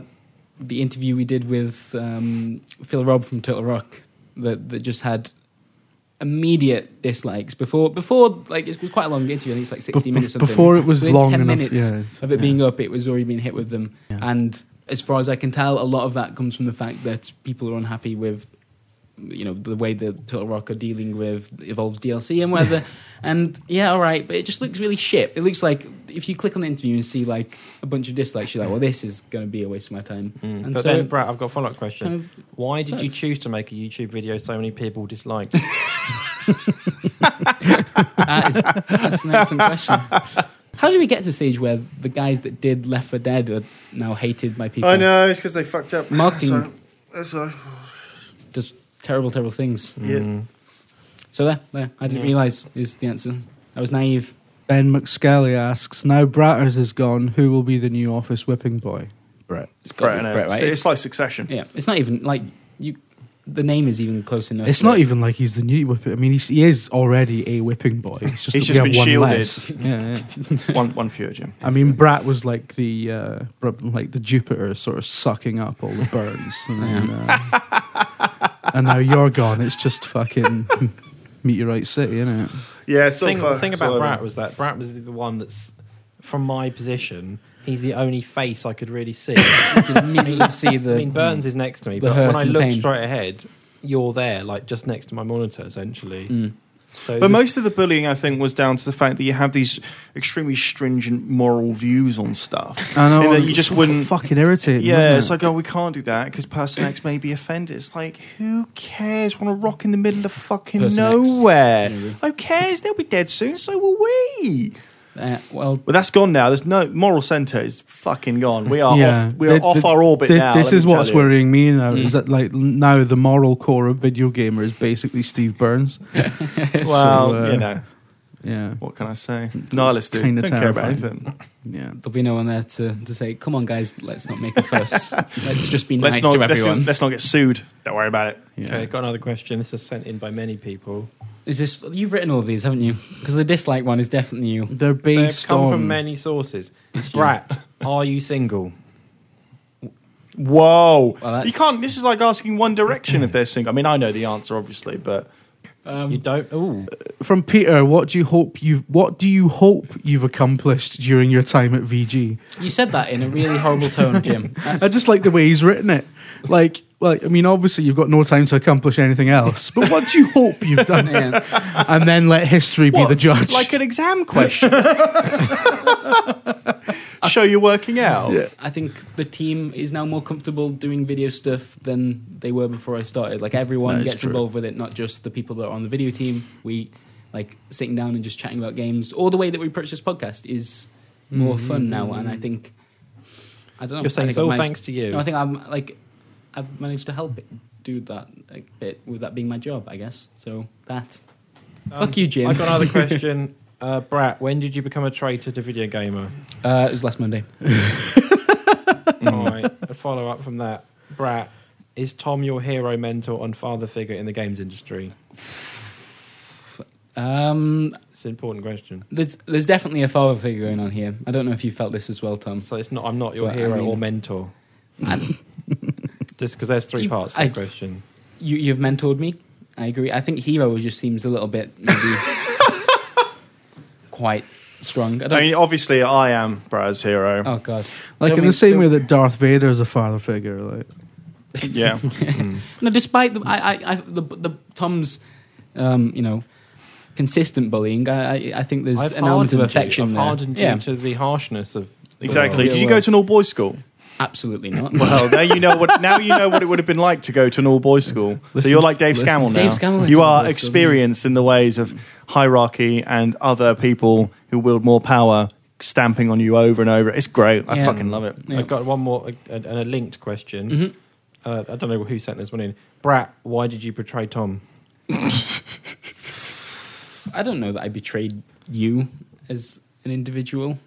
Speaker 2: the interview we did with um, Phil Robb from Turtle Rock that that just had immediate dislikes before before like it was quite a long interview. I think it's like
Speaker 1: Be-
Speaker 2: sixty
Speaker 1: be-
Speaker 2: minutes. or something.
Speaker 1: before it was
Speaker 2: Within
Speaker 1: long
Speaker 2: 10
Speaker 1: enough.
Speaker 2: minutes
Speaker 1: yeah, it's-
Speaker 2: of it
Speaker 1: yeah.
Speaker 2: being up, it was already being hit with them.
Speaker 1: Yeah.
Speaker 2: And as far as I can tell, a lot of that comes from the fact that people are unhappy with, you know, the way the Turtle Rock are dealing with Evolve's DLC and whether. and yeah, all right, but it just looks really shit. It looks like if you click on the interview and see like a bunch of dislikes, you're like, well, this is going to be a waste of my time.
Speaker 3: Mm.
Speaker 2: And
Speaker 3: but
Speaker 2: so
Speaker 3: then,
Speaker 2: it
Speaker 3: Brat, I've got a follow up question.
Speaker 2: Kind of
Speaker 3: why did you
Speaker 2: sucks.
Speaker 3: choose to make a YouTube video so many people disliked?
Speaker 2: that is, that's an excellent question. How did we get to the stage where the guys that did Left 4 Dead are now hated by people?
Speaker 4: know, it's because they fucked up.
Speaker 2: Marketing.
Speaker 4: That's all.
Speaker 2: Just terrible, terrible things.
Speaker 4: Yeah.
Speaker 3: Mm.
Speaker 2: So there, there. I didn't
Speaker 3: Yeah.
Speaker 2: realise is the answer. I was naive.
Speaker 1: Ben McSkelly asks, now Bratters is gone, who will be the new office whipping boy? Brett.
Speaker 2: It's got
Speaker 4: Brett, I know.
Speaker 2: Brett, right?
Speaker 4: It's, it's like succession.
Speaker 2: yeah, it's not even like you. The name is even close enough.
Speaker 1: It's
Speaker 2: to
Speaker 1: not
Speaker 2: it.
Speaker 1: even like he's the new whipping. I mean, he's, he is already a whipping boy. It's just
Speaker 4: He's
Speaker 1: that we
Speaker 4: just
Speaker 1: have
Speaker 4: been
Speaker 1: one
Speaker 4: shielded.
Speaker 1: less. Yeah, yeah.
Speaker 4: One, one fewer, Jim.
Speaker 1: I mean, Brat was like the uh, br- like the Jupiter, sort of sucking up all the burns, and, then, uh, and now you're gone. It's just fucking meteorite city, isn't it?
Speaker 4: Yeah,
Speaker 3: The thing, the thing about Brat was that Brat was the one that's, from my position, he's the only face I could really see. Hmm. I
Speaker 2: You can immediately see the.
Speaker 3: mean, Burns is next to me,
Speaker 2: The
Speaker 3: but
Speaker 2: hurt
Speaker 3: when I
Speaker 2: and
Speaker 3: look
Speaker 2: pain.
Speaker 3: straight ahead, you're there, like just next to my monitor, essentially.
Speaker 2: Mm.
Speaker 3: So
Speaker 4: But
Speaker 3: just-
Speaker 4: most of the bullying, I think, was down to the fact that you have these extremely stringent moral views on stuff.
Speaker 1: I know.
Speaker 4: And then you just
Speaker 1: it's
Speaker 4: wouldn't-
Speaker 1: fucking irritate.
Speaker 4: Yeah, it's like, oh, we can't do that because person X may be offended. It's like, who cares? Want to rock in the middle of fucking
Speaker 2: Person X.
Speaker 4: nowhere?
Speaker 2: Maybe.
Speaker 4: Who cares? They'll be dead soon. So will we.
Speaker 2: Uh, well,
Speaker 4: Well, that's gone now. There's no moral centre is fucking gone. We are
Speaker 1: Yeah.
Speaker 4: off. We are
Speaker 1: Th-
Speaker 4: off
Speaker 1: th-
Speaker 4: our orbit
Speaker 1: Thi-
Speaker 4: now.
Speaker 1: this
Speaker 4: let me
Speaker 1: is
Speaker 4: tell
Speaker 1: what's
Speaker 4: you.
Speaker 1: worrying me now.
Speaker 2: Mm.
Speaker 1: Is that like now the moral core of video gamer is basically Steve Burns?
Speaker 4: Well,
Speaker 1: So, uh,
Speaker 4: you know,
Speaker 1: Yeah,
Speaker 4: what can I say? Nihilist dude.
Speaker 1: kinda
Speaker 4: Don't care about
Speaker 1: terrifying.
Speaker 4: anything.
Speaker 1: yeah.
Speaker 2: there'll be no one there to, to say, "Come on, guys, let's not make a fuss. let's just be
Speaker 4: Let's
Speaker 2: nice
Speaker 4: not.
Speaker 2: to
Speaker 4: Let's,
Speaker 2: everyone."
Speaker 4: let's not get sued. Don't worry about it.
Speaker 1: yeah.
Speaker 3: Okay, got another question. This is sent in by many people.
Speaker 2: Is this you've written all of these, haven't you? Because the dislike one is definitely you.
Speaker 1: They're
Speaker 3: They've
Speaker 1: based
Speaker 3: come
Speaker 1: on
Speaker 3: from many sources. Brat, are you single?
Speaker 4: Whoa!
Speaker 2: that's-
Speaker 4: you can't. This is like asking One Direction if they're single. I mean, I know the answer, obviously, but
Speaker 3: You
Speaker 2: Um,
Speaker 3: don't. Ooh,
Speaker 1: from Peter. What do you hope you? What do you hope you've accomplished during your time at VG?
Speaker 2: you said that in a really horrible tone, Jim. That's,
Speaker 1: I just like the way he's written it. Like, well, I mean, obviously you've got no time to accomplish anything else, but what do you hope you've done?
Speaker 2: Yeah.
Speaker 1: And then let history be
Speaker 4: What?
Speaker 1: the judge.
Speaker 4: Like an exam question. Show you're working out.
Speaker 1: Yeah.
Speaker 2: I think the team is now more comfortable doing video stuff than they were before I started. Like everyone
Speaker 1: That is
Speaker 2: gets
Speaker 1: true.
Speaker 2: involved with it, not just the people that are on the video team. We like sitting down and just chatting about games, or the way that we approach this podcast is more fun now. And I think I don't know.
Speaker 3: you're saying
Speaker 2: I
Speaker 3: it's
Speaker 2: think I've
Speaker 3: all
Speaker 2: managed-
Speaker 3: thanks to you.
Speaker 2: No, I think I'm like I've managed to help it do that like, bit with that being my job, I guess. So that
Speaker 3: Um,
Speaker 2: fuck you, Jim.
Speaker 3: I've got another question. Uh, Brat, when did you become a traitor to video gamer?
Speaker 2: Uh, it was last Monday. Mm.
Speaker 3: All right, a follow up from that. Brat, is Tom your hero, mentor, and father figure in the games industry?
Speaker 2: Um,
Speaker 3: It's an important question.
Speaker 2: there's there's definitely a father figure going on here. I don't know if you felt this as well, Tom.
Speaker 3: So it's not. I'm not your
Speaker 2: But I
Speaker 3: hero
Speaker 2: mean-
Speaker 3: or mentor.
Speaker 2: And
Speaker 3: Just because there's three
Speaker 2: You've-
Speaker 3: parts to the
Speaker 2: I-
Speaker 3: question.
Speaker 2: you you've mentored me. I agree. I think hero just seems a little bit maybe quite strong. I don't.
Speaker 4: I mean, obviously, I am Brad's hero.
Speaker 2: oh god. Don't
Speaker 1: like in
Speaker 2: mean-
Speaker 1: the same
Speaker 2: don't-
Speaker 1: way that Darth Vader is a father figure. Like,
Speaker 4: Yeah.
Speaker 2: No, despite the I, I, I the, the Tom's, um, you know, consistent bullying. I I, I think there's
Speaker 3: I've
Speaker 2: an element of
Speaker 3: hardened you.
Speaker 2: affection
Speaker 3: I've
Speaker 2: there.
Speaker 3: hardened you to the harshness of. the
Speaker 4: Exactly.
Speaker 3: world.
Speaker 4: Did you go to an all boys school?
Speaker 2: Absolutely not.
Speaker 4: Well, now you know what. Now you know what it would have been like to go to an all-boys school. so
Speaker 1: Listen-
Speaker 4: you're like Dave
Speaker 1: listen
Speaker 4: Scammell
Speaker 2: to
Speaker 4: now.
Speaker 2: Dave Scammell went
Speaker 4: you
Speaker 2: to
Speaker 4: are
Speaker 2: all-boys school,
Speaker 4: experienced in the ways of hierarchy and other people who wield more power, stamping on you over and over. It's great. I
Speaker 2: Yeah.
Speaker 4: fucking love it.
Speaker 2: Yeah.
Speaker 3: I've got one more uh, and a linked question.
Speaker 2: Mhm.
Speaker 3: Uh, I don't know who sent this one in. Brat, why did you portray Tom?
Speaker 2: I don't know that I betrayed you as an individual.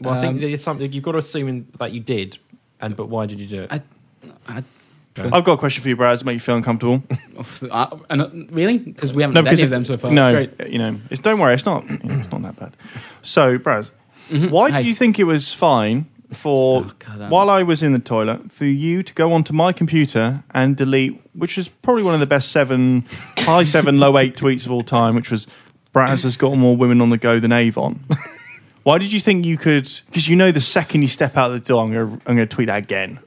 Speaker 3: Well, I
Speaker 2: Um,
Speaker 3: think there's something you've got to assume in- that you did, and but why did you do it?
Speaker 2: I- I,
Speaker 4: I've got a question for you, Brad, to make you feel uncomfortable.
Speaker 2: off the, I, and, uh, really? Because we haven't
Speaker 4: No,
Speaker 2: had
Speaker 4: because
Speaker 2: any of
Speaker 4: if-
Speaker 2: them so far.
Speaker 4: no,
Speaker 2: It's great.
Speaker 4: you know, it's don't worry, it's not, you know, it's not that bad. So, Braz,
Speaker 2: Mhm.
Speaker 4: why
Speaker 2: Hey.
Speaker 4: did you think it was fine for
Speaker 2: Oh, God, that-
Speaker 4: while I was in the toilet for you to go onto my computer and delete, which is probably one of the best seven, high seven, low eight tweets of all time, which was Braz has got more women on the go than Avon. Why did you think you could? Because you know, the second you step out of the door, I'm going to I'm gonna tweet that again.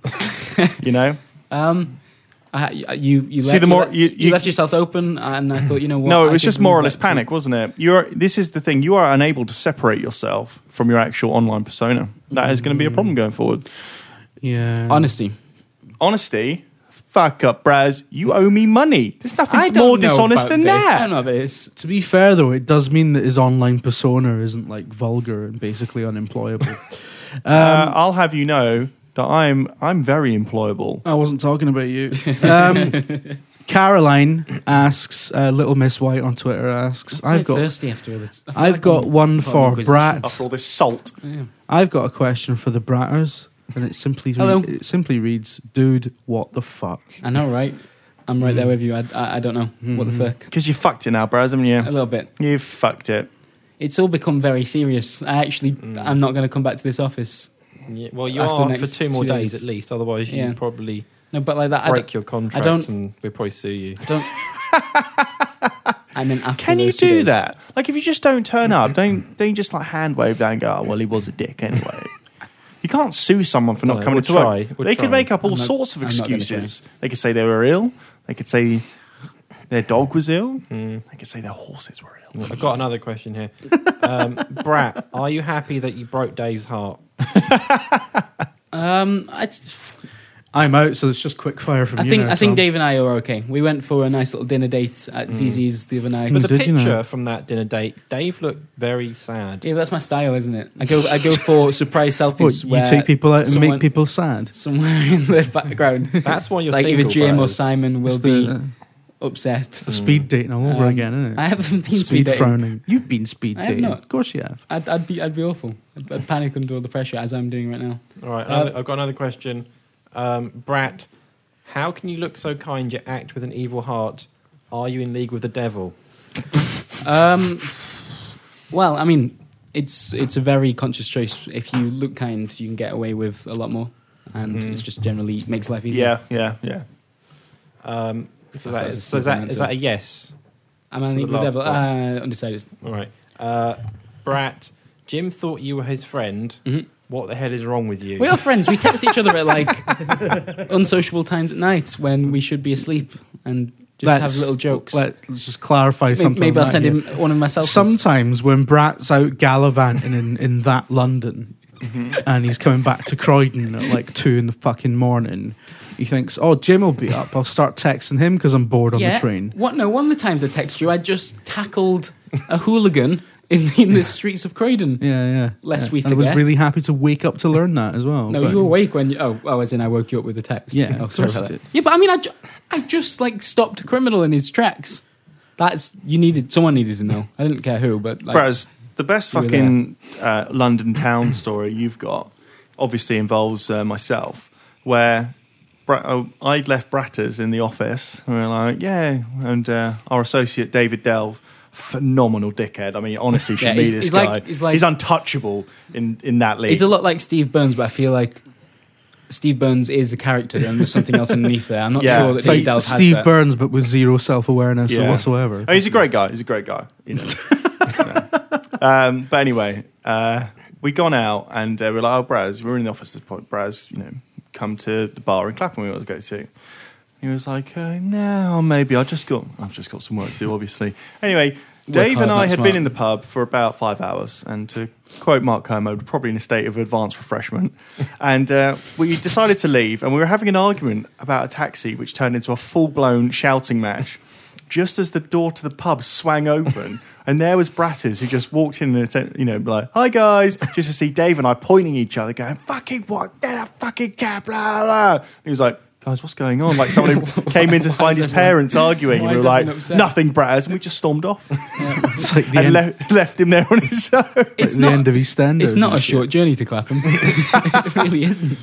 Speaker 4: you know,
Speaker 2: Um, I, you you
Speaker 4: See,
Speaker 2: left,
Speaker 4: the more-
Speaker 2: you, le-
Speaker 4: you-
Speaker 2: you
Speaker 4: you- Mm.
Speaker 2: left yourself open, and I thought, you know what?
Speaker 4: No, it
Speaker 2: I
Speaker 4: was
Speaker 2: could
Speaker 4: just
Speaker 2: move
Speaker 4: moralist
Speaker 2: that
Speaker 4: panic, wasn't it? You're this is the thing. You are unable to separate yourself from your actual online persona. That is going to be a problem going forward.
Speaker 1: Yeah.
Speaker 2: to Honesty.
Speaker 4: Honesty, fuck up, Braz. You owe me money. There's
Speaker 2: I
Speaker 4: nothing
Speaker 2: don't
Speaker 4: more
Speaker 2: know
Speaker 4: dishonest
Speaker 2: about
Speaker 4: than
Speaker 2: this. I
Speaker 4: that.
Speaker 2: don't know about this.
Speaker 1: To be fair, though, it does mean that his online persona isn't like vulgar and basically unemployable. Um,
Speaker 4: uh, I'll have you know that I'm I'm very employable.
Speaker 1: I wasn't talking about you. Um, Caroline asks, uh, Little Miss White on Twitter asks,
Speaker 2: I'm quite
Speaker 1: I've got,
Speaker 2: thirsty after all this. I feel
Speaker 1: I've
Speaker 2: like
Speaker 1: got
Speaker 2: I'm-
Speaker 1: one
Speaker 2: quite
Speaker 1: for
Speaker 2: inquisitive.
Speaker 1: Brat.
Speaker 4: After all this salt,
Speaker 2: Yeah.
Speaker 1: I've got a question for the Bratters, and it simply
Speaker 2: Hello.
Speaker 1: it simply reads, "Dude, what the fuck."
Speaker 2: I know, right? I'm right
Speaker 4: Mm.
Speaker 2: there with you. I, I, I don't know what
Speaker 4: Mm-hmm.
Speaker 2: the fuck.
Speaker 4: because you fucked it now, Braz, haven't
Speaker 2: A
Speaker 4: you?
Speaker 2: little bit.
Speaker 4: You fucked it.
Speaker 2: It's all become very serious. I actually,
Speaker 4: Mm.
Speaker 2: I'm not going to come back to this office.
Speaker 3: Yeah, well, you
Speaker 2: After the
Speaker 3: are for
Speaker 2: next
Speaker 3: two more
Speaker 2: two
Speaker 3: days
Speaker 2: days.
Speaker 3: at least. Otherwise, you
Speaker 2: Yeah.
Speaker 3: probably
Speaker 2: No, but like that, I
Speaker 3: break
Speaker 2: don't.
Speaker 3: your contract,
Speaker 2: don't-
Speaker 3: and we probably sue you.
Speaker 2: I don't I mean, after
Speaker 4: Can you
Speaker 2: those two
Speaker 4: do
Speaker 2: days.
Speaker 4: that? Like, if you just don't turn up, don't don't you just like hand wave that and go, oh, "Well, he was a dick anyway." You can't sue someone for not
Speaker 3: No,
Speaker 4: coming
Speaker 3: we'll
Speaker 4: to
Speaker 3: try,
Speaker 4: work.
Speaker 3: we'll
Speaker 4: they
Speaker 3: try.
Speaker 4: could make up all
Speaker 2: I'm not-
Speaker 4: sorts of
Speaker 2: I'm not gonna
Speaker 4: excuses. They could say they were ill. They could say their dog was ill.
Speaker 2: Hmm.
Speaker 4: They could say their horses were ill.
Speaker 3: I've got another question here. Um, Brat, are you happy that you broke Dave's heart?
Speaker 2: Um, it's,
Speaker 1: I'm out, so it's just quick fire from
Speaker 2: I
Speaker 1: you.
Speaker 2: think
Speaker 1: now,
Speaker 2: I think
Speaker 1: Tom.
Speaker 2: Dave and I are okay. We went for a nice little dinner date
Speaker 4: Mm.
Speaker 2: at ZZ's the other night.
Speaker 3: But the
Speaker 1: Did you
Speaker 3: picture
Speaker 1: know?
Speaker 3: from that dinner date, Dave looked very sad.
Speaker 2: Yeah, that's my style, isn't it? I go I go for surprise
Speaker 1: What,
Speaker 2: selfies.
Speaker 1: you
Speaker 2: where
Speaker 1: take people out and
Speaker 2: someone-
Speaker 1: make people sad.
Speaker 2: somewhere in the background.
Speaker 3: That's why you're
Speaker 2: like either
Speaker 3: single,
Speaker 2: Jim or
Speaker 3: Braz.
Speaker 2: Simon will
Speaker 1: It's
Speaker 2: be
Speaker 1: the,
Speaker 2: upset.
Speaker 1: it's the speed dating all over
Speaker 2: Um,
Speaker 1: again, isn't it?
Speaker 2: I haven't been speed dating.
Speaker 1: frowning. You've been speed
Speaker 2: I have
Speaker 1: dating.
Speaker 2: not.
Speaker 1: Of course you have.
Speaker 2: I'd, I'd be I'd be awful. I'd, I'd panic under all the pressure as I'm doing right now.
Speaker 3: All right,
Speaker 2: Uh,
Speaker 3: another- I've got another question. Um, Brat, how can you look so kind yet act with an evil heart? Are you in league with the devil?
Speaker 2: Um, well, I mean, it's it's a very conscious choice. If you look kind, you can get away with a lot more, and
Speaker 3: Mhm.
Speaker 2: it's just generally makes life easier.
Speaker 4: Yeah, yeah, yeah.
Speaker 3: Um, so
Speaker 2: I
Speaker 3: that
Speaker 2: thought
Speaker 3: is,
Speaker 2: it
Speaker 3: so
Speaker 2: was
Speaker 3: is that
Speaker 2: an
Speaker 3: is that a yes?
Speaker 2: I'm an
Speaker 3: To the
Speaker 2: evil
Speaker 3: last
Speaker 2: devil.
Speaker 3: part.
Speaker 2: Uh, undecided.
Speaker 3: All right, uh, Brat. Jim thought you were his friend.
Speaker 2: Mhm.
Speaker 3: What the hell is wrong with you?
Speaker 2: We are friends. We text each other at like unsociable times at night when we should be asleep and just
Speaker 1: Let's-
Speaker 2: have little jokes. May-
Speaker 1: Let, us just clarify something.
Speaker 2: Maybe
Speaker 1: on
Speaker 2: I'll
Speaker 1: that
Speaker 2: send
Speaker 1: here.
Speaker 2: him one of myself.
Speaker 1: Sometimes when Brat's out gallivanting in, in that London
Speaker 2: Mm-hmm.
Speaker 1: and he's coming back to Croydon at like two in the fucking morning, he thinks, oh, Jim will be up. I'll start texting him because I'm bored on the train.
Speaker 2: What? No, one of the times I text you, I just tackled a hooligan in, in the streets of Croydon.
Speaker 1: Yeah, yeah.
Speaker 2: Lest
Speaker 1: yeah.
Speaker 2: we
Speaker 1: And I
Speaker 2: forget.
Speaker 1: was really happy to wake up to learn that as well.
Speaker 2: No,
Speaker 1: but-
Speaker 2: you were awake when you. Oh, oh, as in I woke you up with a text.
Speaker 1: Yeah,
Speaker 2: oh,
Speaker 1: of
Speaker 2: sorry
Speaker 1: course
Speaker 2: about
Speaker 1: you
Speaker 2: that. Yeah, but I mean, I, ju- I just like stopped a criminal in his tracks. That's you needed. Someone needed to know. I didn't care who, but like,
Speaker 4: Whereas the best
Speaker 2: you were
Speaker 4: fucking uh, London town story you've got obviously involves uh, myself, where Bra- oh, I'd left Bratters in the office. And we were like, yeah, and uh, our associate David Delve, phenomenal dickhead. I mean, you honestly, should
Speaker 2: Yeah,
Speaker 4: be
Speaker 2: he's-
Speaker 4: this
Speaker 2: he's
Speaker 4: guy.
Speaker 2: like- he's like-
Speaker 4: untouchable in in that league.
Speaker 2: it's a lot like Steve Burns. But I feel like Steve Burns is a character, and there's something else underneath there. I'm not
Speaker 4: Yeah,
Speaker 2: sure that
Speaker 4: so
Speaker 2: Dave
Speaker 4: you-
Speaker 2: Delve has
Speaker 1: Steve
Speaker 2: that.
Speaker 1: Burns, but with zero self awareness
Speaker 4: Yeah.
Speaker 1: whatsoever.
Speaker 4: Oh, he's a great guy. He's a great guy. You know. You know. Um, but anyway, uh, we gone out and uh, we are like, oh, Braz, we were in the office at this point. Braz, you know, come to the bar in Clapham we always go to. He was like, uh, no, maybe I just got, I've just got some work to do, obviously. Anyway, Dave
Speaker 1: hard,
Speaker 4: and
Speaker 1: not
Speaker 4: I had
Speaker 1: smart.
Speaker 4: been in the pub for about five hours, and to quote Mark Como, we're probably in a state of advanced refreshment. and uh, we decided to leave, and we were having an argument about a taxi, which turned into a full blown shouting match. Just as the door to the pub swung open, and there was Bratters who just walked in and said, you know, like, "Hi guys," just to see Dave and I pointing at each other, going, "Fucking what? Get a fucking cab!" Blah blah. And he was like, "Guys, what's going on?" Like someone who came in to find his parents arguing,
Speaker 2: why
Speaker 4: and we
Speaker 2: is
Speaker 4: were like,
Speaker 2: everyone upset?
Speaker 4: "Nothing, Bratters," and we just stormed off
Speaker 1: It's like the
Speaker 4: and
Speaker 1: end,
Speaker 4: le- left him there on his own.
Speaker 1: like the end of EastEnders.
Speaker 2: It's not
Speaker 1: and
Speaker 2: a
Speaker 1: shit.
Speaker 2: short journey to Clapham. it really isn't.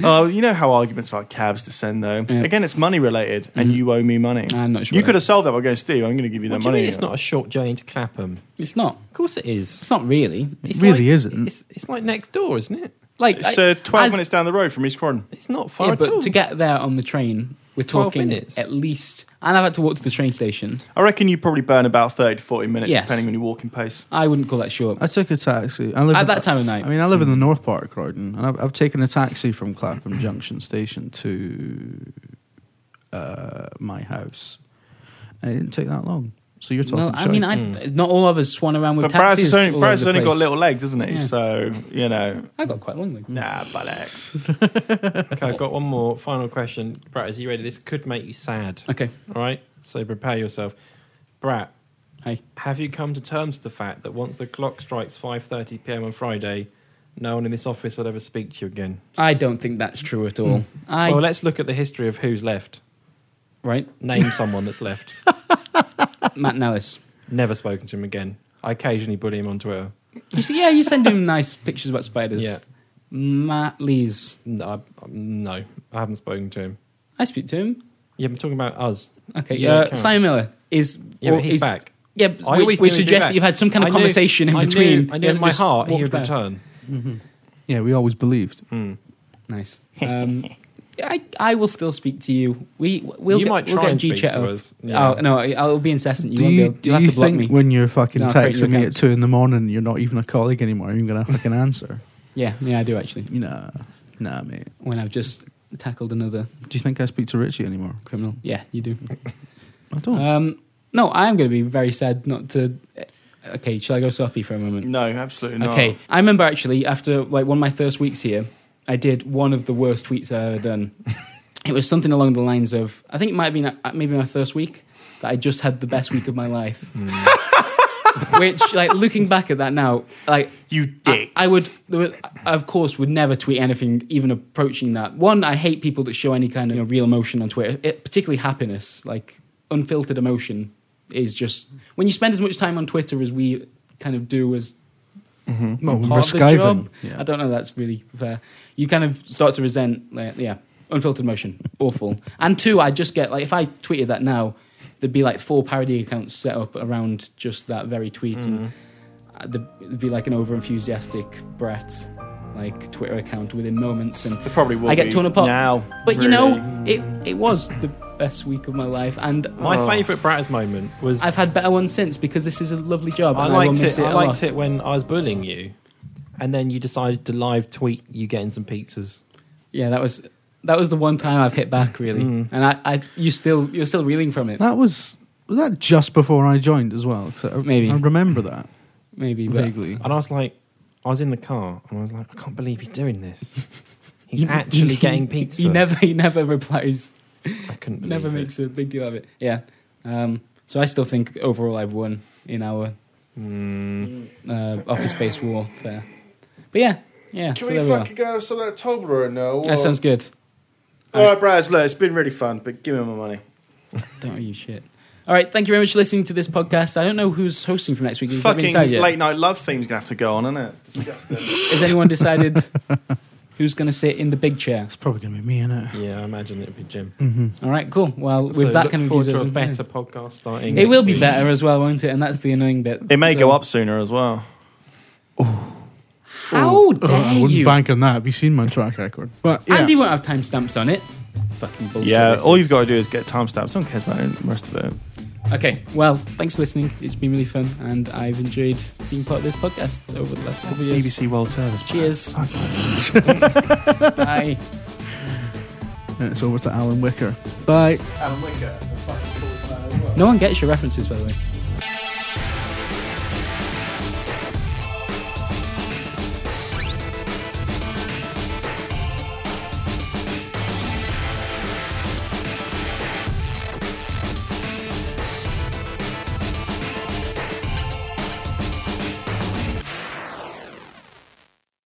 Speaker 4: Oh, you know how arguments about cabs descend, though.
Speaker 2: Yeah. Mm-hmm.
Speaker 4: Again, it's money related, and you owe me money.
Speaker 2: I'm not sure.
Speaker 4: You could have solved that by going, Steve. I'm going to give you that
Speaker 3: What do you
Speaker 4: money.
Speaker 3: mean it's not a short journey to Clapham?
Speaker 2: It's not.
Speaker 3: Of course it is.
Speaker 2: It's not really.
Speaker 1: It
Speaker 3: It's
Speaker 1: really
Speaker 3: like-
Speaker 1: isn't.
Speaker 3: It's, it's like next door, isn't it?
Speaker 2: Like
Speaker 4: It's
Speaker 2: I-
Speaker 4: uh, 12
Speaker 2: as-
Speaker 4: minutes down the road from East Croydon.
Speaker 3: It's not far
Speaker 2: Yeah,
Speaker 3: at all.
Speaker 2: but to get there on the train, we're
Speaker 3: 12
Speaker 2: talking
Speaker 3: minutes.
Speaker 2: at least. And I've had to walk to the train station.
Speaker 4: I reckon you probably burn about 30 to 40 minutes,
Speaker 2: Yes.
Speaker 4: depending on your walking pace.
Speaker 2: I wouldn't call that short.
Speaker 1: I took a taxi. I live
Speaker 2: At
Speaker 1: in-
Speaker 2: that time of night. Hmm.
Speaker 1: I mean, I live in the North Part of Croydon, and I've, I've taken a taxi from Clapham Junction Station to uh, my house, and it didn't take that long. So you're talking.
Speaker 2: Well, I mean, I, not all of us swan around with
Speaker 4: But Braz
Speaker 2: taxis.
Speaker 4: has only,
Speaker 2: all over
Speaker 4: Braz has
Speaker 2: the
Speaker 4: only got
Speaker 2: place.
Speaker 4: little legs, isn't he?
Speaker 2: Yeah.
Speaker 4: So, you know,
Speaker 2: I got quite long legs.
Speaker 4: nah, bollocks.
Speaker 3: okay, I've got one more final question. Brat, is you ready? This could make you sad.
Speaker 2: Okay.
Speaker 3: All right, so prepare yourself. Brat,
Speaker 2: Hey.
Speaker 3: have you come to terms with the fact that once the clock strikes 5:30 p.m. on Friday, no one in this office will ever speak to you again?
Speaker 2: I don't think that's true at all. I
Speaker 3: Well, let's look at the history of who's left.
Speaker 2: right,
Speaker 3: Name someone that's left.
Speaker 2: Matt Nellis.
Speaker 3: Never spoken to him again. I occasionally bully him on Twitter.
Speaker 2: You see, yeah, you send him nice pictures about spiders.
Speaker 3: Yeah.
Speaker 2: Matt Lees.
Speaker 3: No, I, no, I haven't spoken to him.
Speaker 2: I speak to him.
Speaker 3: Yeah, I'm talking about us.
Speaker 2: Okay.
Speaker 3: Yeah,
Speaker 2: uh,
Speaker 3: come on.
Speaker 2: Simon Miller is.
Speaker 3: Yeah,
Speaker 2: or
Speaker 3: but he's
Speaker 2: is-
Speaker 3: back.
Speaker 2: Yeah, but
Speaker 3: I
Speaker 2: we,
Speaker 3: always
Speaker 2: we
Speaker 3: knew he'd be
Speaker 2: suggest
Speaker 3: back.
Speaker 2: that you've had some kind
Speaker 3: I
Speaker 2: of
Speaker 3: knew-
Speaker 2: conversation
Speaker 3: I
Speaker 2: in
Speaker 3: knew-
Speaker 2: between.
Speaker 3: I
Speaker 2: He
Speaker 3: knew in
Speaker 2: hasn't
Speaker 3: my
Speaker 2: just
Speaker 3: heart he
Speaker 2: walked
Speaker 3: would
Speaker 2: there.
Speaker 3: return.
Speaker 1: yeah, we always believed.
Speaker 3: Hmm.
Speaker 2: Nice. Um, I I will still speak to you. We we'll
Speaker 3: You
Speaker 2: get,
Speaker 3: might
Speaker 2: we'll
Speaker 3: try
Speaker 2: get
Speaker 3: and
Speaker 2: G
Speaker 3: speak
Speaker 2: chat
Speaker 3: to
Speaker 2: up.
Speaker 3: us. Yeah.
Speaker 2: Oh no, I'll be incessant. You
Speaker 1: do
Speaker 2: won't
Speaker 1: you,
Speaker 2: be able,
Speaker 1: do
Speaker 2: you'll have
Speaker 1: you
Speaker 2: to block
Speaker 1: think
Speaker 2: me.
Speaker 1: when you're fucking
Speaker 2: No, I'll create your
Speaker 1: texting me at
Speaker 2: account.
Speaker 1: two in the morning, you're not even a colleague anymore? You're gonna fucking answer?
Speaker 2: Yeah, yeah, I do actually.
Speaker 1: Nah, nah, mate.
Speaker 2: When I've just tackled another
Speaker 1: Do you think I speak to Richie anymore?
Speaker 2: criminal. Yeah, you do.
Speaker 1: I don't.
Speaker 2: Um, no, I'm going to be very sad not to. uh, Okay, shall I go soppy for a moment?
Speaker 4: No, absolutely not.
Speaker 2: Okay, I remember actually after like one of my first weeks here, I did one of the worst tweets I ever done. it was something along the lines of I think it might have been uh, maybe my first week that I just had the best week of my life.
Speaker 3: Hmm.
Speaker 2: Which, like, looking back at that now, like,
Speaker 4: You
Speaker 2: I,
Speaker 4: dick.
Speaker 2: I would, there were- I, of course, would never tweet anything even approaching that. One, I hate people that show any kind of you know, real emotion on Twitter, it, particularly happiness, like unfiltered emotion is just when you spend as much time on Twitter as we kind of do as
Speaker 1: Mm-hmm. well, we're
Speaker 2: part of the
Speaker 1: skiving.
Speaker 2: job.
Speaker 1: Yeah.
Speaker 2: I don't know. That's really fair. You kind of start to resent, like, yeah, unfiltered emotion, awful. And two, I just get like if I tweeted that now, there'd be like four parody accounts set up around just that very tweet, and uh,
Speaker 3: Mm-hmm.
Speaker 2: there'd there'd be like an over enthusiastic Brett like Twitter account within moments. And
Speaker 4: It probably will
Speaker 2: I get
Speaker 4: be
Speaker 2: torn apart.
Speaker 4: now.
Speaker 2: but you
Speaker 4: really.
Speaker 2: know, it it was the best week of my life, and
Speaker 3: My
Speaker 4: Oh.
Speaker 3: favourite Brat's moment was
Speaker 2: I've had better ones since because this is a lovely job.
Speaker 3: I
Speaker 2: and I will
Speaker 3: liked
Speaker 2: miss
Speaker 3: it.
Speaker 2: it.
Speaker 3: I
Speaker 2: a lot.
Speaker 3: liked it when I was bullying you, and then you decided to live tweet you getting some pizzas.
Speaker 2: yeah that was that was the one time i've hit back really
Speaker 3: Mm.
Speaker 2: and I, I you still you're still reeling from it
Speaker 1: That was was that just before I joined as well. 'Cause I,
Speaker 2: Maybe.
Speaker 1: I remember that
Speaker 2: maybe but
Speaker 1: vaguely.
Speaker 3: And I was like, I was in the car, and I was like, I can't believe he's doing this. He's
Speaker 2: He-
Speaker 3: actually
Speaker 2: he-
Speaker 3: getting pizza.
Speaker 2: he never he never replies
Speaker 3: I couldn't believe
Speaker 2: never
Speaker 3: it.
Speaker 2: makes a big deal of it yeah um, so i still think overall i've won in our
Speaker 3: Mm.
Speaker 2: uh, office based warfare but yeah yeah
Speaker 5: Can
Speaker 2: so there
Speaker 5: we
Speaker 2: we are
Speaker 5: fucking go have some of that Toblerone now?
Speaker 2: that sounds good
Speaker 5: All right, Braz, look, it's been really fun, but give me my money.
Speaker 2: don't owe you shit all right thank you very much for listening to this podcast i don't know who's hosting for next week Has that been
Speaker 4: Fucking
Speaker 2: decided yet?
Speaker 4: late night love theme's going to have to go on, isn't it? It's disgusting.
Speaker 2: has anyone decided who's going to sit in the big chair
Speaker 1: It's probably gonna be me in it.
Speaker 3: Yeah, I imagine it'd be Jim.
Speaker 1: Mm-hmm.
Speaker 2: all right cool well with
Speaker 3: So
Speaker 2: that
Speaker 3: look
Speaker 2: kind of
Speaker 3: forward to a
Speaker 2: enthusiasm, yeah.
Speaker 3: better podcast starting.
Speaker 2: It
Speaker 3: next
Speaker 2: will be
Speaker 3: week.
Speaker 2: better as well, won't it? And that's the annoying bit.
Speaker 4: It may
Speaker 2: So-
Speaker 4: go up sooner as well.
Speaker 2: How
Speaker 1: Oh,
Speaker 2: dare
Speaker 1: I wouldn't
Speaker 2: you?
Speaker 1: bank on that. Have you seen my track record? But yeah.
Speaker 2: Andy won't have timestamps on it. Fucking bullshit.
Speaker 4: Yeah,
Speaker 2: this
Speaker 4: all
Speaker 2: is.
Speaker 4: you've got to do is get timestamps. No one cares about the rest of it.
Speaker 2: Okay, well, thanks for listening. It's been really fun, and I've enjoyed being part of this podcast over the last couple of years.
Speaker 4: BBC World Service.
Speaker 2: Cheers. Bye.
Speaker 1: And it's over to Alan Wicker. Bye.
Speaker 5: Alan Wicker, the fucking coolest man as well.
Speaker 2: No one gets your references, by the way.